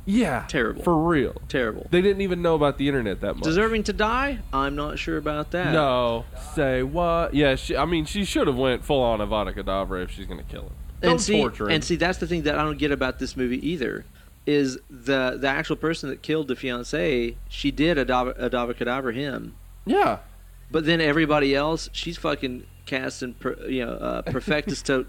[SPEAKER 2] Yeah.
[SPEAKER 1] Terrible.
[SPEAKER 2] For real.
[SPEAKER 1] Terrible.
[SPEAKER 2] They didn't even know about the internet that much.
[SPEAKER 1] Deserving to die? I'm not sure about that.
[SPEAKER 2] No. Say what? Yeah, she, I mean, she should have went full on Avada Kedavra if she's gonna kill him. Don't
[SPEAKER 1] and see,
[SPEAKER 2] torture him.
[SPEAKER 1] and see, that's the thing that I don't get about this movie either, is the the actual person that killed the fiance, she did adava adava cadaver him,
[SPEAKER 2] yeah.
[SPEAKER 1] but then everybody else, she's fucking casting, per, you know, uh, perfectus to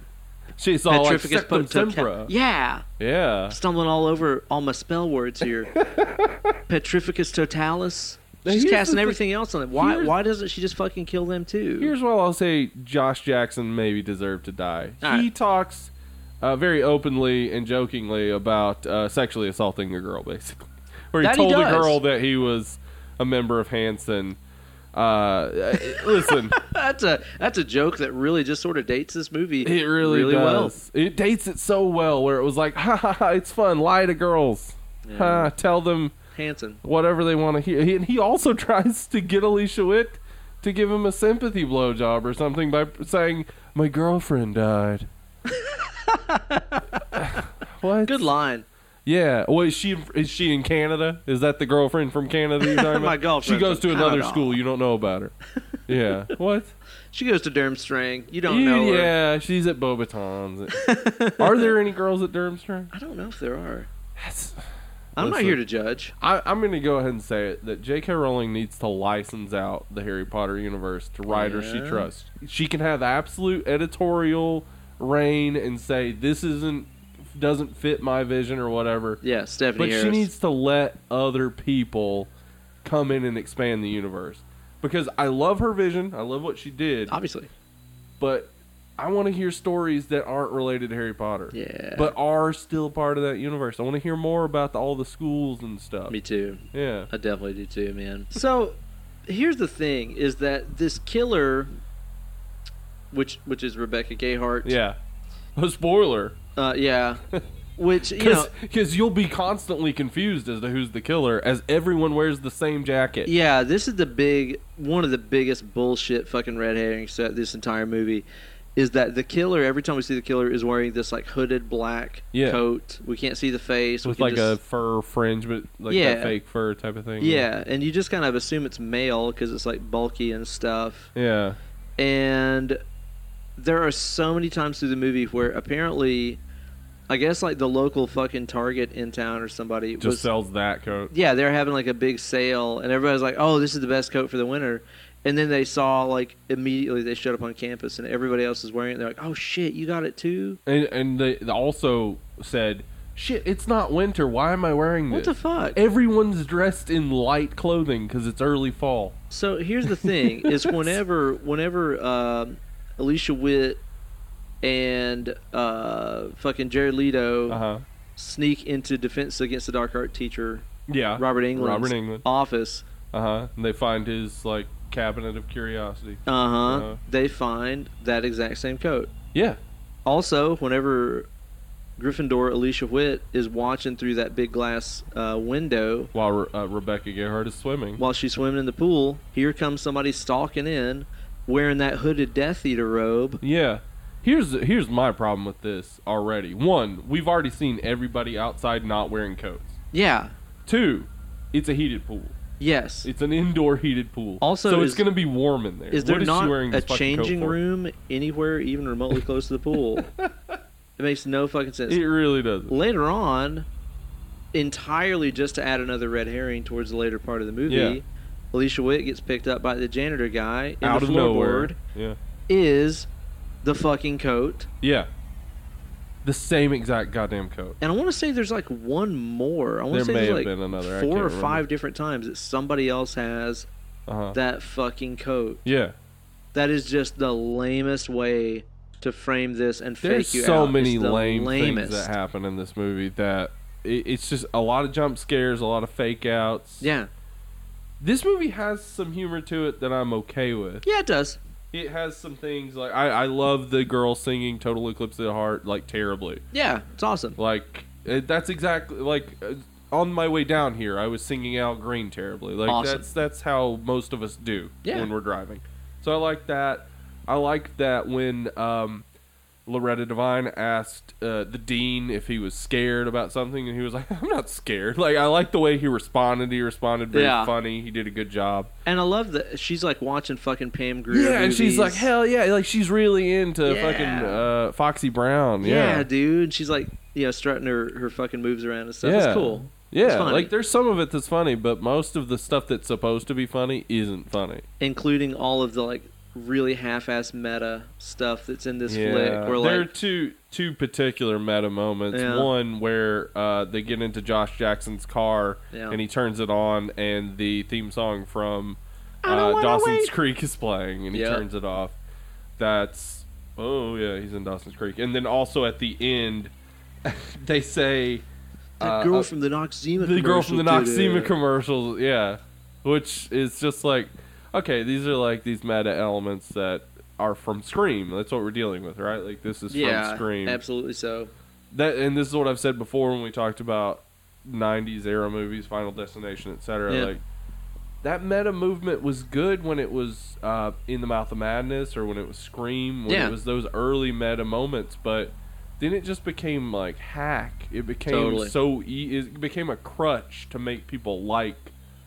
[SPEAKER 2] She's all like
[SPEAKER 1] petrificus
[SPEAKER 2] septum
[SPEAKER 1] potentibus.
[SPEAKER 2] tempora.
[SPEAKER 1] Yeah,
[SPEAKER 2] Yeah.
[SPEAKER 1] stumbling all over all my spell words here. petrificus totalis.
[SPEAKER 2] Now,
[SPEAKER 1] She's
[SPEAKER 2] here's the
[SPEAKER 1] casting
[SPEAKER 2] thing-
[SPEAKER 1] everything else on it. Why
[SPEAKER 2] here's-
[SPEAKER 1] why doesn't she just fucking kill them too?
[SPEAKER 2] Here's why I'll say Josh Jackson maybe deserved to die.
[SPEAKER 1] All
[SPEAKER 2] he
[SPEAKER 1] right.
[SPEAKER 2] talks uh, very openly and jokingly about uh, sexually assaulting a girl, basically. Where he
[SPEAKER 1] That he
[SPEAKER 2] told a
[SPEAKER 1] does.
[SPEAKER 2] girl that he was a member of Hanson. Uh, listen,
[SPEAKER 1] that's a that's a joke that really just sort of dates this movie.
[SPEAKER 2] It really,
[SPEAKER 1] well.
[SPEAKER 2] does. It dates it so well where it was like, ha ha ha, it's fun. Lie to girls.
[SPEAKER 1] Yeah.
[SPEAKER 2] Ha, tell them
[SPEAKER 1] Hanson.
[SPEAKER 2] whatever they want to hear. He, and he also tries to get Alicia Witt to give him a sympathy blowjob or something by saying, my girlfriend died. what?
[SPEAKER 1] Good line.
[SPEAKER 2] Yeah. Well, is she is she in Canada? Is that the girlfriend from Canada? You're talking
[SPEAKER 1] My
[SPEAKER 2] about? She
[SPEAKER 1] girlfriend's
[SPEAKER 2] goes to
[SPEAKER 1] from
[SPEAKER 2] another
[SPEAKER 1] Canada.
[SPEAKER 2] school. You don't know about her. Yeah. what?
[SPEAKER 1] She goes to Durmstrang. You don't
[SPEAKER 2] You-
[SPEAKER 1] know her.
[SPEAKER 2] yeah, she's at Bobaton's. Are there any girls at Durmstrang?
[SPEAKER 1] I don't know if there are.
[SPEAKER 2] That's,
[SPEAKER 1] I'm not
[SPEAKER 2] Listen.
[SPEAKER 1] here to judge.
[SPEAKER 2] I, I'm going to go ahead and say it that J.K. Rowling needs to license out the Harry Potter universe to writers she
[SPEAKER 1] Oh, Yeah.
[SPEAKER 2] trusts. She can have absolute editorial reign and say this isn't doesn't fit my vision or whatever.
[SPEAKER 1] Yeah, Stephanie
[SPEAKER 2] But
[SPEAKER 1] Harris.
[SPEAKER 2] she needs to let other people come in and expand the universe because I love her vision. I love what she did.
[SPEAKER 1] Obviously.
[SPEAKER 2] but I want to hear stories that aren't related to Harry Potter,
[SPEAKER 1] Yeah.
[SPEAKER 2] but are still part of that universe. I want to hear more about the, all the schools and stuff.
[SPEAKER 1] me too.
[SPEAKER 2] Yeah,
[SPEAKER 1] I definitely do too, man. So, here's the thing: is that this killer, which which is Rebecca Gayhart.
[SPEAKER 2] yeah. A spoiler,
[SPEAKER 1] Uh, yeah. Which you know.
[SPEAKER 2] because you will be constantly confused as to who's the killer, as everyone wears the same jacket.
[SPEAKER 1] Yeah, this is the big one of the biggest bullshit fucking red herrings that this entire movie is that the killer every time we see the killer is wearing this like hooded black
[SPEAKER 2] Yeah.
[SPEAKER 1] coat. We can't see the face.
[SPEAKER 2] with
[SPEAKER 1] we
[SPEAKER 2] like
[SPEAKER 1] can just-
[SPEAKER 2] a fur fringe, but like that
[SPEAKER 1] Yeah.
[SPEAKER 2] fake fur type of thing.
[SPEAKER 1] yeah, and you just kind of assume it's male because it's like bulky and stuff.
[SPEAKER 2] yeah,
[SPEAKER 1] And there are so many times through the movie where apparently, I guess like the local fucking Target in town or somebody
[SPEAKER 2] just
[SPEAKER 1] was
[SPEAKER 2] sells that coat.
[SPEAKER 1] yeah, they're having like a big sale, and everybody's like, "Oh, this is the best coat for the winter." And then they saw like immediately they showed up on campus, and everybody else is wearing it. They're like, "Oh shit, you got it too?
[SPEAKER 2] And and they they also said, "Shit, it's not winter. Why am I wearing
[SPEAKER 1] What
[SPEAKER 2] this?"
[SPEAKER 1] the fuck?"
[SPEAKER 2] Everyone's dressed in light clothing because it's early fall.
[SPEAKER 1] So here's the thing: is whenever whenever um, Alicia Witt and uh, fucking Jared Leto
[SPEAKER 2] huh.
[SPEAKER 1] sneak into Defense Against the Dark Art teacher
[SPEAKER 2] Yeah.
[SPEAKER 1] Robert England's
[SPEAKER 2] Uh, Robert England.
[SPEAKER 1] office.
[SPEAKER 2] Uh huh. And they find his like cabinet of curiosity.
[SPEAKER 1] Uh huh.
[SPEAKER 2] Uh-huh.
[SPEAKER 1] They find that exact same coat.
[SPEAKER 2] Yeah.
[SPEAKER 1] Also, whenever Gryffindor Alicia Witt is watching through that big glass uh, window
[SPEAKER 2] While Re- uh, Rebecca Gerhardt is swimming.
[SPEAKER 1] while she's swimming in the pool, here comes somebody stalking in wearing that hooded Death Eater robe.
[SPEAKER 2] Yeah. Here's here's my problem with this already. One, we've already seen everybody outside not wearing coats.
[SPEAKER 1] Yeah.
[SPEAKER 2] Two, it's a heated pool.
[SPEAKER 1] Yes.
[SPEAKER 2] It's an indoor heated pool.
[SPEAKER 1] Also,
[SPEAKER 2] so it's
[SPEAKER 1] is-
[SPEAKER 2] going to be warm in there.
[SPEAKER 1] Is there
[SPEAKER 2] what is
[SPEAKER 1] not
[SPEAKER 2] she wearing
[SPEAKER 1] a
[SPEAKER 2] this fucking coat
[SPEAKER 1] changing
[SPEAKER 2] for?
[SPEAKER 1] room anywhere even remotely close to the pool? it makes no fucking sense.
[SPEAKER 2] It really doesn't.
[SPEAKER 1] Later on, entirely just to add another red herring towards the later part of the movie,
[SPEAKER 2] Yeah.
[SPEAKER 1] Alicia Witt gets picked up by the janitor guy in
[SPEAKER 2] Out
[SPEAKER 1] the
[SPEAKER 2] of
[SPEAKER 1] floorboard.
[SPEAKER 2] nowhere. Yeah.
[SPEAKER 1] is the fucking coat
[SPEAKER 2] Yeah. The same exact goddamn coat.
[SPEAKER 1] And I want to say there's like one more. I want
[SPEAKER 2] There
[SPEAKER 1] to say
[SPEAKER 2] may
[SPEAKER 1] there's
[SPEAKER 2] have
[SPEAKER 1] like
[SPEAKER 2] been another. I
[SPEAKER 1] four or
[SPEAKER 2] can't
[SPEAKER 1] five different times that somebody else has
[SPEAKER 2] Uh-huh.
[SPEAKER 1] that fucking coat.
[SPEAKER 2] yeah.
[SPEAKER 1] That is just the lamest way to frame this and fake
[SPEAKER 2] There's
[SPEAKER 1] you out.
[SPEAKER 2] so
[SPEAKER 1] It's
[SPEAKER 2] many
[SPEAKER 1] the
[SPEAKER 2] lame
[SPEAKER 1] lamest.
[SPEAKER 2] things that happen in this movie that it, it's just a lot of jump scares, a lot of fake outs.
[SPEAKER 1] Yeah,
[SPEAKER 2] This movie has some humor to it that I'm okay with.
[SPEAKER 1] yeah, it does.
[SPEAKER 2] It has some things like I, I love the girl singing "Total Eclipse of the Heart" like terribly.
[SPEAKER 1] Yeah, it's awesome.
[SPEAKER 2] Like it, that's exactly like uh, on my way down here, I was singing Al Green terribly. Like
[SPEAKER 1] Awesome.
[SPEAKER 2] that's that's how most of us do
[SPEAKER 1] Yeah.
[SPEAKER 2] when we're driving. So I like that. I like that when um, Loretta Devine asked uh, the dean if he was scared about something, and he was like, "I'm not scared." Like I like the way he responded. He responded very
[SPEAKER 1] Yeah.
[SPEAKER 2] funny. He did a good job.
[SPEAKER 1] And I love that she's like watching fucking Pam Grier.
[SPEAKER 2] Yeah, and
[SPEAKER 1] movies.
[SPEAKER 2] she's like, hell yeah, like she's really into
[SPEAKER 1] Yeah.
[SPEAKER 2] fucking uh, Foxy Brown.
[SPEAKER 1] yeah,
[SPEAKER 2] Yeah,
[SPEAKER 1] dude. She's like, you know, strutting her, her fucking moves around and stuff. It's
[SPEAKER 2] Yeah.
[SPEAKER 1] cool.
[SPEAKER 2] yeah.
[SPEAKER 1] It's funny.
[SPEAKER 2] like there's some of it that's funny, but most of the stuff that's supposed to be funny isn't funny.
[SPEAKER 1] Including all of the like really half ass meta stuff that's in this
[SPEAKER 2] yeah.
[SPEAKER 1] flick. Where
[SPEAKER 2] there are
[SPEAKER 1] like,
[SPEAKER 2] two two particular meta moments.
[SPEAKER 1] Yeah.
[SPEAKER 2] One where uh, they get into Josh Jackson's car
[SPEAKER 1] Yeah.
[SPEAKER 2] and he turns it on, and the theme song from
[SPEAKER 1] I don't
[SPEAKER 2] uh,
[SPEAKER 1] wanna
[SPEAKER 2] Dawson's
[SPEAKER 1] wait.
[SPEAKER 2] Creek is playing, and he
[SPEAKER 1] Yep.
[SPEAKER 2] turns it off. That's oh yeah, he's in Dawson's Creek, and then also at the end, they say.
[SPEAKER 1] that
[SPEAKER 2] uh,
[SPEAKER 1] girl
[SPEAKER 2] uh,
[SPEAKER 1] from the Noxzema
[SPEAKER 2] the girl from the
[SPEAKER 1] commercial did
[SPEAKER 2] Noxema
[SPEAKER 1] it.
[SPEAKER 2] commercial, yeah, which is just like, okay, these are like these meta elements that are from Scream. That's what we're dealing with, right? Like this is
[SPEAKER 1] Yeah,
[SPEAKER 2] from Scream.
[SPEAKER 1] absolutely so.
[SPEAKER 2] That and this is what I've said before when we talked about '90s era movies, Final Destination, etc.
[SPEAKER 1] Yeah.
[SPEAKER 2] Like that meta movement was good when it was uh, in the Mouth of Madness or when it was Scream, when
[SPEAKER 1] Yeah.
[SPEAKER 2] it was those early meta moments, but. Then it just became like hack. It became
[SPEAKER 1] Totally.
[SPEAKER 2] so e- it became a crutch to make people like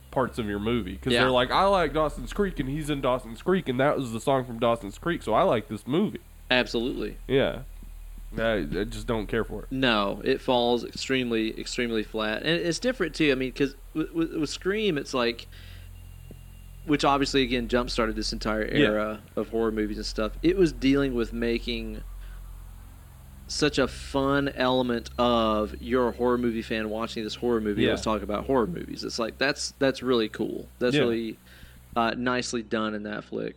[SPEAKER 2] parts of your movie because
[SPEAKER 1] Yeah.
[SPEAKER 2] they're like, I like Dawson's Creek and he's in Dawson's Creek and that was the song from Dawson's Creek, so I like this movie.
[SPEAKER 1] Absolutely.
[SPEAKER 2] Yeah, I, I just don't care for it.
[SPEAKER 1] No, it falls extremely, extremely flat, and it's different too. I mean, because with, with, with Scream, it's like, which obviously again jump started this entire
[SPEAKER 2] Yeah.
[SPEAKER 1] era of horror movies and stuff. It was dealing with making such a fun element of you're a horror movie fan watching this horror movie.
[SPEAKER 2] Yeah.
[SPEAKER 1] Let's talk about horror movies. It's like that's that's really cool. That's
[SPEAKER 2] Yeah.
[SPEAKER 1] really uh, nicely done in that flick.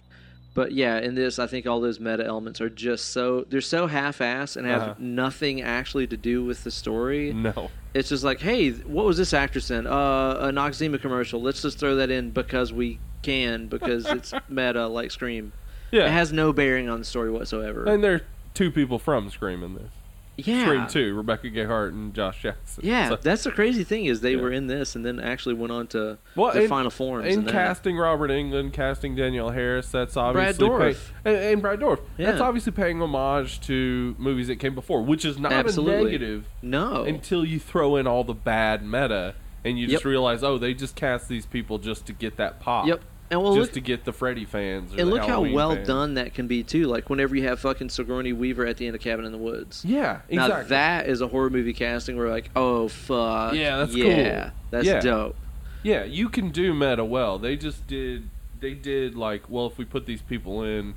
[SPEAKER 1] But yeah, in this, I think all those meta elements are just so they're so half-ass and have
[SPEAKER 2] Uh-huh.
[SPEAKER 1] nothing actually to do with the story.
[SPEAKER 2] No.
[SPEAKER 1] It's just like, hey, what was this actress in? Uh, an Oxima commercial. Let's just throw that in because we can because it's meta like Scream.
[SPEAKER 2] Yeah.
[SPEAKER 1] It has no bearing on the story whatsoever.
[SPEAKER 2] and there are two people from Scream in this.
[SPEAKER 1] yeah,
[SPEAKER 2] Scream 2, Rebecca Gayheart and Josh Jackson.
[SPEAKER 1] Yeah,
[SPEAKER 2] So-
[SPEAKER 1] that's the crazy thing is they
[SPEAKER 2] Yeah.
[SPEAKER 1] were in this and then actually went on to
[SPEAKER 2] Well,
[SPEAKER 1] the
[SPEAKER 2] and-
[SPEAKER 1] final forms
[SPEAKER 2] in
[SPEAKER 1] and that.
[SPEAKER 2] casting Robert England, casting Danielle Harris, that's obviously
[SPEAKER 1] Dorff.
[SPEAKER 2] pay- and, and Brad Dorff. That's
[SPEAKER 1] Yeah.
[SPEAKER 2] obviously paying homage to movies that came before, which is not a
[SPEAKER 1] Absolutely. Oh.
[SPEAKER 2] negative
[SPEAKER 1] No,
[SPEAKER 2] until you throw in all the bad meta and you just
[SPEAKER 1] Yep.
[SPEAKER 2] realize, oh, they just cast these people just to get that pop.
[SPEAKER 1] yep. And well,
[SPEAKER 2] just
[SPEAKER 1] look,
[SPEAKER 2] to get the Freddy fans. Or
[SPEAKER 1] And
[SPEAKER 2] the
[SPEAKER 1] look
[SPEAKER 2] Halloween
[SPEAKER 1] how well
[SPEAKER 2] fans.
[SPEAKER 1] done that can be too. Like whenever you have fucking Sigourney Weaver at the end of Cabin in the Woods.
[SPEAKER 2] Yeah, exactly.
[SPEAKER 1] Now that is a horror movie casting where like, oh fuck.
[SPEAKER 2] Yeah, that's
[SPEAKER 1] yeah,
[SPEAKER 2] cool.
[SPEAKER 1] That's
[SPEAKER 2] Yeah.
[SPEAKER 1] dope.
[SPEAKER 2] Yeah, you can do meta well. They just did. They did like well. If we put these people in,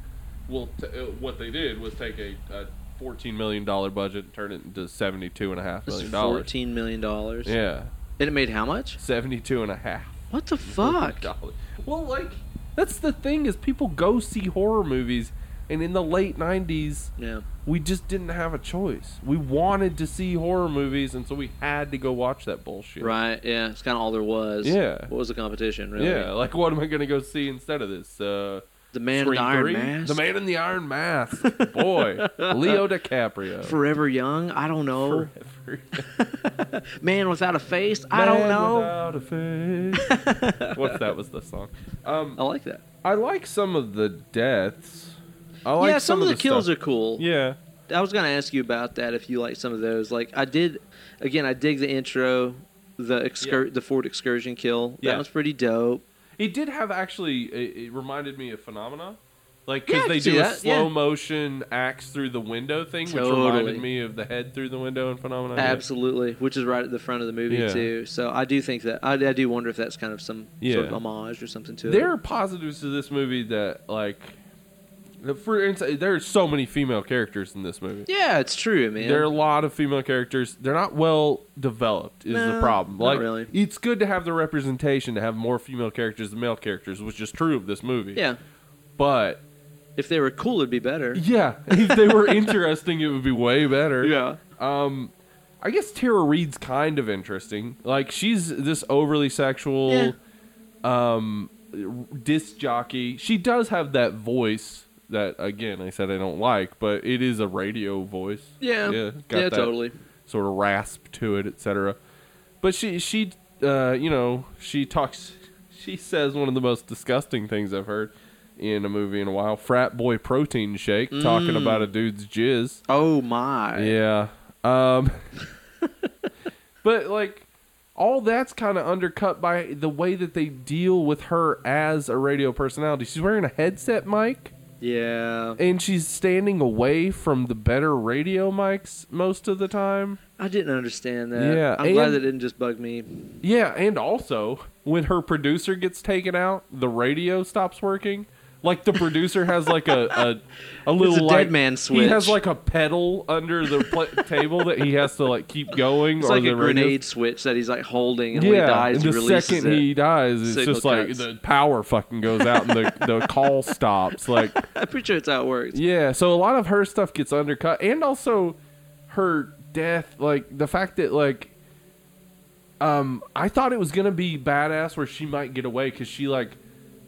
[SPEAKER 2] well, t- uh, what they did was take a, a fourteen million dollar budget and turn it into seventy two and a half
[SPEAKER 1] This
[SPEAKER 2] million
[SPEAKER 1] is
[SPEAKER 2] dollars.
[SPEAKER 1] fourteen million dollars.
[SPEAKER 2] Yeah,
[SPEAKER 1] And it made how much?
[SPEAKER 2] seventy two and a half.
[SPEAKER 1] What the fuck?
[SPEAKER 2] dollars. Well, like that's the thing is people go see horror movies, and in the late nineties,
[SPEAKER 1] Yeah.
[SPEAKER 2] we just didn't have a choice. We wanted to see horror movies, and so we had to go watch that bullshit.
[SPEAKER 1] Right, yeah. It's kinda all there was.
[SPEAKER 2] Yeah.
[SPEAKER 1] What was the competition, really?
[SPEAKER 2] Yeah, like what am I gonna go see instead of this? Uh,
[SPEAKER 1] The man in
[SPEAKER 2] Scream
[SPEAKER 1] the iron
[SPEAKER 2] 3?
[SPEAKER 1] mask.
[SPEAKER 2] The man in the iron mask. Boy, Leo DiCaprio.
[SPEAKER 1] Forever young, I don't know.
[SPEAKER 2] Forever.
[SPEAKER 1] Man without a face, I don't
[SPEAKER 2] Man
[SPEAKER 1] know.
[SPEAKER 2] without a face. what if that was the song? Um,
[SPEAKER 1] I like that.
[SPEAKER 2] I like some of the deaths. I like
[SPEAKER 1] yeah, some, of the, kills
[SPEAKER 2] stuff.
[SPEAKER 1] are cool.
[SPEAKER 2] Yeah.
[SPEAKER 1] I was gonna ask you about that if you like some of those. Like I did, again, I dig the intro, the excur- the Ford excursion kill.
[SPEAKER 2] Yeah.
[SPEAKER 1] That was pretty dope.
[SPEAKER 2] It did have actually. It, it reminded me of Phenomena, like because
[SPEAKER 1] Yeah, I
[SPEAKER 2] they
[SPEAKER 1] can see
[SPEAKER 2] do a
[SPEAKER 1] that, yeah.
[SPEAKER 2] slow motion axe through the window thing, which
[SPEAKER 1] Totally.
[SPEAKER 2] reminded me of the head through the window in Phenomena. Oh, Yeah.
[SPEAKER 1] Absolutely, which is right at the front of the movie
[SPEAKER 2] Yeah.
[SPEAKER 1] too. So I do think that I, I do wonder if that's kind of some sort of
[SPEAKER 2] Yeah.
[SPEAKER 1] homage or something to
[SPEAKER 2] There
[SPEAKER 1] it.
[SPEAKER 2] are positives to this movie that like For instance, there are so many female characters in this movie.
[SPEAKER 1] Yeah, it's true, man.
[SPEAKER 2] There are a lot of female characters. They're not well developed. Is the
[SPEAKER 1] No,
[SPEAKER 2] problem?
[SPEAKER 1] not
[SPEAKER 2] Like,
[SPEAKER 1] really.
[SPEAKER 2] it's good to have the representation to have more female characters than male characters, which is true of this movie.
[SPEAKER 1] yeah,
[SPEAKER 2] But
[SPEAKER 1] if they were cool, it'd be better.
[SPEAKER 2] yeah, if they were interesting, it would be way better. Um,
[SPEAKER 1] Yeah.
[SPEAKER 2] I guess Tara Reid's kind of interesting. Like she's this overly sexual,
[SPEAKER 1] Yeah.
[SPEAKER 2] um, disc jockey. She does have that voice that again I said I don't like, but it is a radio voice.
[SPEAKER 1] Yeah.
[SPEAKER 2] yeah,
[SPEAKER 1] Yeah,
[SPEAKER 2] got that
[SPEAKER 1] totally.
[SPEAKER 2] Sort of rasp to it, etc. But she she uh, you know she talks. She says one of the most disgusting things I've heard in a movie in a while. Frat boy protein shake,
[SPEAKER 1] Mm.
[SPEAKER 2] talking about a dude's jizz.
[SPEAKER 1] Oh my.
[SPEAKER 2] Yeah. Um But like all that's kind of undercut by the way that they deal with her as a radio personality. She's wearing a headset mic
[SPEAKER 1] Yeah.
[SPEAKER 2] and she's standing away from the better radio mics most of the time.
[SPEAKER 1] I didn't understand that.
[SPEAKER 2] Yeah,
[SPEAKER 1] I'm glad
[SPEAKER 2] and-
[SPEAKER 1] that didn't just bug me.
[SPEAKER 2] Yeah, and also when her producer gets taken out, the radio stops working. Like the producer has like a a, a little
[SPEAKER 1] a dead
[SPEAKER 2] like-
[SPEAKER 1] man
[SPEAKER 2] He has
[SPEAKER 1] switch.
[SPEAKER 2] like a pedal under the pla table that he has to like keep going.
[SPEAKER 1] It's
[SPEAKER 2] or
[SPEAKER 1] like
[SPEAKER 2] the
[SPEAKER 1] a
[SPEAKER 2] radio-
[SPEAKER 1] grenade switch that he's like holding, and when he dies, he
[SPEAKER 2] and the
[SPEAKER 1] releases
[SPEAKER 2] second
[SPEAKER 1] it.
[SPEAKER 2] he dies, it's
[SPEAKER 1] Signal
[SPEAKER 2] just like
[SPEAKER 1] cuts.
[SPEAKER 2] the power fucking goes out and the, the call stops. Like,
[SPEAKER 1] I'm pretty sure it's how it works.
[SPEAKER 2] yeah, so a lot of her stuff gets undercut, and also her death, like the fact that like, um, I thought it was gonna be badass where she might get away because she like,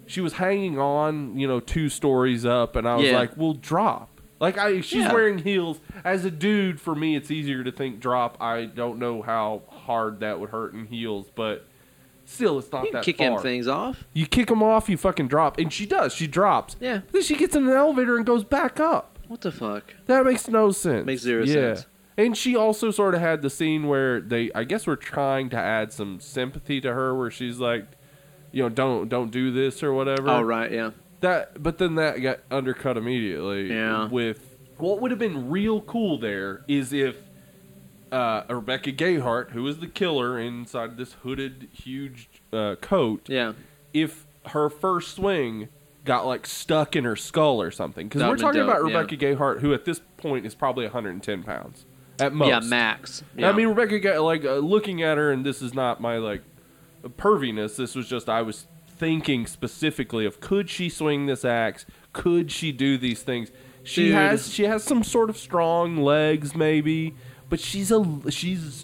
[SPEAKER 2] she was hanging on, you know, two stories up, and I was
[SPEAKER 1] Yeah.
[SPEAKER 2] like, well, drop. Like I, she's
[SPEAKER 1] Yeah.
[SPEAKER 2] wearing heels. As a dude, for me, it's easier to think drop. I don't know how hard that would hurt in heels, but still, it's not
[SPEAKER 1] You can
[SPEAKER 2] that
[SPEAKER 1] kick
[SPEAKER 2] far.
[SPEAKER 1] him things off.
[SPEAKER 2] You kick him off, you fucking drop, and she does. She drops.
[SPEAKER 1] Yeah.
[SPEAKER 2] Then she gets in an elevator and goes back up.
[SPEAKER 1] What the fuck?
[SPEAKER 2] That makes no sense.
[SPEAKER 1] Makes zero sense.
[SPEAKER 2] And she also sort of had the scene where they, I guess, were trying to add some sympathy to her, where she's like, you know, don't don't do this or whatever.
[SPEAKER 1] Oh right, yeah.
[SPEAKER 2] That, but then that got undercut immediately.
[SPEAKER 1] Yeah.
[SPEAKER 2] With what would have been real cool there is if uh, Rebecca Gayhart, who is the killer inside this hooded huge uh, coat,
[SPEAKER 1] Yeah.
[SPEAKER 2] if her first swing got like stuck in her skull or something. Because we're
[SPEAKER 1] That'd been
[SPEAKER 2] talking about
[SPEAKER 1] dope, yeah.
[SPEAKER 2] Rebecca Gayhart, who at this point is probably 110 pounds at most.
[SPEAKER 1] Yeah, max. Yeah.
[SPEAKER 2] I mean, Rebecca, Gay, like uh, looking at her, and this is not my like perviness. This was just I was thinking specifically of could she swing this axe? Could she do these things? She
[SPEAKER 1] Dude.
[SPEAKER 2] has she has some sort of strong legs, maybe. But she's a she's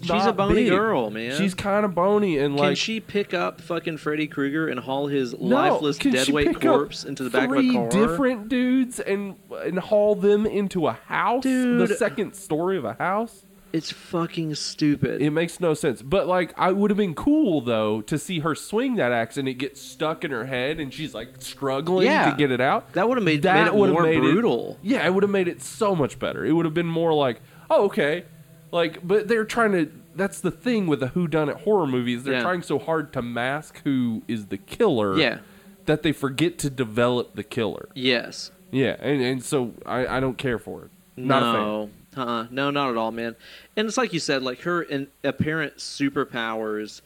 [SPEAKER 1] She's a
[SPEAKER 2] not
[SPEAKER 1] bony
[SPEAKER 2] big.
[SPEAKER 1] girl, man.
[SPEAKER 2] She's kind of bony and
[SPEAKER 1] can
[SPEAKER 2] like
[SPEAKER 1] she pick up fucking Freddy Krueger and haul his
[SPEAKER 2] no,
[SPEAKER 1] lifeless
[SPEAKER 2] can she
[SPEAKER 1] deadweight
[SPEAKER 2] pick up
[SPEAKER 1] corpse into the back of a
[SPEAKER 2] three
[SPEAKER 1] car?
[SPEAKER 2] different dudes and and haul them into a house, the
[SPEAKER 1] Dude.
[SPEAKER 2] second story of a house.
[SPEAKER 1] It's fucking stupid.
[SPEAKER 2] It makes no sense. But like, I would have been cool though to see her swing that axe and it gets stuck in her head and she's like struggling
[SPEAKER 1] Yeah.
[SPEAKER 2] to get it out.
[SPEAKER 1] that would have made, made it
[SPEAKER 2] would
[SPEAKER 1] more
[SPEAKER 2] have made it-
[SPEAKER 1] brutal.
[SPEAKER 2] yeah, it would have made it so much better. It would have been more like, oh okay, like. But they're trying to. That's the thing with the whodunit horror movies. They're
[SPEAKER 1] Yeah.
[SPEAKER 2] trying so hard to mask who is the killer.
[SPEAKER 1] Yeah.
[SPEAKER 2] That they forget to develop the killer.
[SPEAKER 1] Yes.
[SPEAKER 2] Yeah, and, and so I, I don't care for it. Not a
[SPEAKER 1] no. Uh-uh. No, not at all, man. And it's like you said, like her in- apparent superpowers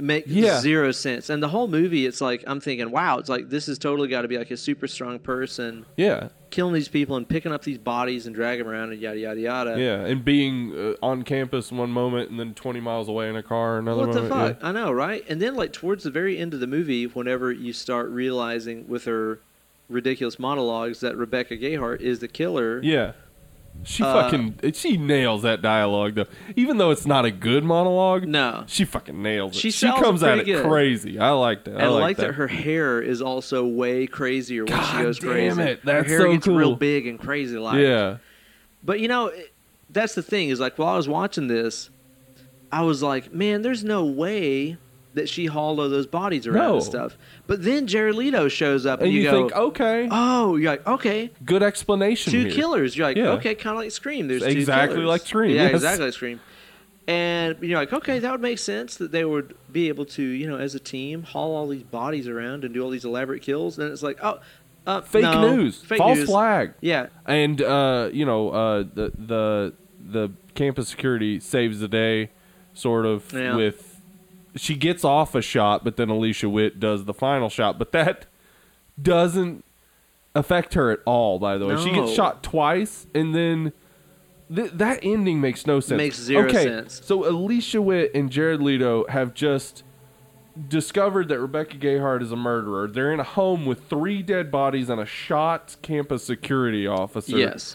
[SPEAKER 1] make
[SPEAKER 2] Yeah.
[SPEAKER 1] zero sense. And the whole movie, it's like I'm thinking, wow, it's like this has totally got to be like a super strong person
[SPEAKER 2] fan.
[SPEAKER 1] killing these people and picking up these bodies and dragging 'em around and yada yada yada.
[SPEAKER 2] Yeah, yeah, and being uh, on campus one moment and then twenty miles away in a car another
[SPEAKER 1] What the
[SPEAKER 2] moment.
[SPEAKER 1] fuck? I know, right? And then, like, towards the very end of the movie, whenever you start realizing with her ridiculous monologues that Rebecca Gayhart is the killer,
[SPEAKER 2] Yeah. Yeah. She
[SPEAKER 1] Uh,
[SPEAKER 2] fucking she nails that dialogue though. Even though it's not a good monologue,
[SPEAKER 1] No.
[SPEAKER 2] she fucking nails it.
[SPEAKER 1] She
[SPEAKER 2] she
[SPEAKER 1] sells it
[SPEAKER 2] comes at it
[SPEAKER 1] pretty good.
[SPEAKER 2] crazy. I liked it. I
[SPEAKER 1] And I
[SPEAKER 2] liked
[SPEAKER 1] like that. her hair is also way crazier when
[SPEAKER 2] God
[SPEAKER 1] she goes
[SPEAKER 2] damn
[SPEAKER 1] crazy.
[SPEAKER 2] it, that's
[SPEAKER 1] her hair
[SPEAKER 2] so
[SPEAKER 1] gets real
[SPEAKER 2] cool.
[SPEAKER 1] big and crazy like.
[SPEAKER 2] Yeah,
[SPEAKER 1] But you know, it- that's the thing is like while I was watching this, I was like, man, there's no way that she hauled all those bodies around
[SPEAKER 2] No.
[SPEAKER 1] and stuff. But then Jared Leto shows up and,
[SPEAKER 2] and you,
[SPEAKER 1] go,
[SPEAKER 2] think okay,
[SPEAKER 1] oh, you're like, okay,
[SPEAKER 2] good explanation.
[SPEAKER 1] two
[SPEAKER 2] here.
[SPEAKER 1] killers. You're like,
[SPEAKER 2] Yeah.
[SPEAKER 1] okay, kind of like Scream. There's
[SPEAKER 2] Exactly
[SPEAKER 1] two killers.
[SPEAKER 2] like Scream,
[SPEAKER 1] Yeah,
[SPEAKER 2] yes.
[SPEAKER 1] exactly like Scream. And you're like, okay, that would make sense that they would be able to, you know, as a team, haul all these bodies around and do all these elaborate kills. And it's like, oh, uh,
[SPEAKER 2] Fake
[SPEAKER 1] no,
[SPEAKER 2] news,
[SPEAKER 1] fake
[SPEAKER 2] false
[SPEAKER 1] news.
[SPEAKER 2] flag.
[SPEAKER 1] Yeah,
[SPEAKER 2] and uh, you know uh, the the the campus security saves the day, sort of
[SPEAKER 1] Yeah.
[SPEAKER 2] with she gets off a shot, but then Alicia Witt does the final shot, but that doesn't affect her at all. By the way, she
[SPEAKER 1] No.
[SPEAKER 2] gets shot twice, and then th- that ending makes no sense.
[SPEAKER 1] Makes zero
[SPEAKER 2] okay,
[SPEAKER 1] sense.
[SPEAKER 2] So Alicia Witt and Jared Leto have just discovered that Rebecca Gayheart is a murderer. They're in a home with three dead bodies and a shot campus security officer.
[SPEAKER 1] Yes.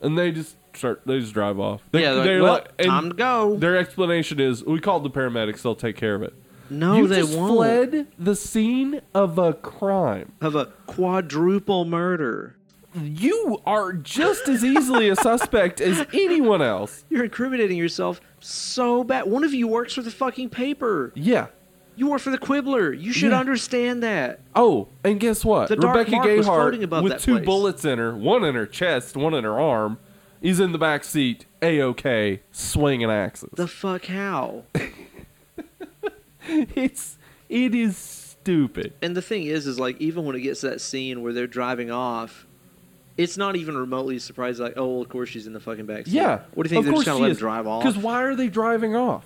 [SPEAKER 2] and they just start. They just drive off. They,
[SPEAKER 1] yeah, they're,
[SPEAKER 2] they're
[SPEAKER 1] like,
[SPEAKER 2] like-
[SPEAKER 1] well,
[SPEAKER 2] and
[SPEAKER 1] time to go.
[SPEAKER 2] Their explanation is, "We called the paramedics. They'll take care of it."
[SPEAKER 1] No,
[SPEAKER 2] you
[SPEAKER 1] they
[SPEAKER 2] just
[SPEAKER 1] won't.
[SPEAKER 2] fled the scene of a crime.
[SPEAKER 1] Of a quadruple murder.
[SPEAKER 2] You are just as easily a suspect as anyone else.
[SPEAKER 1] You're incriminating yourself so bad. One of you works for the fucking paper.
[SPEAKER 2] Yeah.
[SPEAKER 1] You work for the Quibbler. You should
[SPEAKER 2] Yeah.
[SPEAKER 1] understand that.
[SPEAKER 2] Oh, and guess what?
[SPEAKER 1] The dark
[SPEAKER 2] Rebecca
[SPEAKER 1] mark was floating
[SPEAKER 2] Gayheart
[SPEAKER 1] above
[SPEAKER 2] with
[SPEAKER 1] that
[SPEAKER 2] two
[SPEAKER 1] place.
[SPEAKER 2] bullets in her, one in her chest, one in her arm, is in the back seat, a okay, swinging axes.
[SPEAKER 1] The fuck how?
[SPEAKER 2] it's it is stupid.
[SPEAKER 1] and the thing is, is like even when it gets to that scene where they're driving off, it's not even remotely surprising. Like, oh, well, of course she's in the fucking backseat.
[SPEAKER 2] Yeah.
[SPEAKER 1] What do you think? They're just gonna let them drive off.
[SPEAKER 2] Because why are they driving off?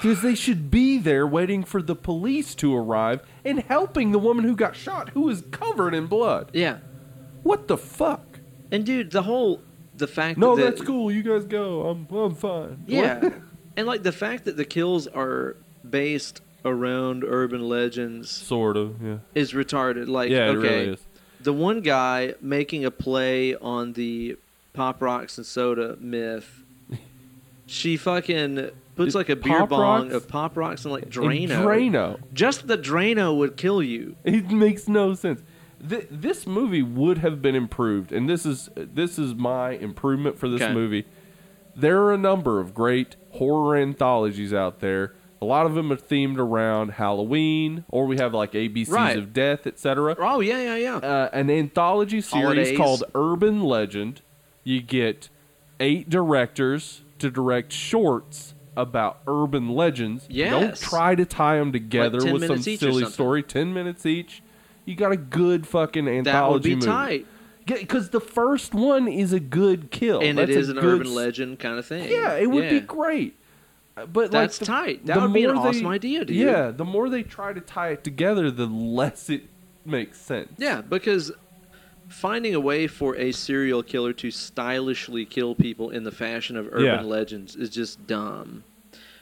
[SPEAKER 2] Because they should be there waiting for the police to arrive and helping the woman who got shot, who is covered in blood.
[SPEAKER 1] Yeah.
[SPEAKER 2] What the fuck?
[SPEAKER 1] And dude, the whole the fact
[SPEAKER 2] No,
[SPEAKER 1] that
[SPEAKER 2] that's cool. You guys go. I'm I'm fine.
[SPEAKER 1] Yeah.
[SPEAKER 2] What?
[SPEAKER 1] and like the fact that the kills are based around urban legends
[SPEAKER 2] sort of. Yeah.
[SPEAKER 1] is retarded. Like
[SPEAKER 2] yeah,
[SPEAKER 1] okay,
[SPEAKER 2] it really is.
[SPEAKER 1] the one guy making a play on the pop rocks and soda myth, she fucking puts
[SPEAKER 2] Is
[SPEAKER 1] like a beer
[SPEAKER 2] Pop
[SPEAKER 1] bong
[SPEAKER 2] Rocks?
[SPEAKER 1] of pop rocks and like
[SPEAKER 2] And
[SPEAKER 1] Drano.
[SPEAKER 2] Drano.
[SPEAKER 1] Just the Drano would kill you.
[SPEAKER 2] It makes no sense. Th- this movie would have been improved, and this is this is my improvement for this
[SPEAKER 1] Okay.
[SPEAKER 2] movie. There are a number of great horror anthologies out there. A lot of them are themed around Halloween, or we have like ABCs
[SPEAKER 1] Right.
[SPEAKER 2] of Death, etc.
[SPEAKER 1] Oh yeah, yeah, yeah.
[SPEAKER 2] Uh, an anthology series
[SPEAKER 1] Holidays.
[SPEAKER 2] called Urban Legend. You get eight directors to direct shorts about urban legends. Don't
[SPEAKER 1] Yes.
[SPEAKER 2] try to tie them together
[SPEAKER 1] 10
[SPEAKER 2] with some
[SPEAKER 1] minutes each or
[SPEAKER 2] silly
[SPEAKER 1] something.
[SPEAKER 2] story. Ten minutes each. You got a good fucking
[SPEAKER 1] that would
[SPEAKER 2] anthology
[SPEAKER 1] be
[SPEAKER 2] movie.
[SPEAKER 1] tight.
[SPEAKER 2] Because the first one is a good kill,
[SPEAKER 1] And
[SPEAKER 2] Oh, That's
[SPEAKER 1] it
[SPEAKER 2] a
[SPEAKER 1] is an
[SPEAKER 2] good
[SPEAKER 1] urban
[SPEAKER 2] s-
[SPEAKER 1] legend kind of thing.
[SPEAKER 2] Yeah, it would be
[SPEAKER 1] Yeah.
[SPEAKER 2] great. Uh, But
[SPEAKER 1] That's
[SPEAKER 2] like the-
[SPEAKER 1] tight. That
[SPEAKER 2] the
[SPEAKER 1] would be an
[SPEAKER 2] more they-
[SPEAKER 1] awesome idea, dude.
[SPEAKER 2] Yeah, the more they try to tie it together, the less it makes sense.
[SPEAKER 1] Yeah, because finding a way for a serial killer to stylishly kill people in the fashion of urban
[SPEAKER 2] Yeah.
[SPEAKER 1] legends is just dumb.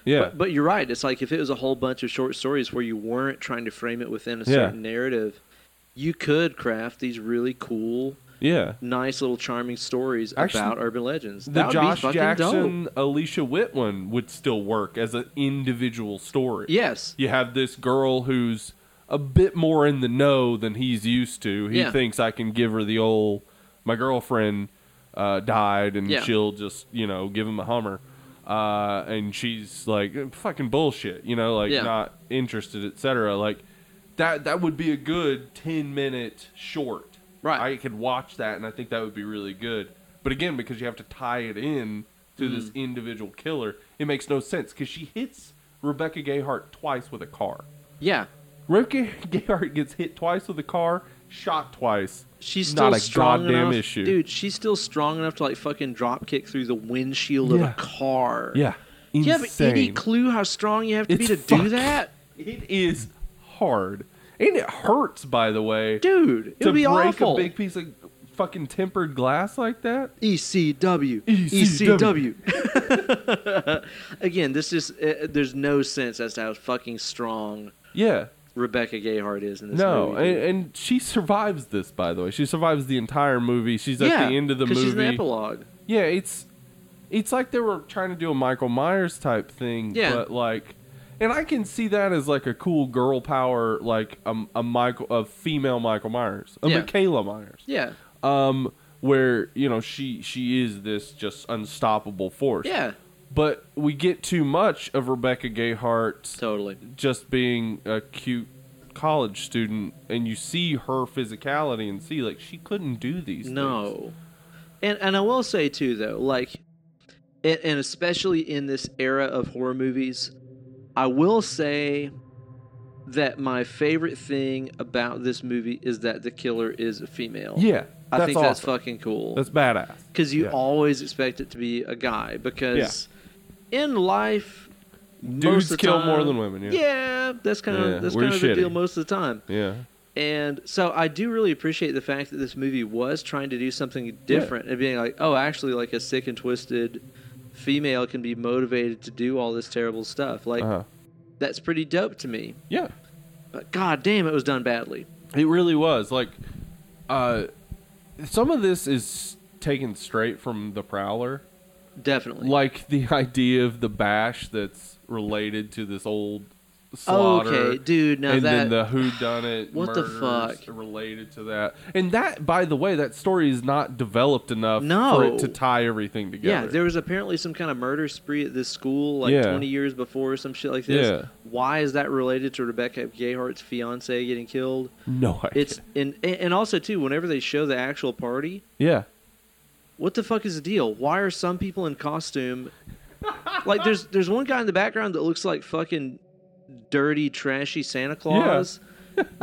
[SPEAKER 2] Yeah.
[SPEAKER 1] But, but you're right. It's like if it was a whole bunch of short stories where you weren't trying to frame it within a
[SPEAKER 2] Yeah.
[SPEAKER 1] certain narrative, you could craft these really cool,
[SPEAKER 2] yeah.
[SPEAKER 1] nice little charming stories
[SPEAKER 2] Actually,
[SPEAKER 1] about urban legends.
[SPEAKER 2] the
[SPEAKER 1] that would
[SPEAKER 2] Josh
[SPEAKER 1] be fucking dope.
[SPEAKER 2] Jackson, Alicia Witt one would still work as an individual story.
[SPEAKER 1] Yes.
[SPEAKER 2] You have this girl who's a bit more in the know than he's used to. He
[SPEAKER 1] Yeah.
[SPEAKER 2] thinks I can give her the old my girlfriend uh, died and
[SPEAKER 1] Yeah.
[SPEAKER 2] she'll just you know give him a hummer. Uh, and she's like fucking bullshit, you know, like
[SPEAKER 1] Yeah.
[SPEAKER 2] not interested, etc. Like that that would be a good ten minute short.
[SPEAKER 1] Right.
[SPEAKER 2] I could watch that and I think that would be really good. But again, because you have to tie it in to this individual killer, it makes no sense because she hits Rebecca Gayheart twice with a car.
[SPEAKER 1] Yeah.
[SPEAKER 2] Rebecca Gayheart gets hit twice with a car, shot twice.
[SPEAKER 1] She's still
[SPEAKER 2] Not a
[SPEAKER 1] strong
[SPEAKER 2] goddamn
[SPEAKER 1] enough,
[SPEAKER 2] issue.
[SPEAKER 1] dude. She's still strong enough to like fucking drop kick through the windshield of
[SPEAKER 2] Yeah.
[SPEAKER 1] a car.
[SPEAKER 2] Yeah,
[SPEAKER 1] Do you have any clue how strong you have to
[SPEAKER 2] It's
[SPEAKER 1] be to
[SPEAKER 2] fucking-
[SPEAKER 1] do that,
[SPEAKER 2] It is hard, and it hurts. By the way,
[SPEAKER 1] dude? It
[SPEAKER 2] to
[SPEAKER 1] would be
[SPEAKER 2] break
[SPEAKER 1] awful.
[SPEAKER 2] a big piece of fucking tempered glass like that.
[SPEAKER 1] E ECW,
[SPEAKER 2] E ECW.
[SPEAKER 1] ECW. E Again, this is uh, there's no sense as to how fucking strong
[SPEAKER 2] Yeah,
[SPEAKER 1] Rebecca Gayheart is in this
[SPEAKER 2] no,
[SPEAKER 1] movie. dude.
[SPEAKER 2] and, and she survives this. By the way, she survives the entire movie. She's at
[SPEAKER 1] yeah,
[SPEAKER 2] the end of the
[SPEAKER 1] 'cause
[SPEAKER 2] movie.
[SPEAKER 1] she's an epilogue.
[SPEAKER 2] Yeah, it's it's like they were trying to do a Michael Myers type thing,
[SPEAKER 1] Yeah.
[SPEAKER 2] but like and I can see that as like a cool girl power like a, a Michael a female Michael Myers, a
[SPEAKER 1] Yeah.
[SPEAKER 2] Michaela Myers.
[SPEAKER 1] Yeah,
[SPEAKER 2] Um where, you know, she she is this just unstoppable force.
[SPEAKER 1] yeah,
[SPEAKER 2] But we get too much of Rebecca Gayheart
[SPEAKER 1] totally.
[SPEAKER 2] just being a cute college student and you see her physicality and see like she couldn't do these things.
[SPEAKER 1] No, and and I will say too though, like, and, and especially in this era of horror movies, I will say that my favorite thing about this movie is that the killer is a female.
[SPEAKER 2] Yeah.
[SPEAKER 1] I
[SPEAKER 2] That's
[SPEAKER 1] think
[SPEAKER 2] awesome.
[SPEAKER 1] that's fucking cool.
[SPEAKER 2] That's badass.
[SPEAKER 1] because you
[SPEAKER 2] Yeah.
[SPEAKER 1] always expect it to be a guy because in life most
[SPEAKER 2] Dudes
[SPEAKER 1] of the
[SPEAKER 2] kill
[SPEAKER 1] time-
[SPEAKER 2] more than women. Yeah.
[SPEAKER 1] that's kind of
[SPEAKER 2] Yeah,
[SPEAKER 1] that's
[SPEAKER 2] we're
[SPEAKER 1] kind of the
[SPEAKER 2] shitty.
[SPEAKER 1] deal most of the time
[SPEAKER 2] Yeah.
[SPEAKER 1] And so I do really appreciate the fact that this movie was trying to do something different and being like, oh, actually, like a sick and twisted female can be motivated to do all this terrible stuff. Like,
[SPEAKER 2] Uh-huh.
[SPEAKER 1] that's pretty dope to me.
[SPEAKER 2] Yeah.
[SPEAKER 1] But god damn, it was done badly.
[SPEAKER 2] It really was like, uh, some of this is taken straight from the Prowler,
[SPEAKER 1] Definitely.
[SPEAKER 2] like the idea of the bash that's related to this old slaughter.
[SPEAKER 1] okay, dude, now
[SPEAKER 2] and
[SPEAKER 1] that.
[SPEAKER 2] then the who done it
[SPEAKER 1] What the fuck?
[SPEAKER 2] related to that and that by the way that story is not developed enough
[SPEAKER 1] No.
[SPEAKER 2] for it to tie everything together
[SPEAKER 1] Yeah, there was apparently some kind of murder spree at this school like
[SPEAKER 2] Yeah.
[SPEAKER 1] 20 years before or some shit like this.
[SPEAKER 2] Yeah.
[SPEAKER 1] Why is that related to Rebecca Gayhart's fiance getting killed?
[SPEAKER 2] no idea.
[SPEAKER 1] It's and and also too whenever they show the actual party,
[SPEAKER 2] yeah
[SPEAKER 1] what the fuck is the deal? Why are some people in costume? like there's there's one guy in the background that looks like fucking dirty, trashy Santa Claus.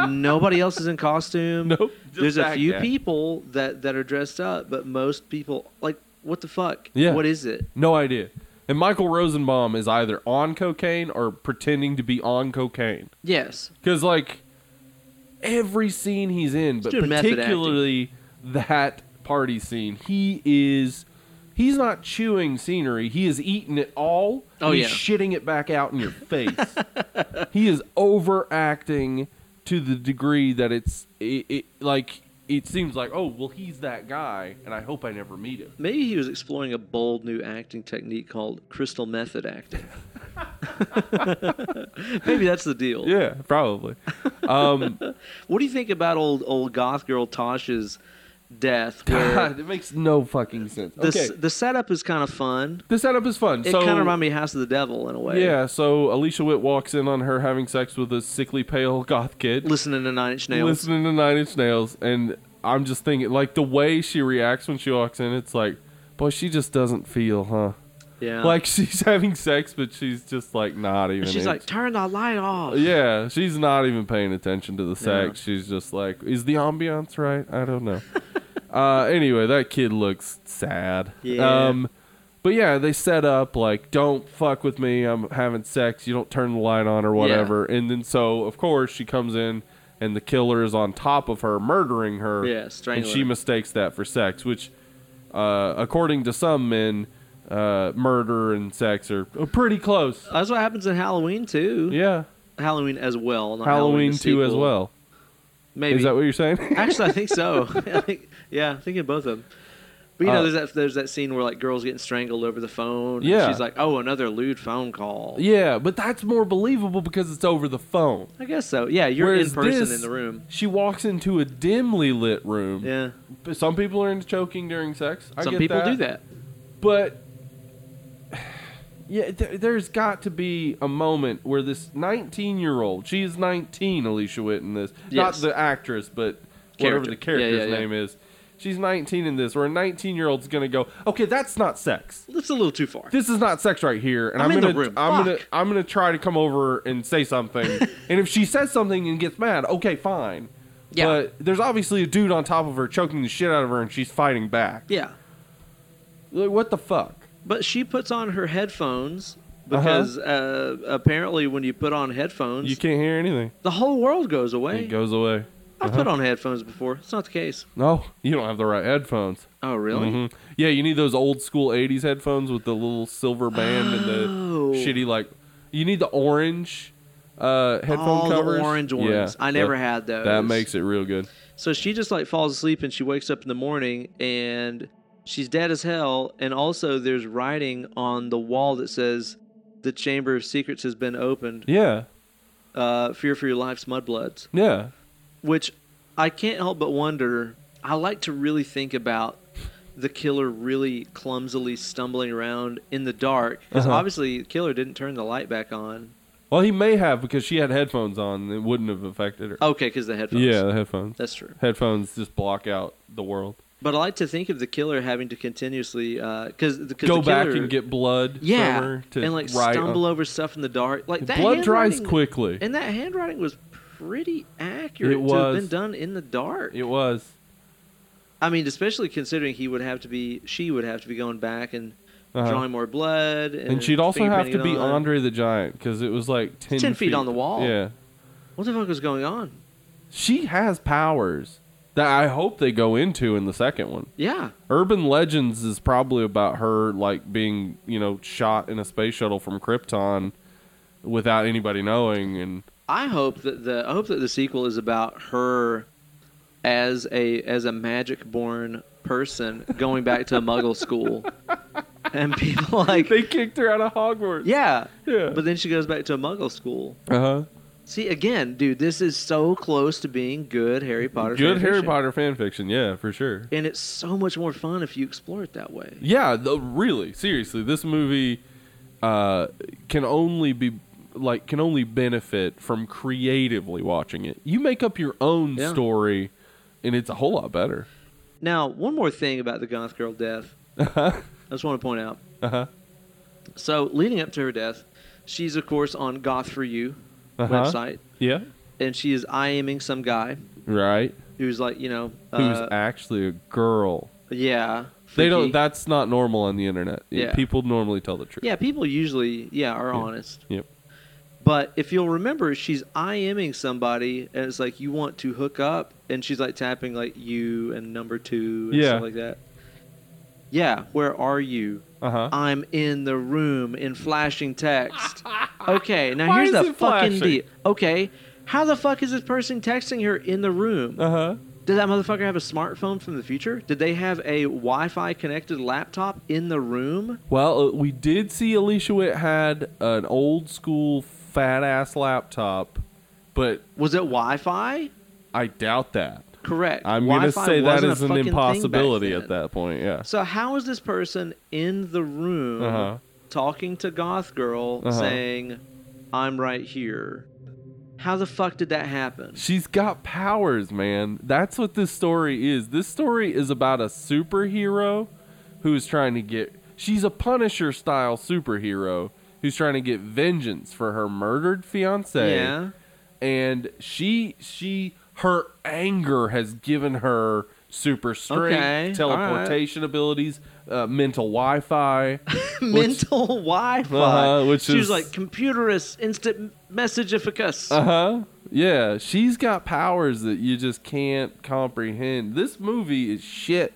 [SPEAKER 1] Nobody else is in costume.
[SPEAKER 2] Nope, just
[SPEAKER 1] There's a
[SPEAKER 2] that
[SPEAKER 1] few
[SPEAKER 2] guy.
[SPEAKER 1] people that that are dressed up, but most people like what the fuck?
[SPEAKER 2] Yeah.
[SPEAKER 1] What is it?
[SPEAKER 2] no idea and michael rosenbaum is either on cocaine or pretending to be on cocaine
[SPEAKER 1] Yes.
[SPEAKER 2] because like every scene he's in but
[SPEAKER 1] doing method acting.
[SPEAKER 2] particularly that party scene he is he's not chewing scenery he is eating it all and
[SPEAKER 1] Oh,
[SPEAKER 2] he's
[SPEAKER 1] yeah.
[SPEAKER 2] shitting it back out in your face he is overacting to the degree that it's it, it like it seems like oh well he's that guy and i hope i never meet him
[SPEAKER 1] Maybe he was exploring a bold new acting technique called crystal method acting. Maybe that's the deal.
[SPEAKER 2] yeah probably um
[SPEAKER 1] What do you think about old old goth girl Tasha's death? Where
[SPEAKER 2] god it makes no fucking sense
[SPEAKER 1] the,
[SPEAKER 2] okay
[SPEAKER 1] the setup is kind of fun.
[SPEAKER 2] the setup is fun
[SPEAKER 1] It
[SPEAKER 2] so
[SPEAKER 1] kind of reminded me of House of the Devil in a way.
[SPEAKER 2] Yeah, so Alicia Witt walks in on her having sex with a sickly pale goth kid,
[SPEAKER 1] Listening to Nine Inch Nails.
[SPEAKER 2] listening to Nine Inch Nails, and I'm just thinking, like the way she reacts when she walks in, it's like, boy, she just doesn't feel, huh?
[SPEAKER 1] yeah.
[SPEAKER 2] Like she's having sex, but she's just like not even.
[SPEAKER 1] And she's
[SPEAKER 2] in-
[SPEAKER 1] like, turn the light off.
[SPEAKER 2] yeah, she's not even paying attention to the sex. She's just like, is the ambiance right? I don't know. uh, anyway, that kid looks sad.
[SPEAKER 1] Yeah.
[SPEAKER 2] Um, but yeah, they set up like, don't fuck with me. I'm having sex. You don't turn the light on or whatever. And then so, of course, she comes in and the killer is on top of her, murdering her.
[SPEAKER 1] Yeah, strangling
[SPEAKER 2] And she
[SPEAKER 1] her.
[SPEAKER 2] mistakes that for sex, which, uh, according to some men, uh, murder and sex are pretty close.
[SPEAKER 1] That's what happens in Halloween too.
[SPEAKER 2] Yeah.
[SPEAKER 1] Halloween as well. Not
[SPEAKER 2] Halloween
[SPEAKER 1] the
[SPEAKER 2] 2 as
[SPEAKER 1] sequel.
[SPEAKER 2] well.
[SPEAKER 1] Maybe.
[SPEAKER 2] Is that what you're saying?
[SPEAKER 1] Actually, I think so. I think, yeah, I think in both of them. But you
[SPEAKER 2] Uh,
[SPEAKER 1] know, there's that there's that scene where like girls getting strangled over the phone. and
[SPEAKER 2] Yeah.
[SPEAKER 1] she's like, oh, another lewd phone call.
[SPEAKER 2] yeah, but that's more believable because it's over the phone.
[SPEAKER 1] I guess so. Yeah, you're
[SPEAKER 2] Whereas
[SPEAKER 1] in person
[SPEAKER 2] this,
[SPEAKER 1] in the room.
[SPEAKER 2] She walks into a dimly lit room.
[SPEAKER 1] Yeah.
[SPEAKER 2] But Some people are into choking during sex. I
[SPEAKER 1] Some
[SPEAKER 2] get
[SPEAKER 1] people do that.
[SPEAKER 2] But yeah, th- there's got to be a moment where this 19 year old, she is 19, Alicia Witt in this,
[SPEAKER 1] Yes.
[SPEAKER 2] not the actress, but
[SPEAKER 1] Character.
[SPEAKER 2] whatever the
[SPEAKER 1] Yeah, yeah,
[SPEAKER 2] character's
[SPEAKER 1] yeah.
[SPEAKER 2] name is. She's 19 in this, where a 19 year old's gonna go, okay, that's not sex.
[SPEAKER 1] That's a little too far.
[SPEAKER 2] this is not sex right here and
[SPEAKER 1] I'm
[SPEAKER 2] i'm,
[SPEAKER 1] in the
[SPEAKER 2] gonna
[SPEAKER 1] room.
[SPEAKER 2] i'm gonna
[SPEAKER 1] Fuck.
[SPEAKER 2] i'm gonna try to come over and say something and if she says something and gets mad okay fine
[SPEAKER 1] Yeah.
[SPEAKER 2] but there's obviously a dude on top of her choking the shit out of her and she's fighting back
[SPEAKER 1] yeah.
[SPEAKER 2] like, what the fuck
[SPEAKER 1] But she puts on her headphones
[SPEAKER 2] Uh-huh.
[SPEAKER 1] because uh, apparently when you put on headphones,
[SPEAKER 2] you can't hear anything
[SPEAKER 1] the whole world goes
[SPEAKER 2] it
[SPEAKER 1] away.
[SPEAKER 2] goes away
[SPEAKER 1] I've put on headphones before. It's not the case.
[SPEAKER 2] no you don't have the right headphones
[SPEAKER 1] Oh, really?
[SPEAKER 2] Mhm. yeah you need those old school 80s headphones with the little silver band and
[SPEAKER 1] Oh.
[SPEAKER 2] the shitty like you need the orange uh headphone
[SPEAKER 1] All
[SPEAKER 2] covers
[SPEAKER 1] the orange ones.
[SPEAKER 2] Yeah,
[SPEAKER 1] I never
[SPEAKER 2] that-
[SPEAKER 1] had those.
[SPEAKER 2] that makes it real good
[SPEAKER 1] So she just like falls asleep and she wakes up in the morning and she's dead as hell. And also, there's writing on the wall that says, "The Chamber of Secrets has been opened.
[SPEAKER 2] yeah
[SPEAKER 1] Uh, fear for your life's mudbloods."
[SPEAKER 2] yeah
[SPEAKER 1] Which I can't help but wonder. I like to really think about the killer really clumsily stumbling around in the dark because
[SPEAKER 2] Uh-huh.
[SPEAKER 1] obviously the killer didn't turn the light back on.
[SPEAKER 2] Well, he may have because she had headphones on. and It wouldn't have affected her.
[SPEAKER 1] Okay, because the Oh, headphones.
[SPEAKER 2] yeah, the headphones.
[SPEAKER 1] that's true.
[SPEAKER 2] Headphones just block out the world.
[SPEAKER 1] But I like to think of the killer having to continuously because the
[SPEAKER 2] Go
[SPEAKER 1] killer,
[SPEAKER 2] back and get blood. from
[SPEAKER 1] yeah
[SPEAKER 2] her to
[SPEAKER 1] and like
[SPEAKER 2] write
[SPEAKER 1] stumble
[SPEAKER 2] on-
[SPEAKER 1] over stuff in the dark like that
[SPEAKER 2] Blood dries
[SPEAKER 1] handwriting-
[SPEAKER 2] quickly.
[SPEAKER 1] and that handwriting was pretty accurate
[SPEAKER 2] It
[SPEAKER 1] to have been
[SPEAKER 2] was.
[SPEAKER 1] done in the dark
[SPEAKER 2] it was.
[SPEAKER 1] i mean especially considering he would have to be she would have to be going back and
[SPEAKER 2] Uh-huh.
[SPEAKER 1] drawing more blood and,
[SPEAKER 2] And she'd also have
[SPEAKER 1] fingerprinting
[SPEAKER 2] to be
[SPEAKER 1] it on.
[SPEAKER 2] Andre the Giant because it was like 10,
[SPEAKER 1] 10 feet on the wall.
[SPEAKER 2] Yeah.
[SPEAKER 1] what the fuck was going on
[SPEAKER 2] she has powers that I hope they go into in the second one.
[SPEAKER 1] Yeah.
[SPEAKER 2] Urban Legends is probably about her like being, you know, shot in a space shuttle from Krypton without anybody knowing and
[SPEAKER 1] I hope that the I hope that the sequel is about her as a as a magic born person going back to a muggle school. And people like
[SPEAKER 2] they kicked her out of Hogwarts.
[SPEAKER 1] Yeah.
[SPEAKER 2] Yeah.
[SPEAKER 1] But then she goes back to a muggle school.
[SPEAKER 2] Uh-huh.
[SPEAKER 1] See again, dude, this is so close to being good Harry Potter.
[SPEAKER 2] Good
[SPEAKER 1] fan
[SPEAKER 2] Harry
[SPEAKER 1] fiction.
[SPEAKER 2] Potter fan fiction, yeah, for sure.
[SPEAKER 1] And it's so much more fun if you explore it that way.
[SPEAKER 2] Yeah, the, really, seriously, this movie uh, can only be like can only benefit from creatively watching it. You make up your own
[SPEAKER 1] Yeah.
[SPEAKER 2] story, and it's a whole lot better.
[SPEAKER 1] Now, one more thing about the goth girl death. I just want to point out.
[SPEAKER 2] Uh-huh.
[SPEAKER 1] So, leading up to her death, she's of course on Goth for You
[SPEAKER 2] Uh-huh.
[SPEAKER 1] website,
[SPEAKER 2] Yeah,
[SPEAKER 1] and she is I aiming some guy
[SPEAKER 2] right.
[SPEAKER 1] who's like, you know,
[SPEAKER 2] Who's
[SPEAKER 1] uh,
[SPEAKER 2] actually a girl?
[SPEAKER 1] yeah, freaky.
[SPEAKER 2] They don't. That's not normal on the internet.
[SPEAKER 1] Yeah.
[SPEAKER 2] People normally tell the truth.
[SPEAKER 1] yeah, people usually yeah are
[SPEAKER 2] Yeah.
[SPEAKER 1] honest.
[SPEAKER 2] Yep.
[SPEAKER 1] But if you'll remember, she's I aiming somebody, and it's like you want to hook up, and she's like tapping like you and number two and
[SPEAKER 2] Yeah.
[SPEAKER 1] stuff like that. Yeah, where are you?
[SPEAKER 2] Uh huh.
[SPEAKER 1] I'm in the room in flashing text. Okay, now
[SPEAKER 2] Why
[SPEAKER 1] here's
[SPEAKER 2] is
[SPEAKER 1] the
[SPEAKER 2] it
[SPEAKER 1] fucking
[SPEAKER 2] flashing?
[SPEAKER 1] deal. Okay, how the fuck is this person texting her in the room?
[SPEAKER 2] Uh huh.
[SPEAKER 1] Did that motherfucker have a smartphone from the future? Did they have a Wi Fi connected laptop in the room?
[SPEAKER 2] Well, uh, we did see Alicia Witt had an old school fat ass laptop, but
[SPEAKER 1] Was it Wi Fi?
[SPEAKER 2] I doubt that.
[SPEAKER 1] Correct.
[SPEAKER 2] I'm going to
[SPEAKER 1] Wi-Fi
[SPEAKER 2] say that
[SPEAKER 1] wasn't a
[SPEAKER 2] is an
[SPEAKER 1] fucking thing back
[SPEAKER 2] impossibility at
[SPEAKER 1] then.
[SPEAKER 2] that point. Yeah.
[SPEAKER 1] So, how is this person in the room
[SPEAKER 2] Uh-huh.
[SPEAKER 1] talking to Goth Girl
[SPEAKER 2] Uh-huh.
[SPEAKER 1] saying, I'm right here? How the fuck did that happen?
[SPEAKER 2] She's got powers, man. That's what this story is. This story is about a superhero who's trying to get. She's a Punisher style superhero who's trying to get vengeance for her murdered fiance.
[SPEAKER 1] Yeah.
[SPEAKER 2] And she, she, her anger has given her super strength,
[SPEAKER 1] Okay, all right.
[SPEAKER 2] teleportation abilities, uh, mental Wi Fi.
[SPEAKER 1] mental Wi-Fi.
[SPEAKER 2] Uh-huh, which
[SPEAKER 1] she was
[SPEAKER 2] is-
[SPEAKER 1] like computerist, instant messagificus.
[SPEAKER 2] Uh huh. Yeah, she's got powers that you just can't comprehend. This movie is shit.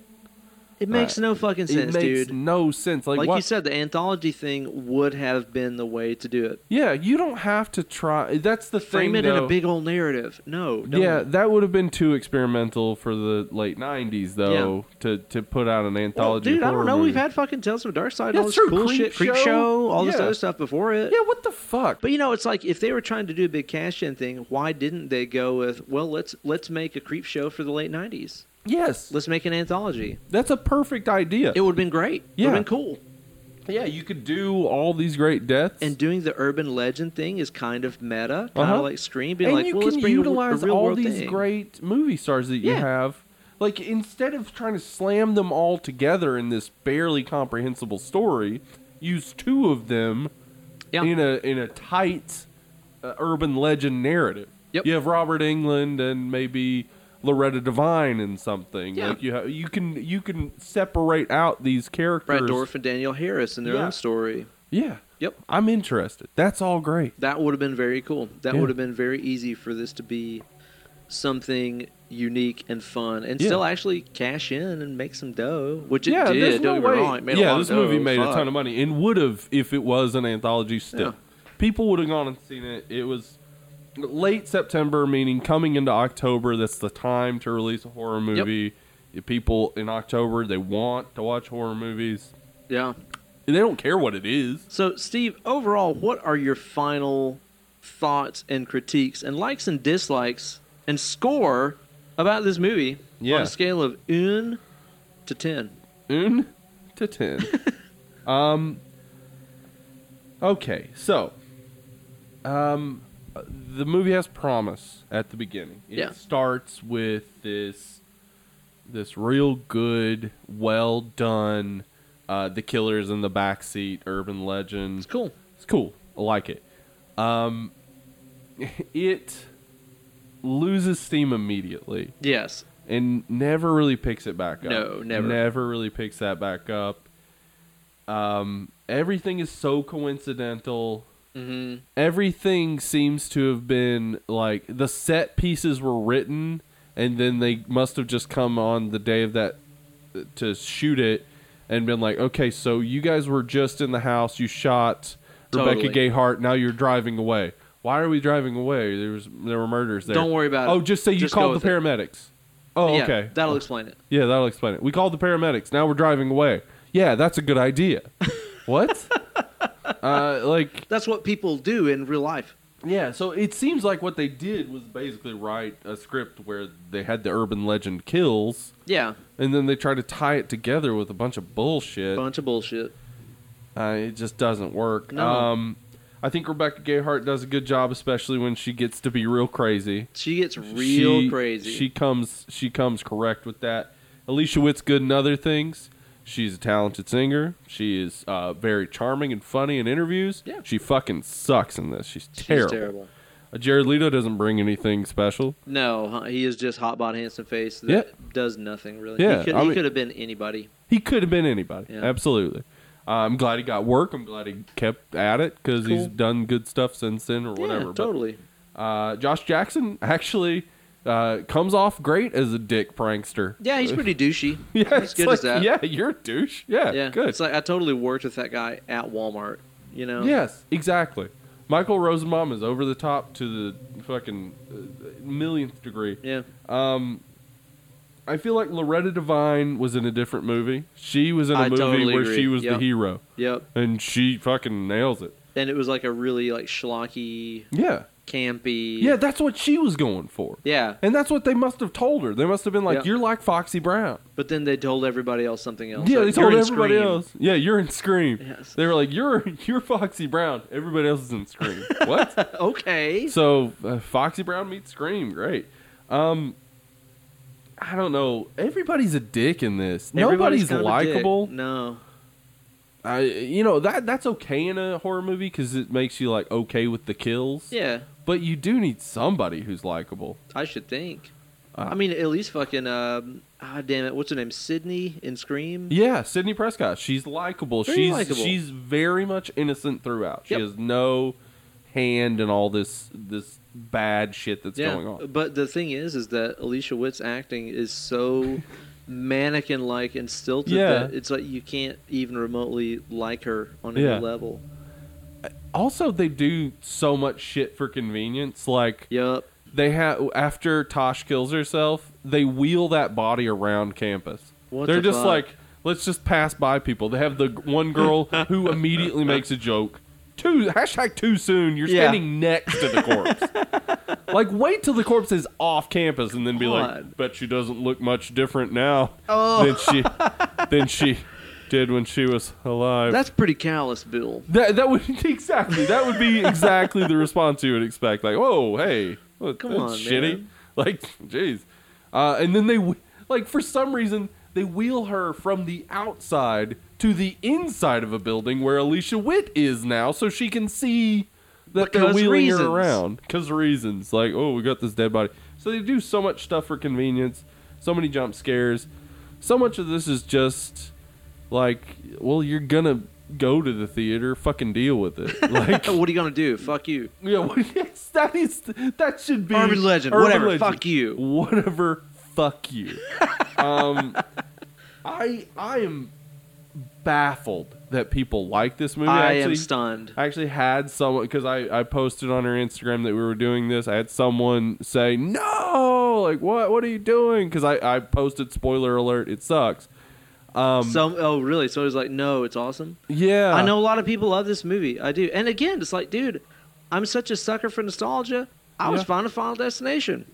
[SPEAKER 1] it makes
[SPEAKER 2] right.
[SPEAKER 1] no fucking
[SPEAKER 2] It
[SPEAKER 1] sense,
[SPEAKER 2] makes
[SPEAKER 1] dude.
[SPEAKER 2] no sense. Like,
[SPEAKER 1] Like,
[SPEAKER 2] what?
[SPEAKER 1] you said, the anthology thing would have been the way to do it.
[SPEAKER 2] yeah, you don't have to try. That's the
[SPEAKER 1] Frame
[SPEAKER 2] thing.
[SPEAKER 1] it in
[SPEAKER 2] though.
[SPEAKER 1] a big old narrative. No, don't.
[SPEAKER 2] yeah, that would have been too experimental for the late '90s, though, to to put out an
[SPEAKER 1] Well,
[SPEAKER 2] anthology.
[SPEAKER 1] dude, I
[SPEAKER 2] horror
[SPEAKER 1] don't know. We've
[SPEAKER 2] movie.
[SPEAKER 1] had fucking Tales from the Dark Side,
[SPEAKER 2] Yeah,
[SPEAKER 1] all this
[SPEAKER 2] it's true.
[SPEAKER 1] cool
[SPEAKER 2] Creep
[SPEAKER 1] shit, Creep
[SPEAKER 2] Show.
[SPEAKER 1] Show, all this
[SPEAKER 2] Yeah.
[SPEAKER 1] other stuff before it.
[SPEAKER 2] Yeah, what the fuck?
[SPEAKER 1] But you know, it's like if they were trying to do a big cash-in thing, why didn't they go with, well, let's let's make a creep show for the late '90s.
[SPEAKER 2] yes,
[SPEAKER 1] Let's make an anthology.
[SPEAKER 2] that's a perfect idea.
[SPEAKER 1] It would have been great.
[SPEAKER 2] Yeah.
[SPEAKER 1] would have been cool.
[SPEAKER 2] yeah, you could do all these great deaths
[SPEAKER 1] and doing the urban legend thing is kind of meta, kind
[SPEAKER 2] Uh-huh.
[SPEAKER 1] of like Scream, being
[SPEAKER 2] and
[SPEAKER 1] like,
[SPEAKER 2] you
[SPEAKER 1] well,
[SPEAKER 2] can
[SPEAKER 1] let's bring a w-
[SPEAKER 2] utilize
[SPEAKER 1] a real
[SPEAKER 2] all
[SPEAKER 1] world
[SPEAKER 2] these
[SPEAKER 1] thing.
[SPEAKER 2] great movie stars that you
[SPEAKER 1] Yeah.
[SPEAKER 2] have. Like instead of trying to slam them all together in this barely comprehensible story, use two of them
[SPEAKER 1] Yeah.
[SPEAKER 2] in a in a tight uh, urban legend narrative.
[SPEAKER 1] Yep.
[SPEAKER 2] You have Robert England and maybe Loretta Devine in something.
[SPEAKER 1] Yeah.
[SPEAKER 2] Like you have, you can you can separate out these characters.
[SPEAKER 1] Brad Dorff and Daniel Harris in their
[SPEAKER 2] Yeah.
[SPEAKER 1] own story.
[SPEAKER 2] Yeah.
[SPEAKER 1] Yep.
[SPEAKER 2] I'm interested. That's all great.
[SPEAKER 1] That would have been very cool. That
[SPEAKER 2] Yeah.
[SPEAKER 1] would have been very easy for this to be something unique and fun, and
[SPEAKER 2] Yeah.
[SPEAKER 1] still actually cash in and make some dough, which it
[SPEAKER 2] yeah, there's
[SPEAKER 1] did. Don't
[SPEAKER 2] no
[SPEAKER 1] get me
[SPEAKER 2] way-
[SPEAKER 1] wrong. It made a
[SPEAKER 2] yeah,
[SPEAKER 1] lot
[SPEAKER 2] this
[SPEAKER 1] of
[SPEAKER 2] movie
[SPEAKER 1] dough.
[SPEAKER 2] made a
[SPEAKER 1] Fuck.
[SPEAKER 2] ton of money and would have if it was an anthology. Still,
[SPEAKER 1] Yeah.
[SPEAKER 2] people would have gone and seen it. It was late September, meaning coming into October. That's the time to release a horror movie. If People in October they want to watch horror movies.
[SPEAKER 1] Yeah.
[SPEAKER 2] They don't care what it is.
[SPEAKER 1] So, Steve, overall, what are your final thoughts and critiques and likes and dislikes and score about this movie
[SPEAKER 2] Yeah. Hmm.
[SPEAKER 1] on a scale of un to ten?
[SPEAKER 2] Un to ten. um. Okay, so, um, the movie has promise at the beginning. It
[SPEAKER 1] Yeah.
[SPEAKER 2] starts with this, this real good, well done. Uh, the killers in the backseat, urban legend.
[SPEAKER 1] It's cool.
[SPEAKER 2] It's cool. I like it. Um, it loses steam immediately
[SPEAKER 1] Yes.
[SPEAKER 2] and never really picks it back up.
[SPEAKER 1] No, never.
[SPEAKER 2] Never really picks that back up. Um, everything is so coincidental.
[SPEAKER 1] Mm-hmm.
[SPEAKER 2] everything seems to have been like the set pieces were written and then they must have just come on the day of that to shoot it and been like okay so you guys were just in the house you shot Rebecca
[SPEAKER 1] Totally.
[SPEAKER 2] Gayhart now you're driving away why are we driving away there was there were murders there
[SPEAKER 1] Don't worry about
[SPEAKER 2] oh
[SPEAKER 1] it.
[SPEAKER 2] just say you
[SPEAKER 1] Just go
[SPEAKER 2] called
[SPEAKER 1] with
[SPEAKER 2] the
[SPEAKER 1] it.
[SPEAKER 2] paramedics oh
[SPEAKER 1] yeah,
[SPEAKER 2] okay
[SPEAKER 1] That'll explain it.
[SPEAKER 2] yeah, that'll explain it. We called the paramedics. Now we're driving away. Yeah, that's a good idea. what? Uh, like,
[SPEAKER 1] That's what people do in real life.
[SPEAKER 2] yeah. So it seems like what they did was basically write a script where they had the urban legend kills,
[SPEAKER 1] Yeah,
[SPEAKER 2] and then they try to tie it together with a bunch of bullshit.
[SPEAKER 1] bunch of bullshit.
[SPEAKER 2] Uh, it just doesn't work.
[SPEAKER 1] No.
[SPEAKER 2] Um, I think Rebecca Gayhart does a good job, especially when she gets to be real crazy.
[SPEAKER 1] She gets real
[SPEAKER 2] she,
[SPEAKER 1] crazy.
[SPEAKER 2] She comes she comes correct with that. Alicia Witt's good in other things. She's a talented singer. She is uh, very charming and funny in interviews.
[SPEAKER 1] Yeah.
[SPEAKER 2] She fucking sucks in this. She's
[SPEAKER 1] She's
[SPEAKER 2] terrible.
[SPEAKER 1] terrible.
[SPEAKER 2] Uh, Jared Leto doesn't bring anything special.
[SPEAKER 1] No, huh, he is just hot hotbod handsome face that
[SPEAKER 2] Yeah.
[SPEAKER 1] does nothing really.
[SPEAKER 2] Yeah,
[SPEAKER 1] he could,
[SPEAKER 2] I
[SPEAKER 1] he
[SPEAKER 2] mean-
[SPEAKER 1] could have been anybody.
[SPEAKER 2] He could have been anybody.
[SPEAKER 1] Yeah.
[SPEAKER 2] Absolutely. Uh, I'm glad he got work. I'm glad he kept at it because he's
[SPEAKER 1] Cool.
[SPEAKER 2] done good stuff since then or whatever.
[SPEAKER 1] yeah,
[SPEAKER 2] But,
[SPEAKER 1] totally.
[SPEAKER 2] uh, Josh Jackson actually uh, comes off great as a dick prankster.
[SPEAKER 1] Yeah, he's pretty douchey.
[SPEAKER 2] Yeah,
[SPEAKER 1] he's
[SPEAKER 2] it's
[SPEAKER 1] good
[SPEAKER 2] like,
[SPEAKER 1] as that.
[SPEAKER 2] Yeah, you're a douche. Yeah,
[SPEAKER 1] yeah.
[SPEAKER 2] good.
[SPEAKER 1] It's like I totally worked with that guy at Walmart. You know.
[SPEAKER 2] Yes, exactly. Michael Rosenbaum is over the top to the fucking uh, millionth degree.
[SPEAKER 1] Yeah.
[SPEAKER 2] Um, I feel like Loretta Devine was in a different movie. She was in a
[SPEAKER 1] I
[SPEAKER 2] movie
[SPEAKER 1] totally
[SPEAKER 2] where
[SPEAKER 1] agree.
[SPEAKER 2] she was the
[SPEAKER 1] Yep.
[SPEAKER 2] hero,
[SPEAKER 1] Yep.
[SPEAKER 2] and she fucking nails it.
[SPEAKER 1] And it was like a really like schlocky,
[SPEAKER 2] Yeah,
[SPEAKER 1] campy.
[SPEAKER 2] yeah, that's what she was going for,
[SPEAKER 1] Yeah.
[SPEAKER 2] and that's what they must have told her. They must have been like,
[SPEAKER 1] Yep.
[SPEAKER 2] "You're like Foxy Brown."
[SPEAKER 1] But then they told everybody else something else.
[SPEAKER 2] Yeah, they
[SPEAKER 1] Like,
[SPEAKER 2] told
[SPEAKER 1] "You're in
[SPEAKER 2] everybody
[SPEAKER 1] Scream."
[SPEAKER 2] else. Yeah, you're in Scream.
[SPEAKER 1] Yes.
[SPEAKER 2] They were like, "You're you're Foxy Brown." Everybody else is in Scream. what?
[SPEAKER 1] Okay.
[SPEAKER 2] So uh, Foxy Brown meets Scream, great. Um, I don't know. Everybody's a dick in this.
[SPEAKER 1] Everybody's
[SPEAKER 2] Nobody's
[SPEAKER 1] kind of a dick.
[SPEAKER 2] likable.
[SPEAKER 1] No.
[SPEAKER 2] I, you know that that's okay in a horror movie because it makes you like okay with the kills.
[SPEAKER 1] Yeah.
[SPEAKER 2] But you do need somebody who's likable.
[SPEAKER 1] I should think.
[SPEAKER 2] Uh,
[SPEAKER 1] I mean, at least fucking um, ah, damn it, what's her name? Sydney in Scream.
[SPEAKER 2] Yeah, Sydney Prescott. She's likable.
[SPEAKER 1] Very
[SPEAKER 2] she's
[SPEAKER 1] likable.
[SPEAKER 2] she's very much innocent throughout. She
[SPEAKER 1] Yep.
[SPEAKER 2] has no hand in all this this bad shit that's going on.
[SPEAKER 1] But the thing is, is that Alicia Witt's acting is so mannequin-like and stilted
[SPEAKER 2] Yeah.
[SPEAKER 1] that it's like you can't even remotely like her on any
[SPEAKER 2] Yeah.
[SPEAKER 1] level.
[SPEAKER 2] Also, they do so much shit for convenience. Like
[SPEAKER 1] Yup.
[SPEAKER 2] they have after Tosh kills herself, they wheel that body around campus.
[SPEAKER 1] What
[SPEAKER 2] They're
[SPEAKER 1] the
[SPEAKER 2] just
[SPEAKER 1] fuck?
[SPEAKER 2] like, let's just pass by people. They have the g- one girl who immediately makes a joke. Too hashtag too soon. You're
[SPEAKER 1] Yeah.
[SPEAKER 2] standing next to the corpse. like, wait till the corpse is off campus and then be like,
[SPEAKER 1] God.
[SPEAKER 2] bet she doesn't look much different now
[SPEAKER 1] Oh.
[SPEAKER 2] than she than she did when she was alive.
[SPEAKER 1] That's pretty callous, Bill.
[SPEAKER 2] That that would exactly that would be exactly the response you would expect. Like, oh, hey, look,
[SPEAKER 1] Come
[SPEAKER 2] that's
[SPEAKER 1] on,
[SPEAKER 2] shitty.
[SPEAKER 1] man.
[SPEAKER 2] Like, jeez. Uh, and then they wh- like for some reason they wheel her from the outside to the inside of a building where Alicia Witt is now, so she can see that they're
[SPEAKER 1] Because
[SPEAKER 2] wheeling
[SPEAKER 1] reasons.
[SPEAKER 2] her around because reasons. Like, oh, we got this dead body. So they do so much stuff for convenience. So many jump scares. So much of this is just like, well, you're gonna go to the theater, fucking deal with it. Like,
[SPEAKER 1] what are you gonna do? Fuck you.
[SPEAKER 2] yeah, well, yes, that is that should be
[SPEAKER 1] Urban legend, whatever, fuck you.
[SPEAKER 2] whatever, fuck you. um, I I am baffled that people like this movie.
[SPEAKER 1] I
[SPEAKER 2] actually,
[SPEAKER 1] am stunned.
[SPEAKER 2] I actually had someone because I, I posted on her Instagram that we were doing this. I had someone say, "No, like what? What are you doing?" Because I, I posted spoiler alert. It sucks. Um,
[SPEAKER 1] Some oh really? So it was like, no, it's awesome.
[SPEAKER 2] yeah,
[SPEAKER 1] I know a lot of people love this movie. I do. And again, it's like, dude, I'm such a sucker for nostalgia. I was
[SPEAKER 2] Yeah.
[SPEAKER 1] fond of Final Destination.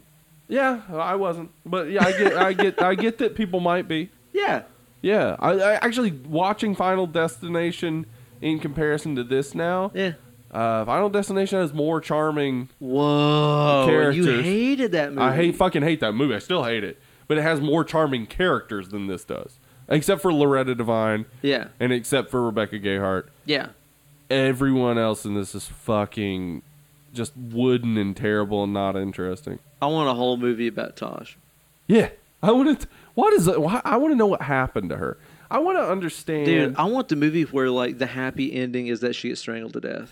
[SPEAKER 2] Yeah, I wasn't, but yeah, I get I get I get that people might be.
[SPEAKER 1] Yeah.
[SPEAKER 2] Yeah, I, I actually watching Final Destination in comparison to this now.
[SPEAKER 1] Yeah.
[SPEAKER 2] Uh, Final Destination has more charming.
[SPEAKER 1] Whoa. and You
[SPEAKER 2] Characters.
[SPEAKER 1] hated that movie.
[SPEAKER 2] I hate fucking hate that movie. I still hate it, but it has more charming characters than this does, except for Loretta Devine
[SPEAKER 1] Yeah.
[SPEAKER 2] and except for Rebecca Gayhart.
[SPEAKER 1] Yeah.
[SPEAKER 2] Everyone else in this is fucking just wooden and terrible and not interesting.
[SPEAKER 1] I want a whole movie about Tosh.
[SPEAKER 2] Yeah, I want to. What is? why- I want to know what happened to her. I want to understand.
[SPEAKER 1] Dude, I want the movie where like the happy ending is that she gets strangled to death.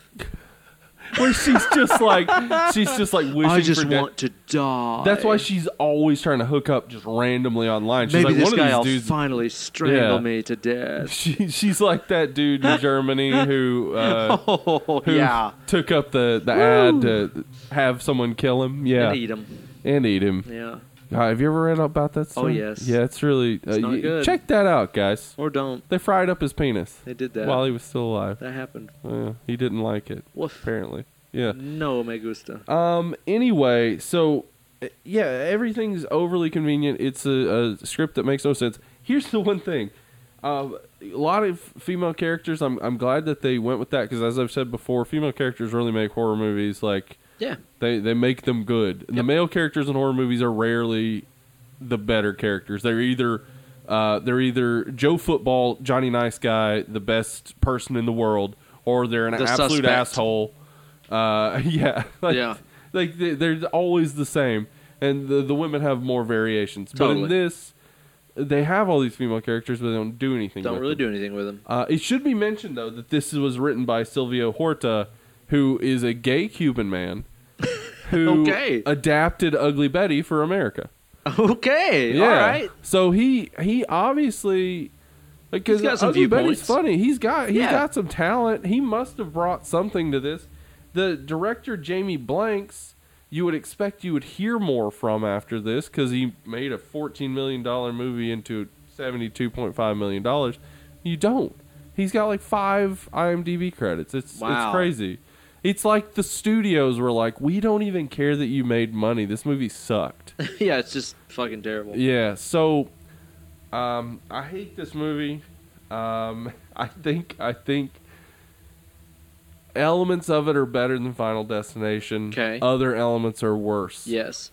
[SPEAKER 2] where she's just like she's just like wishing
[SPEAKER 1] I just
[SPEAKER 2] for death.
[SPEAKER 1] want to die.
[SPEAKER 2] That's why she's always trying to hook up just randomly online. She's
[SPEAKER 1] Maybe
[SPEAKER 2] like
[SPEAKER 1] this
[SPEAKER 2] one
[SPEAKER 1] guy
[SPEAKER 2] of
[SPEAKER 1] will
[SPEAKER 2] these dudes.
[SPEAKER 1] finally strangle
[SPEAKER 2] Yeah.
[SPEAKER 1] me to death.
[SPEAKER 2] She, she's like that dude in Germany who uh,
[SPEAKER 1] Oh,
[SPEAKER 2] who
[SPEAKER 1] yeah.
[SPEAKER 2] took up the the ad to have someone kill him. Yeah,
[SPEAKER 1] And eat him.
[SPEAKER 2] And eat him.
[SPEAKER 1] Yeah.
[SPEAKER 2] Uh, have you ever read about that? Story?
[SPEAKER 1] Oh, yes.
[SPEAKER 2] Yeah, it's really uh,
[SPEAKER 1] not
[SPEAKER 2] you-
[SPEAKER 1] good.
[SPEAKER 2] check that out, guys.
[SPEAKER 1] Or don't.
[SPEAKER 2] They fried up his penis
[SPEAKER 1] They did that.
[SPEAKER 2] while he was still alive.
[SPEAKER 1] that happened.
[SPEAKER 2] Yeah, he didn't like it
[SPEAKER 1] Woof.
[SPEAKER 2] apparently. Yeah.
[SPEAKER 1] No me gusta.
[SPEAKER 2] Um. Anyway, so uh, yeah, everything's overly convenient. It's a, a script that makes no sense. Here's the one thing: um, a lot of female characters. I'm I'm glad that they went with that because, as I've said before, female characters really make horror movies like
[SPEAKER 1] Yeah.
[SPEAKER 2] they they make them good. The
[SPEAKER 1] Yep.
[SPEAKER 2] male characters in horror movies are rarely the better characters. They're either uh, they're either Joe Football, Johnny Nice Guy, the best person in the world, or they're an
[SPEAKER 1] The
[SPEAKER 2] absolute
[SPEAKER 1] suspect.
[SPEAKER 2] asshole. Uh, yeah, like,
[SPEAKER 1] Yeah.
[SPEAKER 2] Like they- they're always the same, and the the women have more variations. But
[SPEAKER 1] Totally.
[SPEAKER 2] in this, they have all these female characters, but they don't do anything.
[SPEAKER 1] Don't
[SPEAKER 2] with
[SPEAKER 1] really
[SPEAKER 2] them.
[SPEAKER 1] do anything with him.
[SPEAKER 2] Uh, it should be mentioned though that this was written by Silvio Horta, who is a gay Cuban man who
[SPEAKER 1] Okay.
[SPEAKER 2] adapted Ugly Betty for America.
[SPEAKER 1] Okay. All right.
[SPEAKER 2] So he he obviously because
[SPEAKER 1] He's got some
[SPEAKER 2] Ugly Betty's
[SPEAKER 1] viewpoints.
[SPEAKER 2] funny. He's got he's
[SPEAKER 1] Yeah.
[SPEAKER 2] got some talent. He must have brought something to this. The director Jamie Blanks, you would expect you would hear more from after this because he made a fourteen million dollar movie into seventy two point five million dollars. You don't. He's got like five IMDb credits. It's
[SPEAKER 1] Wow.
[SPEAKER 2] it's crazy. It's like the studios were like, we don't even care that you made money. This movie sucked.
[SPEAKER 1] yeah, it's just fucking terrible.
[SPEAKER 2] Yeah, so um, I hate this movie. Um, I think I think elements of it are better than Final Destination.
[SPEAKER 1] Okay.
[SPEAKER 2] Other elements are worse.
[SPEAKER 1] Yes.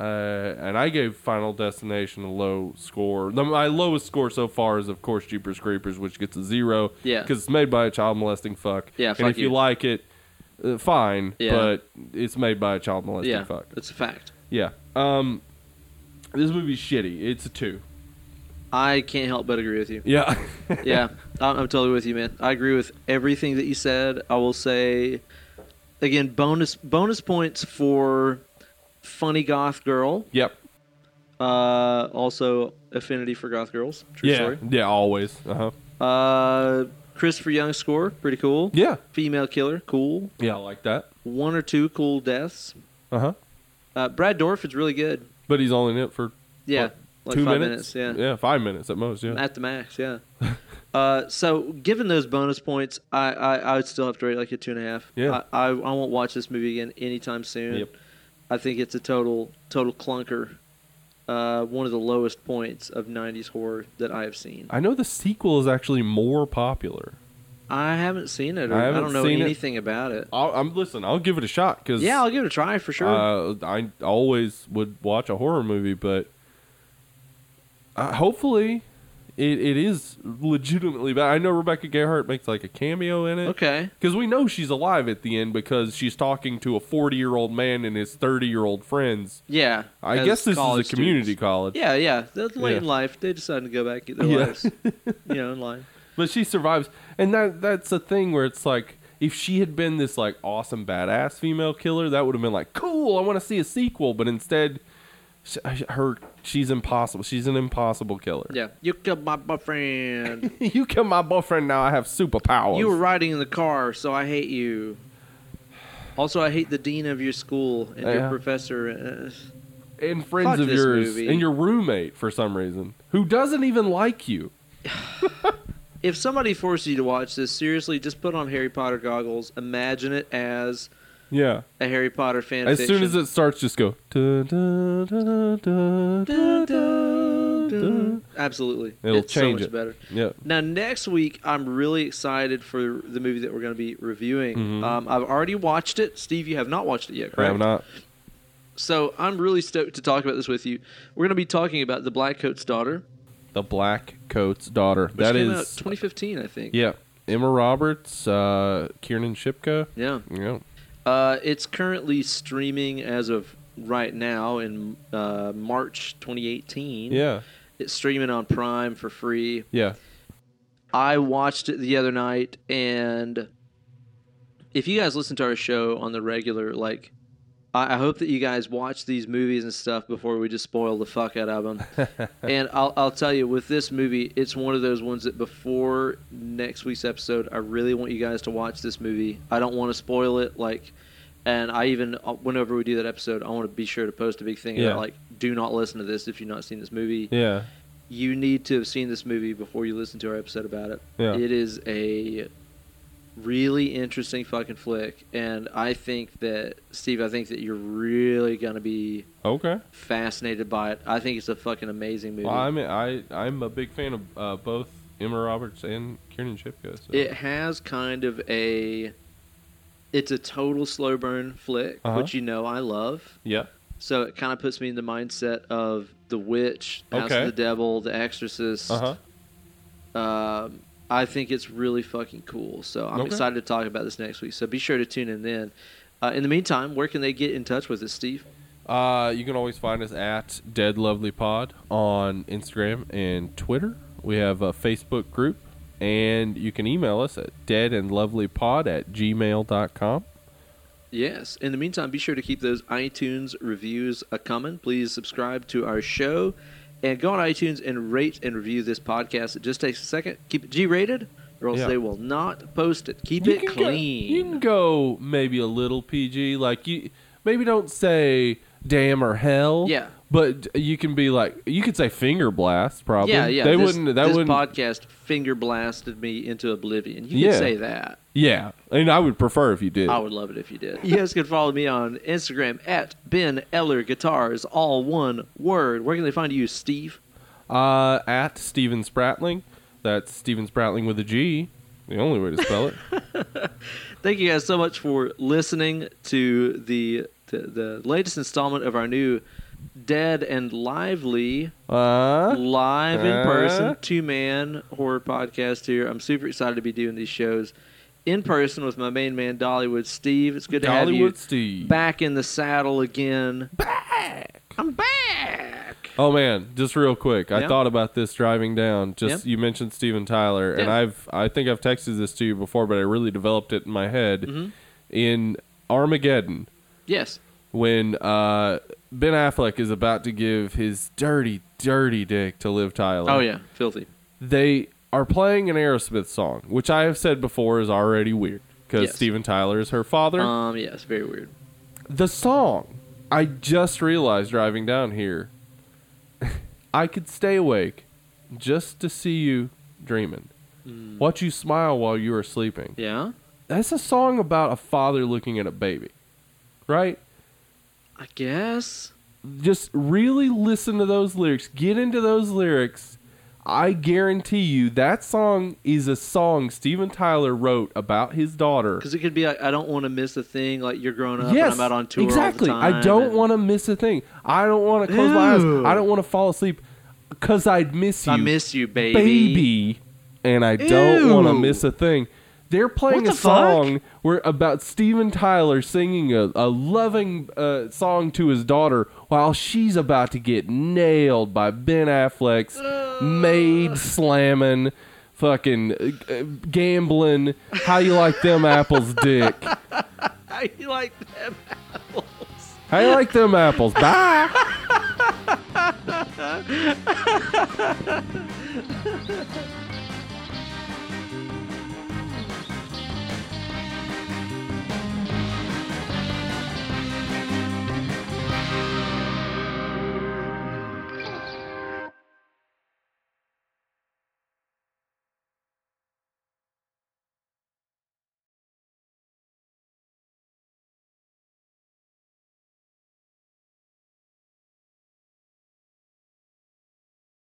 [SPEAKER 2] Uh, and I gave Final Destination a low score. The- My lowest score so far is, of course, Jeepers Creepers, which gets a zero.
[SPEAKER 1] Yeah.
[SPEAKER 2] Because it's made by a child molesting fuck.
[SPEAKER 1] Yeah,
[SPEAKER 2] and
[SPEAKER 1] fuck
[SPEAKER 2] if you,
[SPEAKER 1] you.
[SPEAKER 2] like it, uh, fine.
[SPEAKER 1] Yeah.
[SPEAKER 2] But it's made by a child molesting
[SPEAKER 1] Yeah.
[SPEAKER 2] fuck.
[SPEAKER 1] It's a fact.
[SPEAKER 2] Yeah. Um, this movie's shitty. It's a two.
[SPEAKER 1] I can't help but agree with you.
[SPEAKER 2] Yeah.
[SPEAKER 1] yeah, I'm, I'm totally with you, man. I agree with everything that you said. I will say, again, bonus bonus points for funny goth girl.
[SPEAKER 2] yep.
[SPEAKER 1] Uh, also, affinity for goth girls. True
[SPEAKER 2] yeah.
[SPEAKER 1] story.
[SPEAKER 2] Yeah. Always. Uh huh.
[SPEAKER 1] Uh, Christopher Young score, pretty cool.
[SPEAKER 2] Yeah.
[SPEAKER 1] Female killer, cool.
[SPEAKER 2] Yeah. I like that.
[SPEAKER 1] One or two cool deaths.
[SPEAKER 2] Uh huh.
[SPEAKER 1] Uh, Brad Dorford's really good.
[SPEAKER 2] But he's only in it for
[SPEAKER 1] Yeah,
[SPEAKER 2] What,
[SPEAKER 1] like
[SPEAKER 2] two
[SPEAKER 1] five
[SPEAKER 2] minutes?
[SPEAKER 1] minutes. Yeah.
[SPEAKER 2] Yeah. Five minutes at most. Yeah.
[SPEAKER 1] At the max, yeah. uh, so given those bonus points, I, I, I would still have to rate like a two and a half.
[SPEAKER 2] Yeah.
[SPEAKER 1] I, I, I won't watch this movie again anytime soon.
[SPEAKER 2] Yep.
[SPEAKER 1] I think it's a total total clunker. Uh, one of the lowest points of '90s horror that I have seen.
[SPEAKER 2] I know the sequel is actually more popular.
[SPEAKER 1] I haven't seen it. Or
[SPEAKER 2] I
[SPEAKER 1] I,
[SPEAKER 2] haven't
[SPEAKER 1] don't know
[SPEAKER 2] seen it.
[SPEAKER 1] anything about it.
[SPEAKER 2] I'll, I'm listen. I'll give it a shot because
[SPEAKER 1] Yeah, I'll give it a try for sure.
[SPEAKER 2] Uh, I always would watch a horror movie, but uh, hopefully, it, it is legitimately bad. I know Rebecca Gayheart makes like a cameo in it.
[SPEAKER 1] okay.
[SPEAKER 2] Because we know she's alive at the end because she's talking to a 40 year old man and his 30 year old friends.
[SPEAKER 1] Yeah.
[SPEAKER 2] I
[SPEAKER 1] as
[SPEAKER 2] guess this is a
[SPEAKER 1] college
[SPEAKER 2] community
[SPEAKER 1] students.
[SPEAKER 2] college.
[SPEAKER 1] Yeah, yeah. That's late
[SPEAKER 2] Yeah.
[SPEAKER 1] in life. They decided to go back get their
[SPEAKER 2] Yeah.
[SPEAKER 1] lives, you know, in line.
[SPEAKER 2] But she survives. And that that's a thing where it's like, if she had been this like awesome badass female killer, that would have been like, cool, I want to see a sequel. But instead, sh- her she's impossible. She's an impossible killer.
[SPEAKER 1] Yeah, you killed my boyfriend.
[SPEAKER 2] you kill my boyfriend now, I have superpowers.
[SPEAKER 1] You were riding in the car, so I hate you. Also, I hate the dean of your school and
[SPEAKER 2] Yeah.
[SPEAKER 1] your professor. Uh,
[SPEAKER 2] and friends
[SPEAKER 1] Fuck
[SPEAKER 2] of
[SPEAKER 1] this
[SPEAKER 2] yours
[SPEAKER 1] movie.
[SPEAKER 2] and your roommate for some reason who doesn't even like you.
[SPEAKER 1] If somebody forces you to watch this, seriously, just put on Harry Potter goggles. Imagine it as
[SPEAKER 2] Yeah.
[SPEAKER 1] a Harry Potter fan
[SPEAKER 2] As
[SPEAKER 1] fiction.
[SPEAKER 2] soon as it starts, just go. "Dun, dun, dun, dun,
[SPEAKER 1] Dun,
[SPEAKER 2] dun, dun,
[SPEAKER 1] dun,
[SPEAKER 2] dun."
[SPEAKER 1] dun. Absolutely,
[SPEAKER 2] It'll
[SPEAKER 1] it's so
[SPEAKER 2] change
[SPEAKER 1] much
[SPEAKER 2] it.
[SPEAKER 1] better.
[SPEAKER 2] Yeah.
[SPEAKER 1] Now, next week, I'm really excited for the movie that we're going to be reviewing.
[SPEAKER 2] Mhm.
[SPEAKER 1] Um, I've already watched it. Steve, you have not watched it yet, correct?
[SPEAKER 2] I'm not.
[SPEAKER 1] So I'm really stoked to talk about this with you. We're going to be talking about the Black Coat's daughter,
[SPEAKER 2] The Black Coat's Daughter.
[SPEAKER 1] which
[SPEAKER 2] that
[SPEAKER 1] came out
[SPEAKER 2] is.
[SPEAKER 1] 2015, I think.
[SPEAKER 2] yeah. Emma Roberts, uh, Kiernan Shipka.
[SPEAKER 1] Yeah.
[SPEAKER 2] Yeah.
[SPEAKER 1] Uh, it's currently streaming as of right now in uh, March 2018.
[SPEAKER 2] Yeah.
[SPEAKER 1] It's streaming on Prime for free.
[SPEAKER 2] Yeah.
[SPEAKER 1] I watched it the other night and if you guys listen to our show on the regular, like, I, I hope that you guys watch these movies and stuff before we just spoil the fuck out of them. and I'll, I'll tell you, with this movie, it's one of those ones that before next week's episode, I really want you guys to watch this movie. I don't want to spoil it. Like, and I even, uh, whenever we do that episode, I want to be sure to post a big thing
[SPEAKER 2] Yeah.
[SPEAKER 1] about, like, do not listen to this if you've not seen this movie.
[SPEAKER 2] Yeah.
[SPEAKER 1] You need to have seen this movie before you listen to our episode about it.
[SPEAKER 2] Yeah.
[SPEAKER 1] It is a really interesting fucking flick, and I think that Steve, I think that you're really gonna be
[SPEAKER 2] Okay.
[SPEAKER 1] fascinated by it. I think it's a fucking amazing movie.
[SPEAKER 2] Well, I'm I I'm a big fan of uh, both Emma Roberts and Kieran Shipka. So.
[SPEAKER 1] it has kind of a, it's a total slow burn flick,
[SPEAKER 2] Uh-huh.
[SPEAKER 1] which you know I love.
[SPEAKER 2] yeah.
[SPEAKER 1] So it kind of puts me in the mindset of The Witch, House
[SPEAKER 2] Okay.
[SPEAKER 1] of the Devil, The Exorcist.
[SPEAKER 2] Uh huh.
[SPEAKER 1] Um, I think it's really fucking cool. So I'm
[SPEAKER 2] Okay.
[SPEAKER 1] excited to talk about this next week. So be sure to tune in then. Uh, in the meantime, where can they get in touch with us, Steve?
[SPEAKER 2] Uh, you can always find us at Dead Lovely Pod on Instagram and Twitter. We have a Facebook group, and you can email us at deadandlovelypod at gmail.com.
[SPEAKER 1] Yes. In the meantime, be sure to keep those iTunes reviews a coming. Please subscribe to our show and go on iTunes and rate and review this podcast. It just takes a second. Keep it G rated, or else
[SPEAKER 2] Yeah.
[SPEAKER 1] they will not post it. Keep it
[SPEAKER 2] go, you
[SPEAKER 1] clean.
[SPEAKER 2] can go maybe a little PG, like you maybe don't say damn or hell.
[SPEAKER 1] Yeah.
[SPEAKER 2] But you can be like you could say finger blast probably.
[SPEAKER 1] yeah, yeah.
[SPEAKER 2] They
[SPEAKER 1] this,
[SPEAKER 2] wouldn't. That
[SPEAKER 1] this
[SPEAKER 2] wouldn't.
[SPEAKER 1] podcast finger blasted me into oblivion. You can
[SPEAKER 2] Yeah.
[SPEAKER 1] say that.
[SPEAKER 2] yeah, and I would prefer if you did.
[SPEAKER 1] I would love it if you did. You guys can follow me on Instagram at Ben Eller Guitars, all one word. Where can they find you, Steve?
[SPEAKER 2] Uh, at Steven Spratling. That's Steven Spratling with a G. The only way to spell it.
[SPEAKER 1] Thank you guys so much for listening to the the, the latest installment of our new Dead and Lively
[SPEAKER 2] Uh,
[SPEAKER 1] live in
[SPEAKER 2] Huh?
[SPEAKER 1] person two man horror podcast here. I'm super excited to be doing these shows in person with my main man Dollywood Steve. It's good to have you
[SPEAKER 2] Dollywood Steve.
[SPEAKER 1] back in the saddle again. Back. I'm back.
[SPEAKER 2] Oh man, just real quick, I
[SPEAKER 1] Yeah.
[SPEAKER 2] thought about this driving down. Just
[SPEAKER 1] Yeah.
[SPEAKER 2] you mentioned Steven Tyler, and
[SPEAKER 1] Yeah.
[SPEAKER 2] I've I think I've texted this to you before, but I really developed it in my head.
[SPEAKER 1] Mm-hmm.
[SPEAKER 2] In Armageddon,
[SPEAKER 1] Yes.
[SPEAKER 2] when uh, Ben Affleck is about to give his dirty, dirty dick to Liv Tyler.
[SPEAKER 1] Oh yeah, filthy.
[SPEAKER 2] they are playing an Aerosmith song, which I have said before is already weird because
[SPEAKER 1] Yes.
[SPEAKER 2] Steven Tyler is her father.
[SPEAKER 1] Um, yeah, it's very weird.
[SPEAKER 2] the song, I just realized driving down here, I could stay awake just to see you dreaming. Watch you smile while you are sleeping.
[SPEAKER 1] Yeah,
[SPEAKER 2] That's a song about a father looking at a baby, right?
[SPEAKER 1] I guess.
[SPEAKER 2] just really listen to those lyrics, get into those lyrics. I guarantee you that song is a song Steven Tyler wrote about his daughter.
[SPEAKER 1] Because it could be like, I don't want to miss a thing. Like you're growing up,
[SPEAKER 2] Yes,
[SPEAKER 1] and I'm out on tour.
[SPEAKER 2] exactly.
[SPEAKER 1] all the time,
[SPEAKER 2] I don't
[SPEAKER 1] and-
[SPEAKER 2] want to miss a thing. I don't want to close my
[SPEAKER 1] Ew.
[SPEAKER 2] eyes. I don't want to fall asleep because I'd miss you,
[SPEAKER 1] I miss you, baby.
[SPEAKER 2] baby, and I don't
[SPEAKER 1] Ew.
[SPEAKER 2] want to miss a thing. They're playing
[SPEAKER 1] What the
[SPEAKER 2] a song where about Steven Tyler singing a, a loving uh, song to his daughter while she's about to get nailed by Ben Affleck's maid slamming, fucking uh, uh, gambling. How you like them apples, dick?
[SPEAKER 1] I like them apples.
[SPEAKER 2] How you like them apples? Bye.